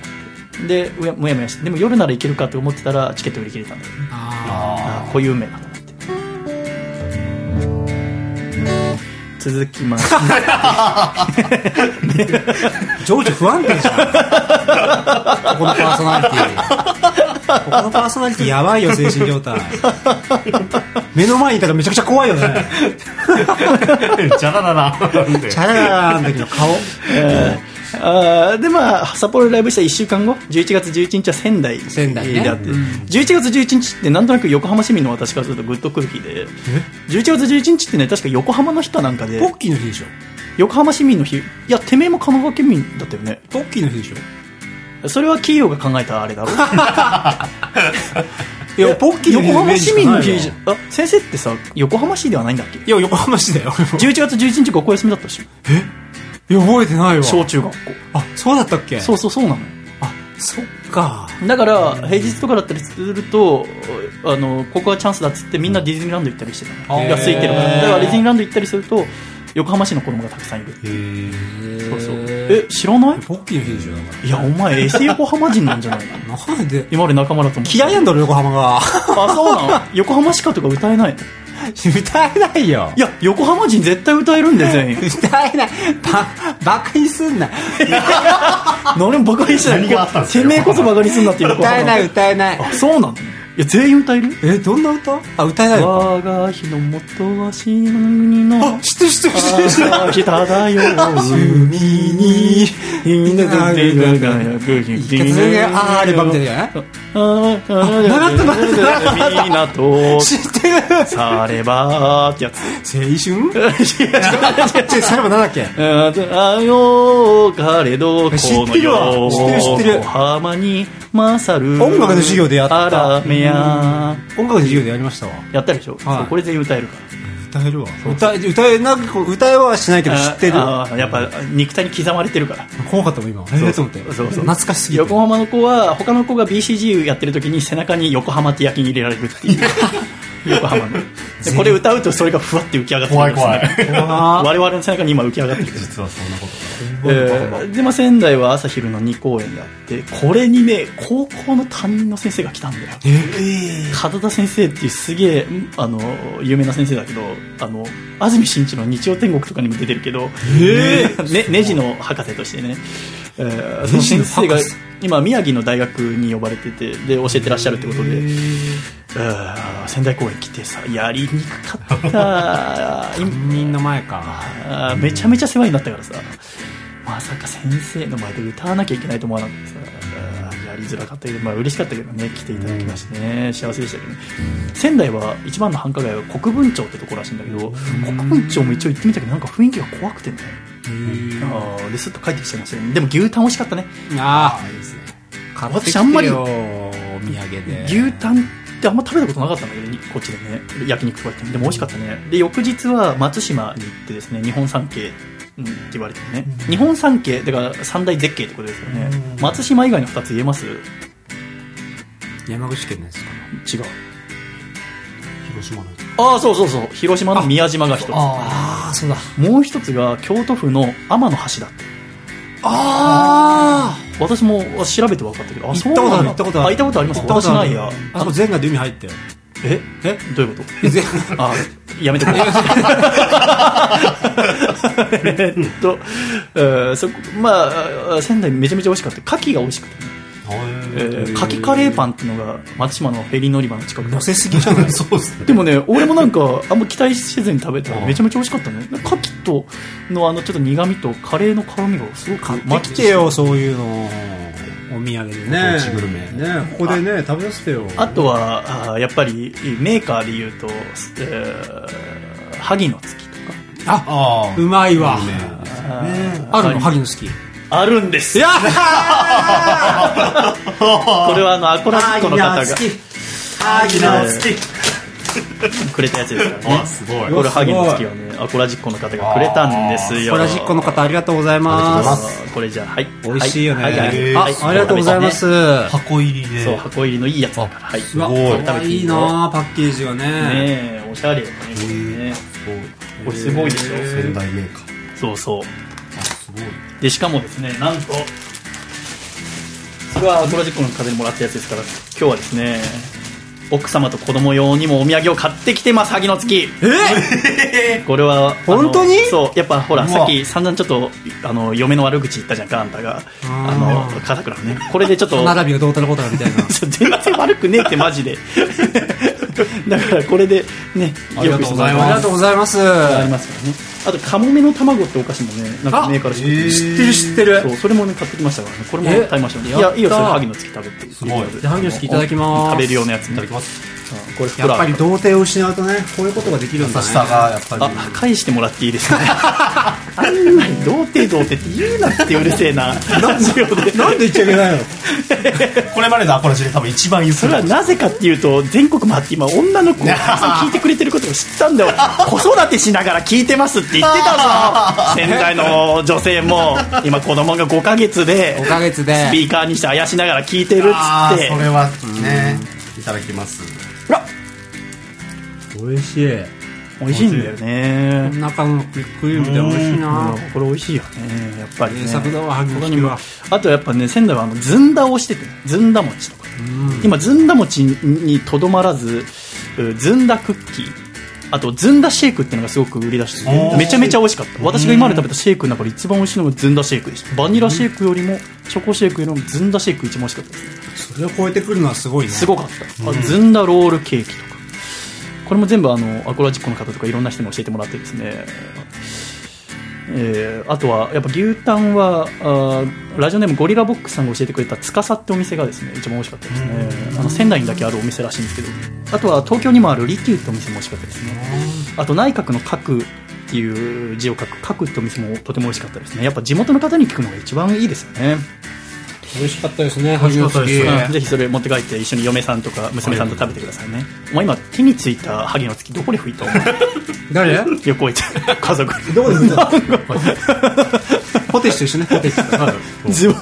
と思ってでうやもやもやしてでも夜なら行けるかと思ってたらチケット売り切れたんだよねああこういう運命だと思って続き ましてう情緒不安定じゃんここのパーソナリティここのパーソナリティやばいよ精神状態目の前にいたらめちゃくちゃ怖いよねじゃらら らチャラララーんだけど顔あーでまあ札幌でライブした1週間後11月11日は仙台仙台ねであって、11月11日ってなんとなく横浜市民の私からするとグッとくる日で11月11日ってね確か横浜の日かなんかでポッキーの日でしょ横浜市民の日いやてめえも神奈川県民だったよねポッキーの日でしょそれは企業が考えたあれだ ろいやポッキーの日横浜市民の日じじゃあ先生ってさ横浜市ではないんだっけいや横浜市だよ11月11日学校休みだったでしょいや覚えてないわ小中学校あそうだったっけそうそうそうなのよあそっかだから平日とかだったりするとあのここはチャンスだっつってみんなディズニーランド行ったりしてたのが空いてるからだからディズニーランド行ったりすると横浜市の子供がたくさんいるっていうそうそうえ知らないポッキーの日でしょだかいやお前エセ横浜人なんじゃないのらなんで今まで仲間だと思ってた嫌いなんだろ横浜があそうなの 横浜しかとか歌えないの歌えないよいや横浜人絶対歌えるんで全員歌えないババカにすんな何もバカにしてない何があったんですかてめえこそバカにすんなって横浜歌えない歌えないあそうなのいや全員歌えるえどんな歌あ歌えないの我が日の元は死ぬ国のあ知ってる知ってる知ってる知ってるあ日漂う海にみんなが手が輝く日全然あーアルバムみたいじゃないあーあー 港知ってるさればってやつ青春違う最後なんだっけあよかれどこの世知ってる知ってる知ってる横浜に勝る音楽の授業でやったあらめや音楽の授業でやりましたわやったでしょ、はいそうこれ全員歌えるから歌えるわ歌え歌えなく歌えはしないけど知ってるああやっぱ肉体に刻まれてるから怖かったもん今ええと思ってそうそう懐かしすぎて横 浜の子は他の子が BCG やってる時に背中に横浜って焼きに入れられるっていう横浜のでこれ歌うとそれがふわって浮き上がってくるんです、ね、怖い 我々の背中に今浮き上がってくる実はそんなことえーで、まあ、仙台は朝昼の2公演があってこれにね高校の担任の先生が来たんだよ、片田先生っていうすげえんあの有名な先生だけどあの安住紳一の「日曜天国」とかにも出てるけど、ね、ネジの博士としてね、えーその先生が今宮城の大学に呼ばれててで教えてらっしゃるってことで。あー仙台公演来てさやりにくかった 担任の前か。あーめちゃめちゃ世話になったからさまさか先生の前で歌わなきゃいけないと思わなくてさあーやりづらかったけど、まあ嬉しかったけどね来ていただきましてね、幸せでしたけど、ね、仙台は一番の繁華街は国分町ってところらしいんだけど、国分町も一応行ってみたけどなんか雰囲気が怖くてねあーですっと帰ってきちゃいましたねでも牛タン美味しかったねああ、いいですね。買ってき私あんまてりよ、お土産で。牛タンってあんま食べたことなかったんだけどにこっちでね焼肉とかやってでも美味しかったねで翌日は松島に行ってですね日本三景うんって言われてね、日本三景だから三大絶景ってことですよね、松島以外の2つ言えます違う山口県のやつか広島のやつああそうそうそう広島の宮島が一つああ、そうだ。もう一つが京都府の天の橋だってあ私も調べて分かったけどあ行ったことそあるうなんだ行ったことある行ったことあります行ったこと私あなるいやあ、あそこ全裸で海入ったよ。ええどういうこと全あやめてくれ えっと、えーそこまああ仙台めちゃめちゃ美味しかった牡蠣が美味しくて、ねえー、牡蠣カレーパンっていうのが松島のフェリー乗り場の近くで乗せすぎじゃない そ うっすでもね俺もなんかあんま期待せずに食べたらめちゃめちゃ美味しかったね牡蠣とのあのちょっと苦味とカレーの辛みがすごく買ってきてよ、そういうの。お土産でね。地グルメねここでね食べさせてよあとはあーやっぱりメーカーで言うと、えー、萩の月とかあうまいわ。あるはいの萩の好き。あるんですや これはあのアコラジッコの方が萩の月くれたやつですからねあすごいこれ萩の月をねアコラジッコの方がくれたんですよコラジッコの方ありがとうございあまーす。これじゃあはい美味しいよね。ははあはいありがとうございます。箱入りでそう箱入りのいいやつだからはいすわこれ食べていいいいよなあパッケージがねねえおしゃれよねこれねこれすごいでしょ仙台メーカーそうそうすごいでしかもですねなんとこれはアコラジックの風にもらったやつですから今日はですね奥様と子供用にもお土産を買ってきてます萩の月え これはあの本当にそうやっぱほらさっき散々ちょっとあの嫁の悪口言ったじゃんかあんたがあの片倉のねこれでちょっと歯並びがどうたらこうたらみたいなそう 全然悪くねえってマジで だからこれでねよくしてもらあえりますがとうございますありますからねあとカモメの卵ってお菓子もねなんかメーカーらしくて知ってる知ってるそうそれもね買ってきましたからねこれもえ買いましたねいやったやいいよそれ萩の月食べてすごいじゃあハギの好きいただきます食べるようなやついただきますすこれ袋やっあぱるり童貞を失うとねこういうことができるんだ優ねしさがやっぱりあ返してもらっていいですかねあんなに童貞童貞って言うなってうるせえなラジオでなんで言っちゃいけないのこれまでのアコラジで多分一番いいそれはなぜかっていうと全国回って今女の子がたくさん聞いてくれてることを知ったんだよ子育てしながら聞いてますって言って たぞ仙台の女性も今子供が5ヶ月で5ヶ月でスピーカーにしてあやしながら聞いてるっつあっーてそれはねいただきます美味しい美味しいんだよね中のクリクリームで美味しいなうんこれ美味しいよねやっぱりね名作だわハギの好きはあとやっぱね仙台はあのずんだをしててねずんだ餅とか今ずんだ餅にとどまらずうずんだクッキーあとずんだシェイクっていうのがすごく売り出しててめちゃめちゃ美味しかった私が今まで食べたシェイクの中で一番美味しいのがずんだシェイクでしたバニラシェイクよりもチョコシェイクよりもずんだシェイク一番美味しかったですそれを超えてくるのはすごいねすごかった、あずんだロールケーキとかこれも全部あのアコラジックの方とかいろんな人に教えてもらってですね、えーあとはやっぱ牛タンはあーラジオネームゴリラボックスさんが教えてくれたつかさってお店がですね一番美味しかったですねあの仙台にだけあるお店らしいんですけどあとは東京にもあるリキューってお店も美味しかったですねあと内閣の閣っていう字を書く閣ってお店もとても美味しかったですねやっぱ地元の方に聞くのが一番いいですよね美味しかったですねハギの好きうんぜひそれ持って帰って一緒に嫁さんとか娘さんと食べてくださいねお前今手についた萩の月どこで拭いたお前 誰旅行行って家族どこで見たポテチと一緒ねポテチズボン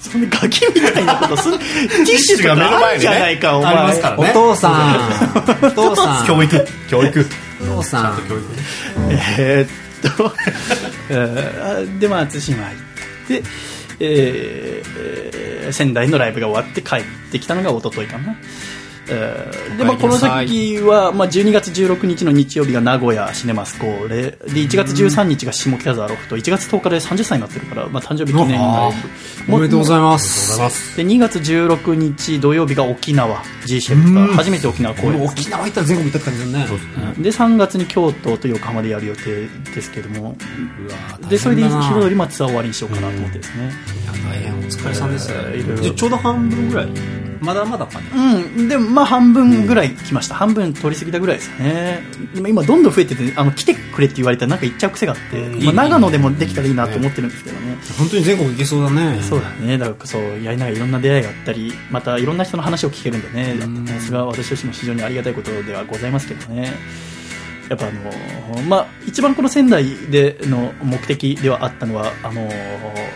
そそんなガキみたいなことするティッシュとかあるじゃないか、お前ありますからおね父さん。お父さん。教育教育お父さん。えーっと、えーでまあ対馬行って、えーえー仙台のライブが終わって帰ってきたのが一昨日かな。えーでまあ、この時は、まあ、12月16日の日曜日が名古屋シネマスコーレで1月13日が下北沢ロフト1月10日で30歳になってるから、まあ、誕生日記念ライブおめでとうございまございす。ますで2月16日土曜日が沖縄 G シェルター初めて沖縄公演ですね沖縄行ったら全国行ったって感じだね。で3月に京都と横浜でやる予定ですけどもで大変だなそれで昼よりまあツアー終わりにしようかなと思ってですね大変お疲れさんです。いろいろじゃあちょうど半分ぐらい。まだまだかね。うんでまあ半分ぐらい来ました、半分取り過ぎたぐらいですかねでも今どんどん増えててあの来てくれって言われたらなんか行っちゃう癖があって、まあ、長野でもできたらいいなと思ってるんですけどね本当に全国行けそうだね。そうだねだからそうやりながらいろんな出会いがあったりまたいろんな人の話を聞けるんでねそれは私としても非常にありがたいことではございますけどねやっぱあのまあ一番この仙台での目的ではあったのはあの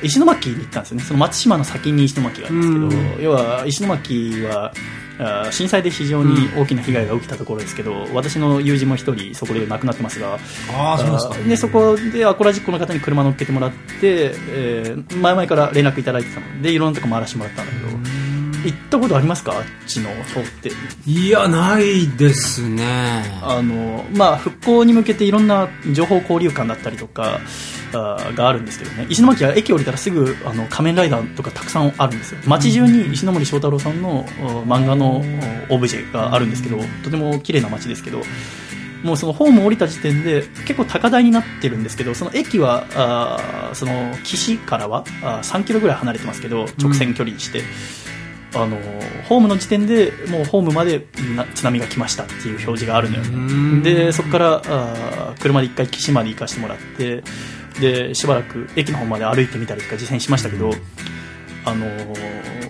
石巻に行ったんですよねその松島の先に石巻があるんですけど要は石巻はあー震災で非常に大きな被害が起きたところですけど、私の友人も一人そこで亡くなってますがああ、そうですか。でそこでアコラジックの方に車乗っけてもらって、えー前々から連絡いただいてたのでいろんなとこ回らせてもらったんだけど行ったことありますかあっちの方っていや、ないですね。あの、まあ、復興に向けていろんな情報交流館だったりとかあーがあるんですけどね石巻は駅降りたらすぐあの仮面ライダーとかたくさんあるんですよ街中に石森章太郎さんのお漫画のおオブジェがあるんですけどとても綺麗な街ですけどもうそのホームを降りた時点で結構高台になってるんですけどその駅はあーその岸からはあー3キロぐらい離れてますけど直線距離にして、あのホームの時点でもうホームまでな津波が来ましたっていう表示があるのよねでそこからあー車で一回岸まで行かせてもらってでしばらく駅の方まで歩いてみたりとか実践しましたけど、あのー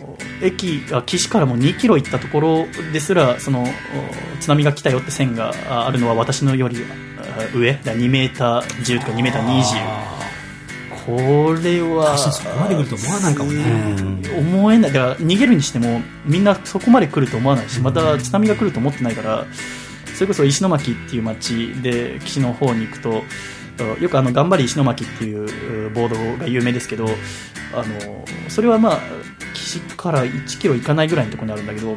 駅あ岸からも2キロ行ったところですらそのお津波が来たよって線がああるのは私のよりあ上だ2メーター1 0とか2メーター20これは確かにそこまで来ると思わないかもね。思えないだから逃げるにしてもみんなそこまで来ると思わないしまた津波が来ると思ってないからそれこそ石巻っていう町で岸の方に行くとよくあの「頑張り石巻」っていううボードが有名ですけどあのそれはまあ岸から1キロ行かないぐらいのところにあるんだけど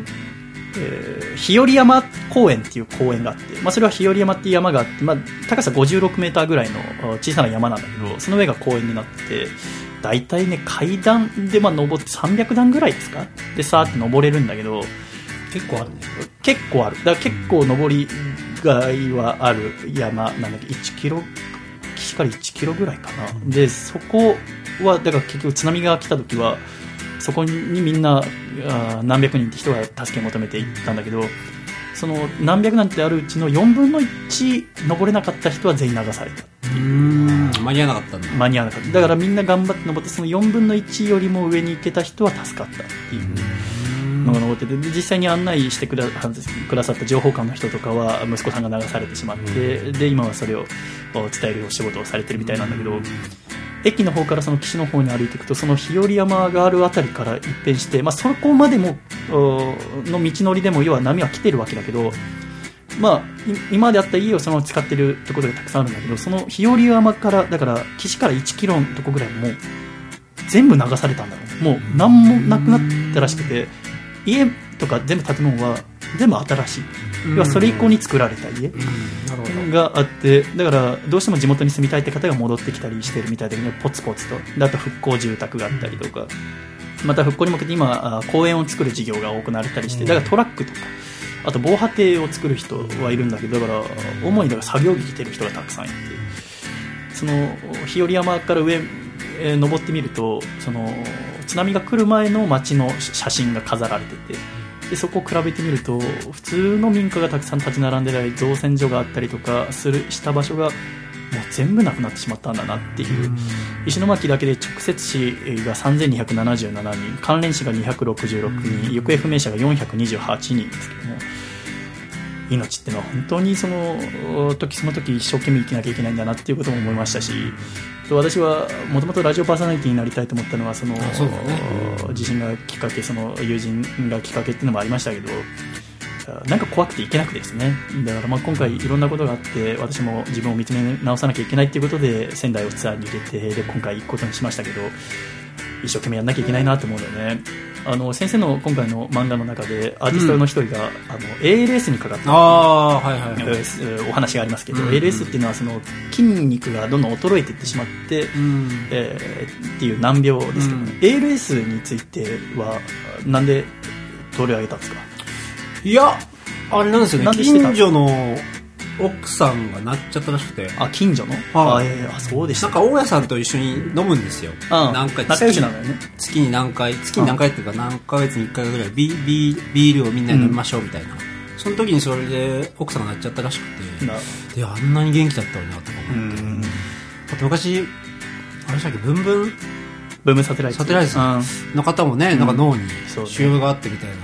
えー日和山公園っていう公園があって、まあ、それは日和山っていう山があって、まあ、高さ56メーターぐらいのあー小さな山なんだけど、その上が公園になってて、大体ね、階段でまあ登って300段ぐらいですかで、さーって登れるんだけど、結構あるね。結構ある。だから結構登りがいはある山なんだけど、1キロ、岸から1キロぐらいかな。で、そこは、だから結局津波が来た時は、そこにみんなあー何百人って人が助けを求めていったんだけどその何百なんてあるうちの4分の1登れなかった人は全員流されたうーん、間に合わなかったんだ。間に合わなかっただからみんな頑張って登ってその4分の1よりも上に行けた人は助かったっていうのが登っててで実際に案内してくだくださった情報官の人とかは息子さんが流されてしまって、で今はそれをお伝えるお仕事をされてるみたいなんだけど、駅の方からその岸の方に歩いていくとその日和山がある辺りから一変して、まあ、そこまでもおの道のりでも要は波は来てるわけだけど、まあ、い今まであった家をそのまま使ってるところがたくさんあるんだけどその日和山からだから岸から1キロのとこぐらいもう全部流されたんだろうもう何もなくなったらしくて家とか全部建物は全部新しい要はそれ以降に作られた家があってだからどうしても地元に住みたいって方が戻ってきたりしてるみたいでねポツポツとであと復興住宅があったりとかまた復興に向けて今あ公園を作る事業が行われたりしてだからトラックとかあと防波堤を作る人はいるんだけどだから主にだから作業着着てる人がたくさんいてその日和山から上えー登ってみるとその津波が来る前の町の写真が飾られててでそこを比べてみると普通の民家がたくさん立ち並んでたり造船所があったりとかするした場所がもう全部なくなってしまったんだなっていう石巻だけで直接死が3277人関連死が266人行方不明者が428人ですけども命ってのは本当にその時その時一生懸命生きなきゃいけないんだなっていうことも思いましたしそう私はもともとラジオパーソナリティになりたいと思ったのはそのそうだね地震がきっかけその友人がきっかけっていうのもありましたけどあなんか怖くていけなくてですねだからまあ今回いろんなことがあって私も自分を見つめ直さなきゃいけないっていうことで仙台をツアーに入れてで今回行くことにしましたけど一生懸命やんなきゃいけないなと思うのでねあの先生の今回の漫画の中でアーティストの一人が、あの ALS にかかったああー、はいはいはい。えーお話がありますけど、うん ALS っていうのはその筋肉がどんどん衰えていってしまって、うん。えーっていう難病ですけど、ねう ALS についてはなんで取り上げたんですかいや、あれなんですよなんね。でしてた近所の奥さんがなっちゃったらしくて。あ近所のあ、はいえーあそうでしなたんか大家さんと一緒に飲むんですよ。うんなんか仲良しなのよね月に何回、月に何回っていうか何ヶ月に1回ぐらいビビビールをみんなで飲みましょうみたいな。その時にそれで奥さんがなっちゃったらしくなて、で、あんなに元気だったのになとかう思って。んあと昔、あれでしたっけ、ブンブンブームサテライトサテライトうんの方もね、なんか脳にそうね腫瘍があってみたいな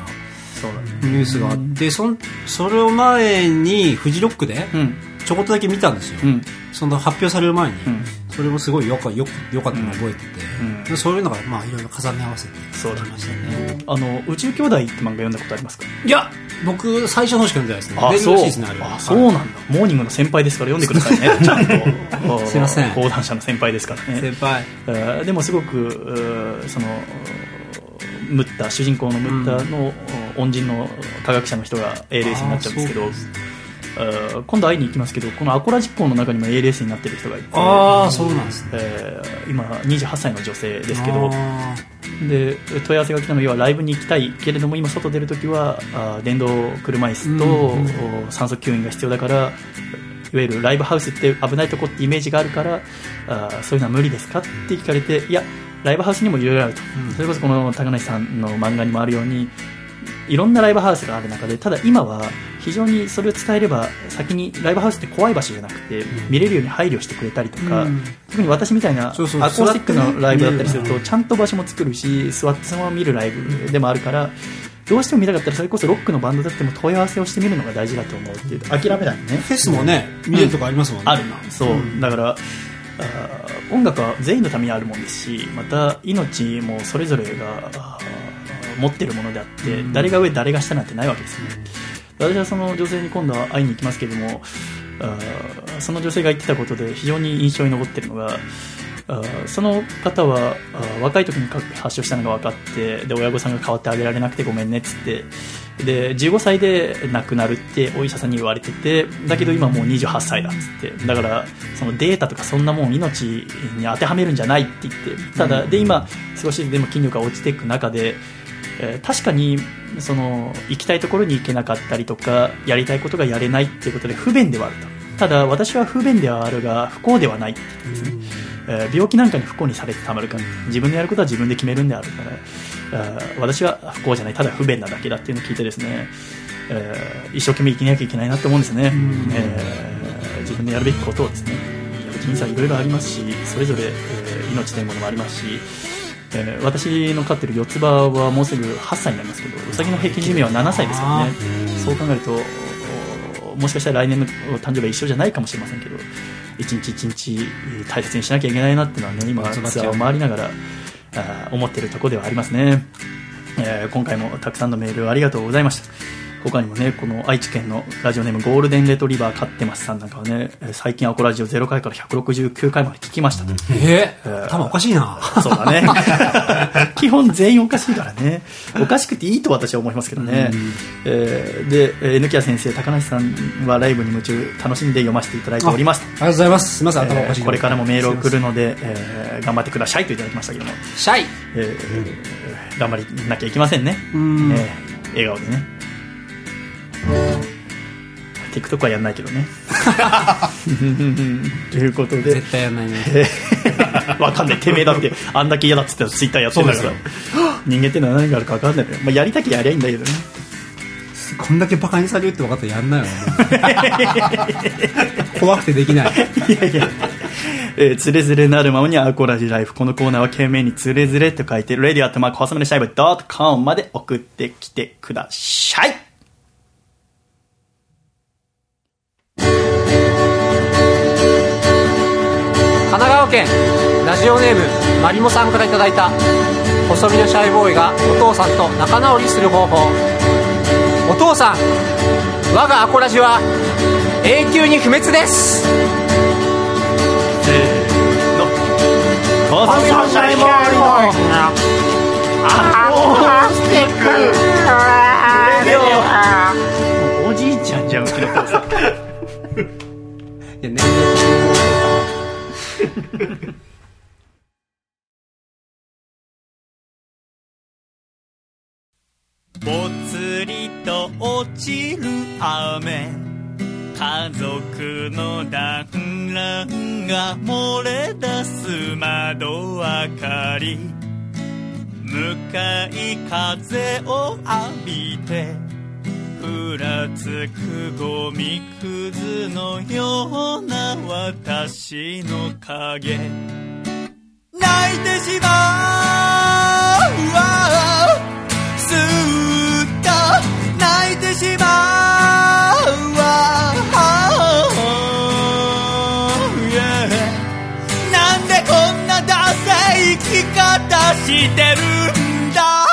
そうだねニュースがあって、そんそれを前にフジロックでうんちょこっとだけ見たんですよ。うんその発表される前に。うんそれもすごいよかよくよかったのを覚えてて、うんでそういうのがまあいろいろ重ね合わせてそうだきねましたねあの宇宙兄弟って漫画読んだことありますかいや僕最初の方しか読んでないですねあ珍そうしいですねあれはあそうなんだモーニングの先輩ですから読んでください ねちゃんとすいません講談社の先輩ですからね先輩えーでもすごくうーそのムッタ主人公のムッタのお恩人の科学者の人が ALS になっちゃうんですけどあーそうえー今度会いに行きますけどこのアコラ実行の中にも ALS になってる人がいてああそうなんですねえー今28歳の女性ですけどあで問い合わせが来たのは要はライブに行きたいけれども今外出るときはあー電動車椅子と、うんお酸素吸引が必要だからいわゆるライブハウスって危ないとこってイメージがあるからあーそういうのは無理ですかって聞かれていやライブハウスにもいろいろあると、うんそれこそこの高梨さんの漫画にもあるようにいろんなライブハウスがある中でただ今は非常にそれを伝えれば先にライブハウスって怖い場所じゃなくて、見れるように配慮してくれたりとか、うん特に私みたいなアコそーうそうスティックのライブだったりする座ってとちゃんと場所も作るし座ってそのまま見るライブでもあるからどうしても見たかったらそれこそロックのバンドだっても問い合わせをしてみるのが大事だと思うっていう諦めないねフェスもね見れるとこありますもんね、あるなそう、だからあー音楽は全員のためにあるもんですしまた命もそれぞれがあー持ってるものであって、誰が上誰が下なんてないわけですよね、私はその女性に今度は会いに行きますけれどもあーその女性が言ってたことで非常に印象に残ってるのがあーその方はあー若い時にか発症したのが分かってで親御さんが代わってあげられなくてごめんねっつってで15歳で亡くなるってお医者さんに言われててだけど今もう28歳だっつってだからそのデータとかそんなもん命に当てはめるんじゃないって言ってただで今少しでも筋力が落ちていく中でえー確かにその行きたいところに行けなかったりとかやりたいことがやれないっていうことで不便ではあるとただ私は不便ではあるが不幸ではないって言ってますねえー病気なんかに不幸にされてたまるか自分のやることは自分で決めるんであるからあー私は不幸じゃないただ不便なだけだっていうのを聞いてですね、えー一生懸命生きなきゃいけないなと思うんですね、えー自分でやるべきことをですね人生はいろいろありますしそれぞれ、えー命というものもありますしえー私の飼ってる四つ葉はもうすぐ8歳になりますけどウサギの平均寿命は7歳ですからねそう考えるとおもしかしたら来年のお誕生日は一緒じゃないかもしれませんけど一日一日えー大切にしなきゃいけないなっていうのはね今ツアーを回りながらあー思ってるところではありますね、えー今回もたくさんのメールありがとうございました他にもねこの愛知県のラジオネームゴールデンレトリバー飼ってますさんなんかはねえー最近アコラジオ0回から169回まで聞きましたとえー、頭おかしい な そうだね。 基本全員おかしいからね。おかしくていいと私は思いますけどね。えーで、えー、抜き先生、高梨さんはライブに夢中、楽しんで読ませていただいております。ありがとうございますすいません頭おえかしい、ーこれからもメールを送すいるので、えー頑張ってくださいといただきましたけども、シャイえー頑張りなきゃいけませんね。んえー笑顔でね。TikTok はやんないけ どね。 ということませんで、絶対やらないねえー わかんない、てめえだって、あんだけ嫌だっつってツイッターやってんだから、 人間ってのは何があるかわかんないのよ、まあ、やりたきゃやりゃいいんだけどね、こんだけバカにされるって分かったらやん ないよもう怖くてできないいやいや、えー、つれづれなるままにアコラジライフ、このコーナーは懸命につれづれと書いて、レディアットマーク、細めのシャイブ .com まで送ってきてください。神奈川県ラジオネームマリモさんからいただいた細身のシャイボーイがお父さんと仲直りする方法お父さん我がアコラジは永久に不滅です細身のシャイボーイのアコースティックレディオおじいちゃんじゃんうちの父さんぽつりと落ちる雨家族の団らんが漏れ出す窓明かり向かい風を浴びてふらつくゴミくずのような私の影泣いてしまうわすっと泣いてしまうわ、Yeah なんでこんなダサい生き方してるんだ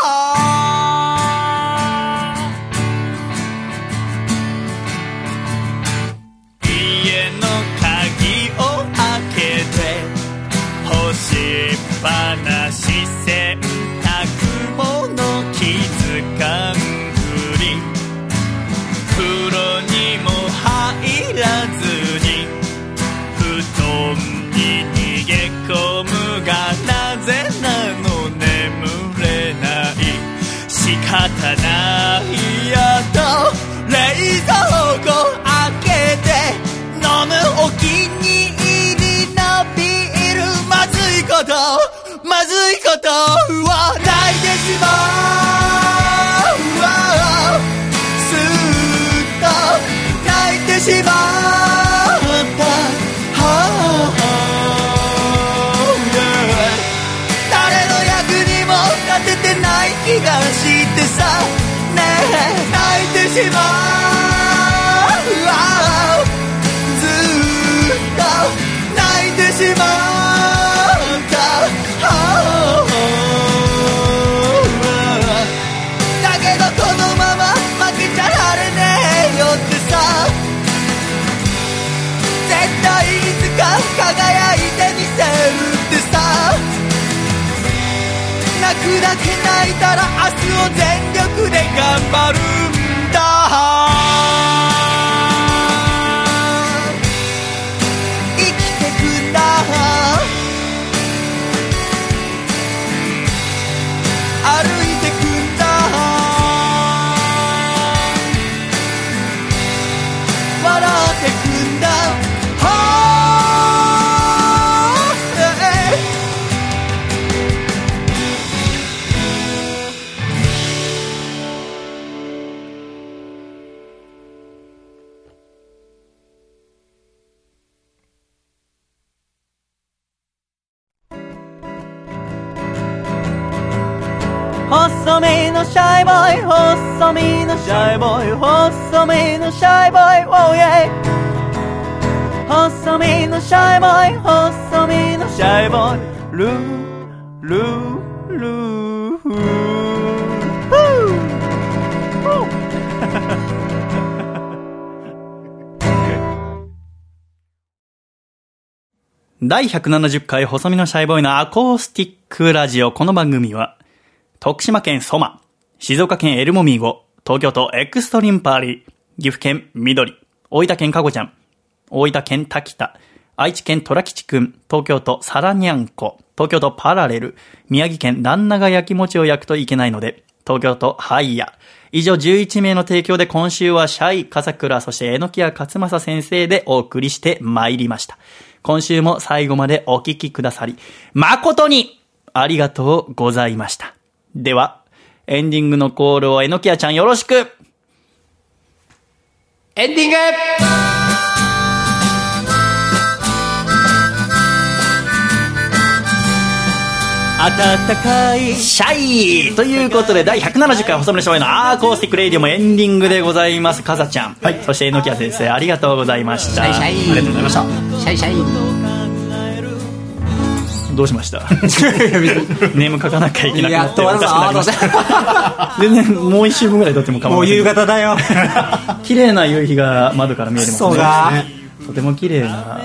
家の鍵を開けて干しっぱなし洗濯物気づかんふり風呂にも入らずに布団に逃げ込むがなぜなの眠れない仕方ないやと冷蔵庫開けて飲むお気に入りのビールまずいことまずいことは泣いてしまうすっと泣いてしまったはあ誰の役にも立ててない気がしてさねえ泣いてしまうずっと泣いてしまっただけどこのまま負けちゃられねえよってさ絶対いつか輝いてみせるってさ泣くだけ泣いたら明日を全力で頑張るんだ生きてくんだ歩いてくんだ笑ってくんだはあ細身のシャイボーイ細身のシャイボーイ細身のシャイボーイ oh yeah 細身のシャイボーイ細身のシャイボーイルールールーふー第170回細身のシャイボーイのアコースティックラジオ。この番組は、徳島県ソマ、静岡県エルモミーゴ、東京都エクストリンパーリー、岐阜県緑、大分県かごちゃん、大分県滝田、愛知県虎吉くん、東京都サラニャンコ、東京都パラレル、宮城県旦那が焼き餅を焼くといけないので、東京都ハイヤ。以上11名の提供で今週はシャイ、笠倉、そして榎谷勝正先生でお送りしてまいりました。今週も最後までお聞きくださり、誠にありがとうございました。では、エンディングのコールを榎谷ちゃんよろしくエンディング暖かいシャイということで、第170回細身の少年のアーコースティックレイディオもエンディングでございます。かさちゃん。はい。そして、えのきや先生、ありがとうございました。シャイシャイありがとうございました。シャイシャイ考えるどうしましたネーム書かなきゃいけなくなってやっおとかしくなりました全然もう一週分ぐらい経っても構 もわうない夕方だ よ。綺麗な夕日が窓から見えてますそうだ。いいとても綺麗な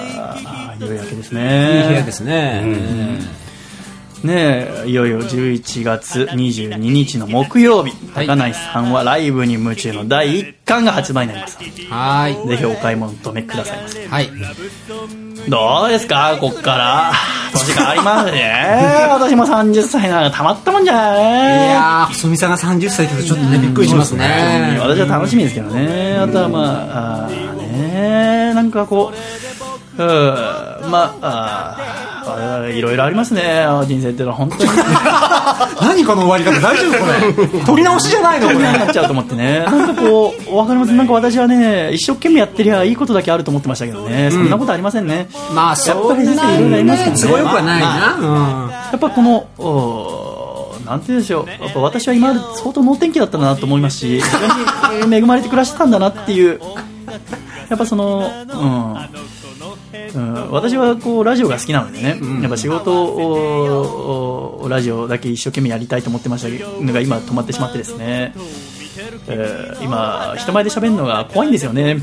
夕焼けですね部屋ですね。ねえいよいよ11月22日の木曜日、高梨さんはライブに夢中の第1巻が発売になります ぜはーひお買い求めくださいませい。はい。どうですかこっから年変わりますね私も30歳ならたまったもんじゃないいやー、細見さんが30歳ってちょっとね、びっくりしますね。ねね。私は楽しみですけどね、あとはまあ、あーねなんかこう、うん、まあ、あーいろいろありますね、人生っていうのは本当に、何この終わり方大丈夫これ。取り直しじゃないのここん なにれ。なっちゃうと思ってね、なんかこう、わかります、なんか私はね、一生懸命やってりゃいいことだけあると思ってましたけどね、そんなことありませんね、まあ、やっそぱりん人生いろいろありなますからね、ね、都合よくはないな。やっぱこの、おーなんて言うんでしょう、やっぱ私は今まで相当能天気だったなと思いますし、非常に恵まれて暮らしてたんだなっていう、やっぱその、うん、うん、私はこうラジオが好きなのでね、やっぱ仕事を、おーラジオだけ一生懸命やりたいと思ってましたのが、今、止まってしまってですね。えー今人前で喋るのが怖いんですよね、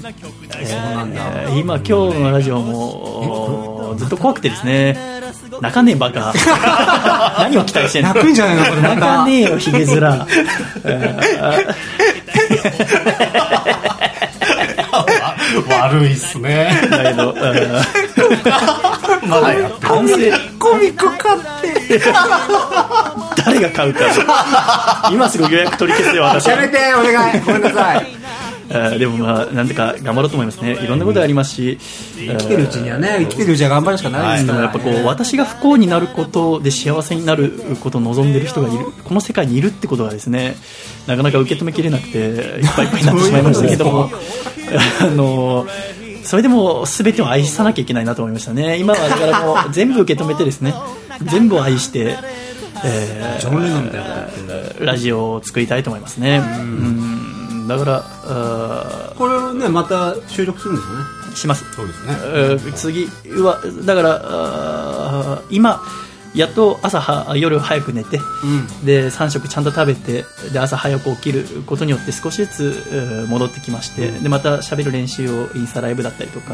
えー今今日のラジオもずっと怖くてですね泣かねえバ カ何を期待してんの泣くんじゃないのこ れま泣かた。ねえよヒゲ面あ悪いっす ね。ーだけどあー反省コミック買って。誰が買うか今すぐ予約取り消すよ私はやめて、お願い。ごめんなさい。あーでもまあなんとか頑張ろうと思いますねいろんなことがありますし生生きてるうちにはね、生きてるうちは頑張るしかないですでもから。やっぱこう私が不幸になることで幸せになることを望んでる人がいるこの世界にいるってことがですねなかなか受け止めきれなくていっぱいいっぱいになってしまいましたけどもあのそれでも全てを愛さなきゃいけないなと思いましたね今はだからもう全部受け止めてですね全部を愛して、えーラジオを作りたいと思いますねうんだからあこれをね、また収録するんですよね。ーしますそうですねえー次はだからあー今やっと朝は夜早く寝て、で3食ちゃんと食べてで朝早く起きることによって少しずつえー戻ってきまして、でまた喋る練習をインスタライブだったりとか、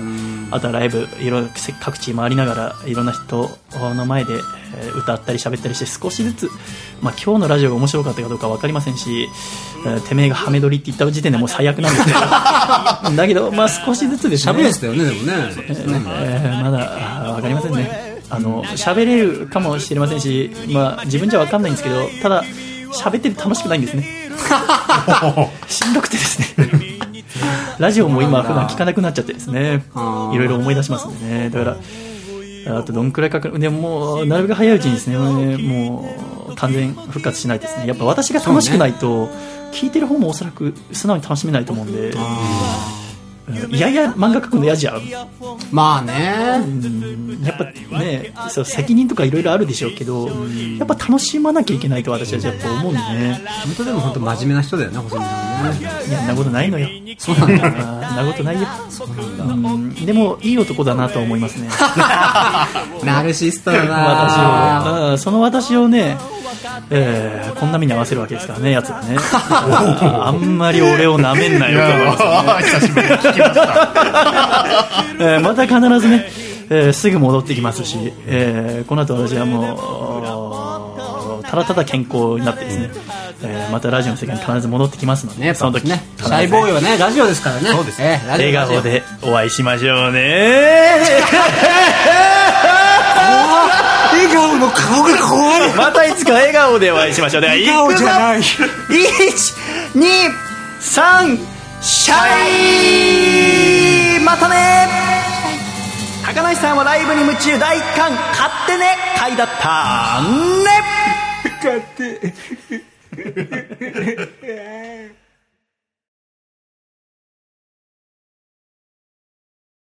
あとはライブいろいろ各地回りながらいろんな人の前でえー歌ったり喋ったりして少しずつ、まあ、今日のラジオが面白かったかどうか分かりませんし、えーてめえがハメ撮りって言った時点でもう最悪なんですけ どだけど、まあ、少しずつですね喋るんですよね、でもね。えーまだあーわかりませんねあの喋れるかもしれませんし、まあ、自分じゃわかんないんですけどただ喋ってて楽しくないんです ねしんどくてですねラジオも今普段聞かなくなっちゃってですねあーいろいろ思い出しますんでねだからあとどんくらいかかるでももうなるべく早いうちにですねもう完全復活しないとですねやっぱ私が楽しくないと、聞いてる方もおそらく素直に楽しめないと思うんでうんいやいや漫画描くの嫌じゃんまあね。やっぱねそう責任とかいろいろあるでしょうけどやっぱ楽しまなきゃいけないと私はやっぱ思うんでね本当でも本当真面目な人だよね、細見 さんね。いやんなことないのよそうなんだんなことないようんでもいい男だなと思います ねナルシストだ私なをうんその私をね、えーこんな目に合わせるわけですからねやつは ねあんまり俺をなめんなよと思います久しぶりに聞きました。えーまた必ずね、えーすぐ戻ってきますし、えーこの後私はもうただただ健康になってですね、えーまたラジオの世界に必ず戻ってきますので、ね、その時、ね。シャイボーイはね、ラジオですからね。そうですね。ラジオ笑顔。でお会いしましょう ね笑顔の顔が怖い。またいつか笑顔でお会いしましょうでは笑顔じゃない。 123シャイまたね高梨さんはライブに夢中第1巻買ってね回だったね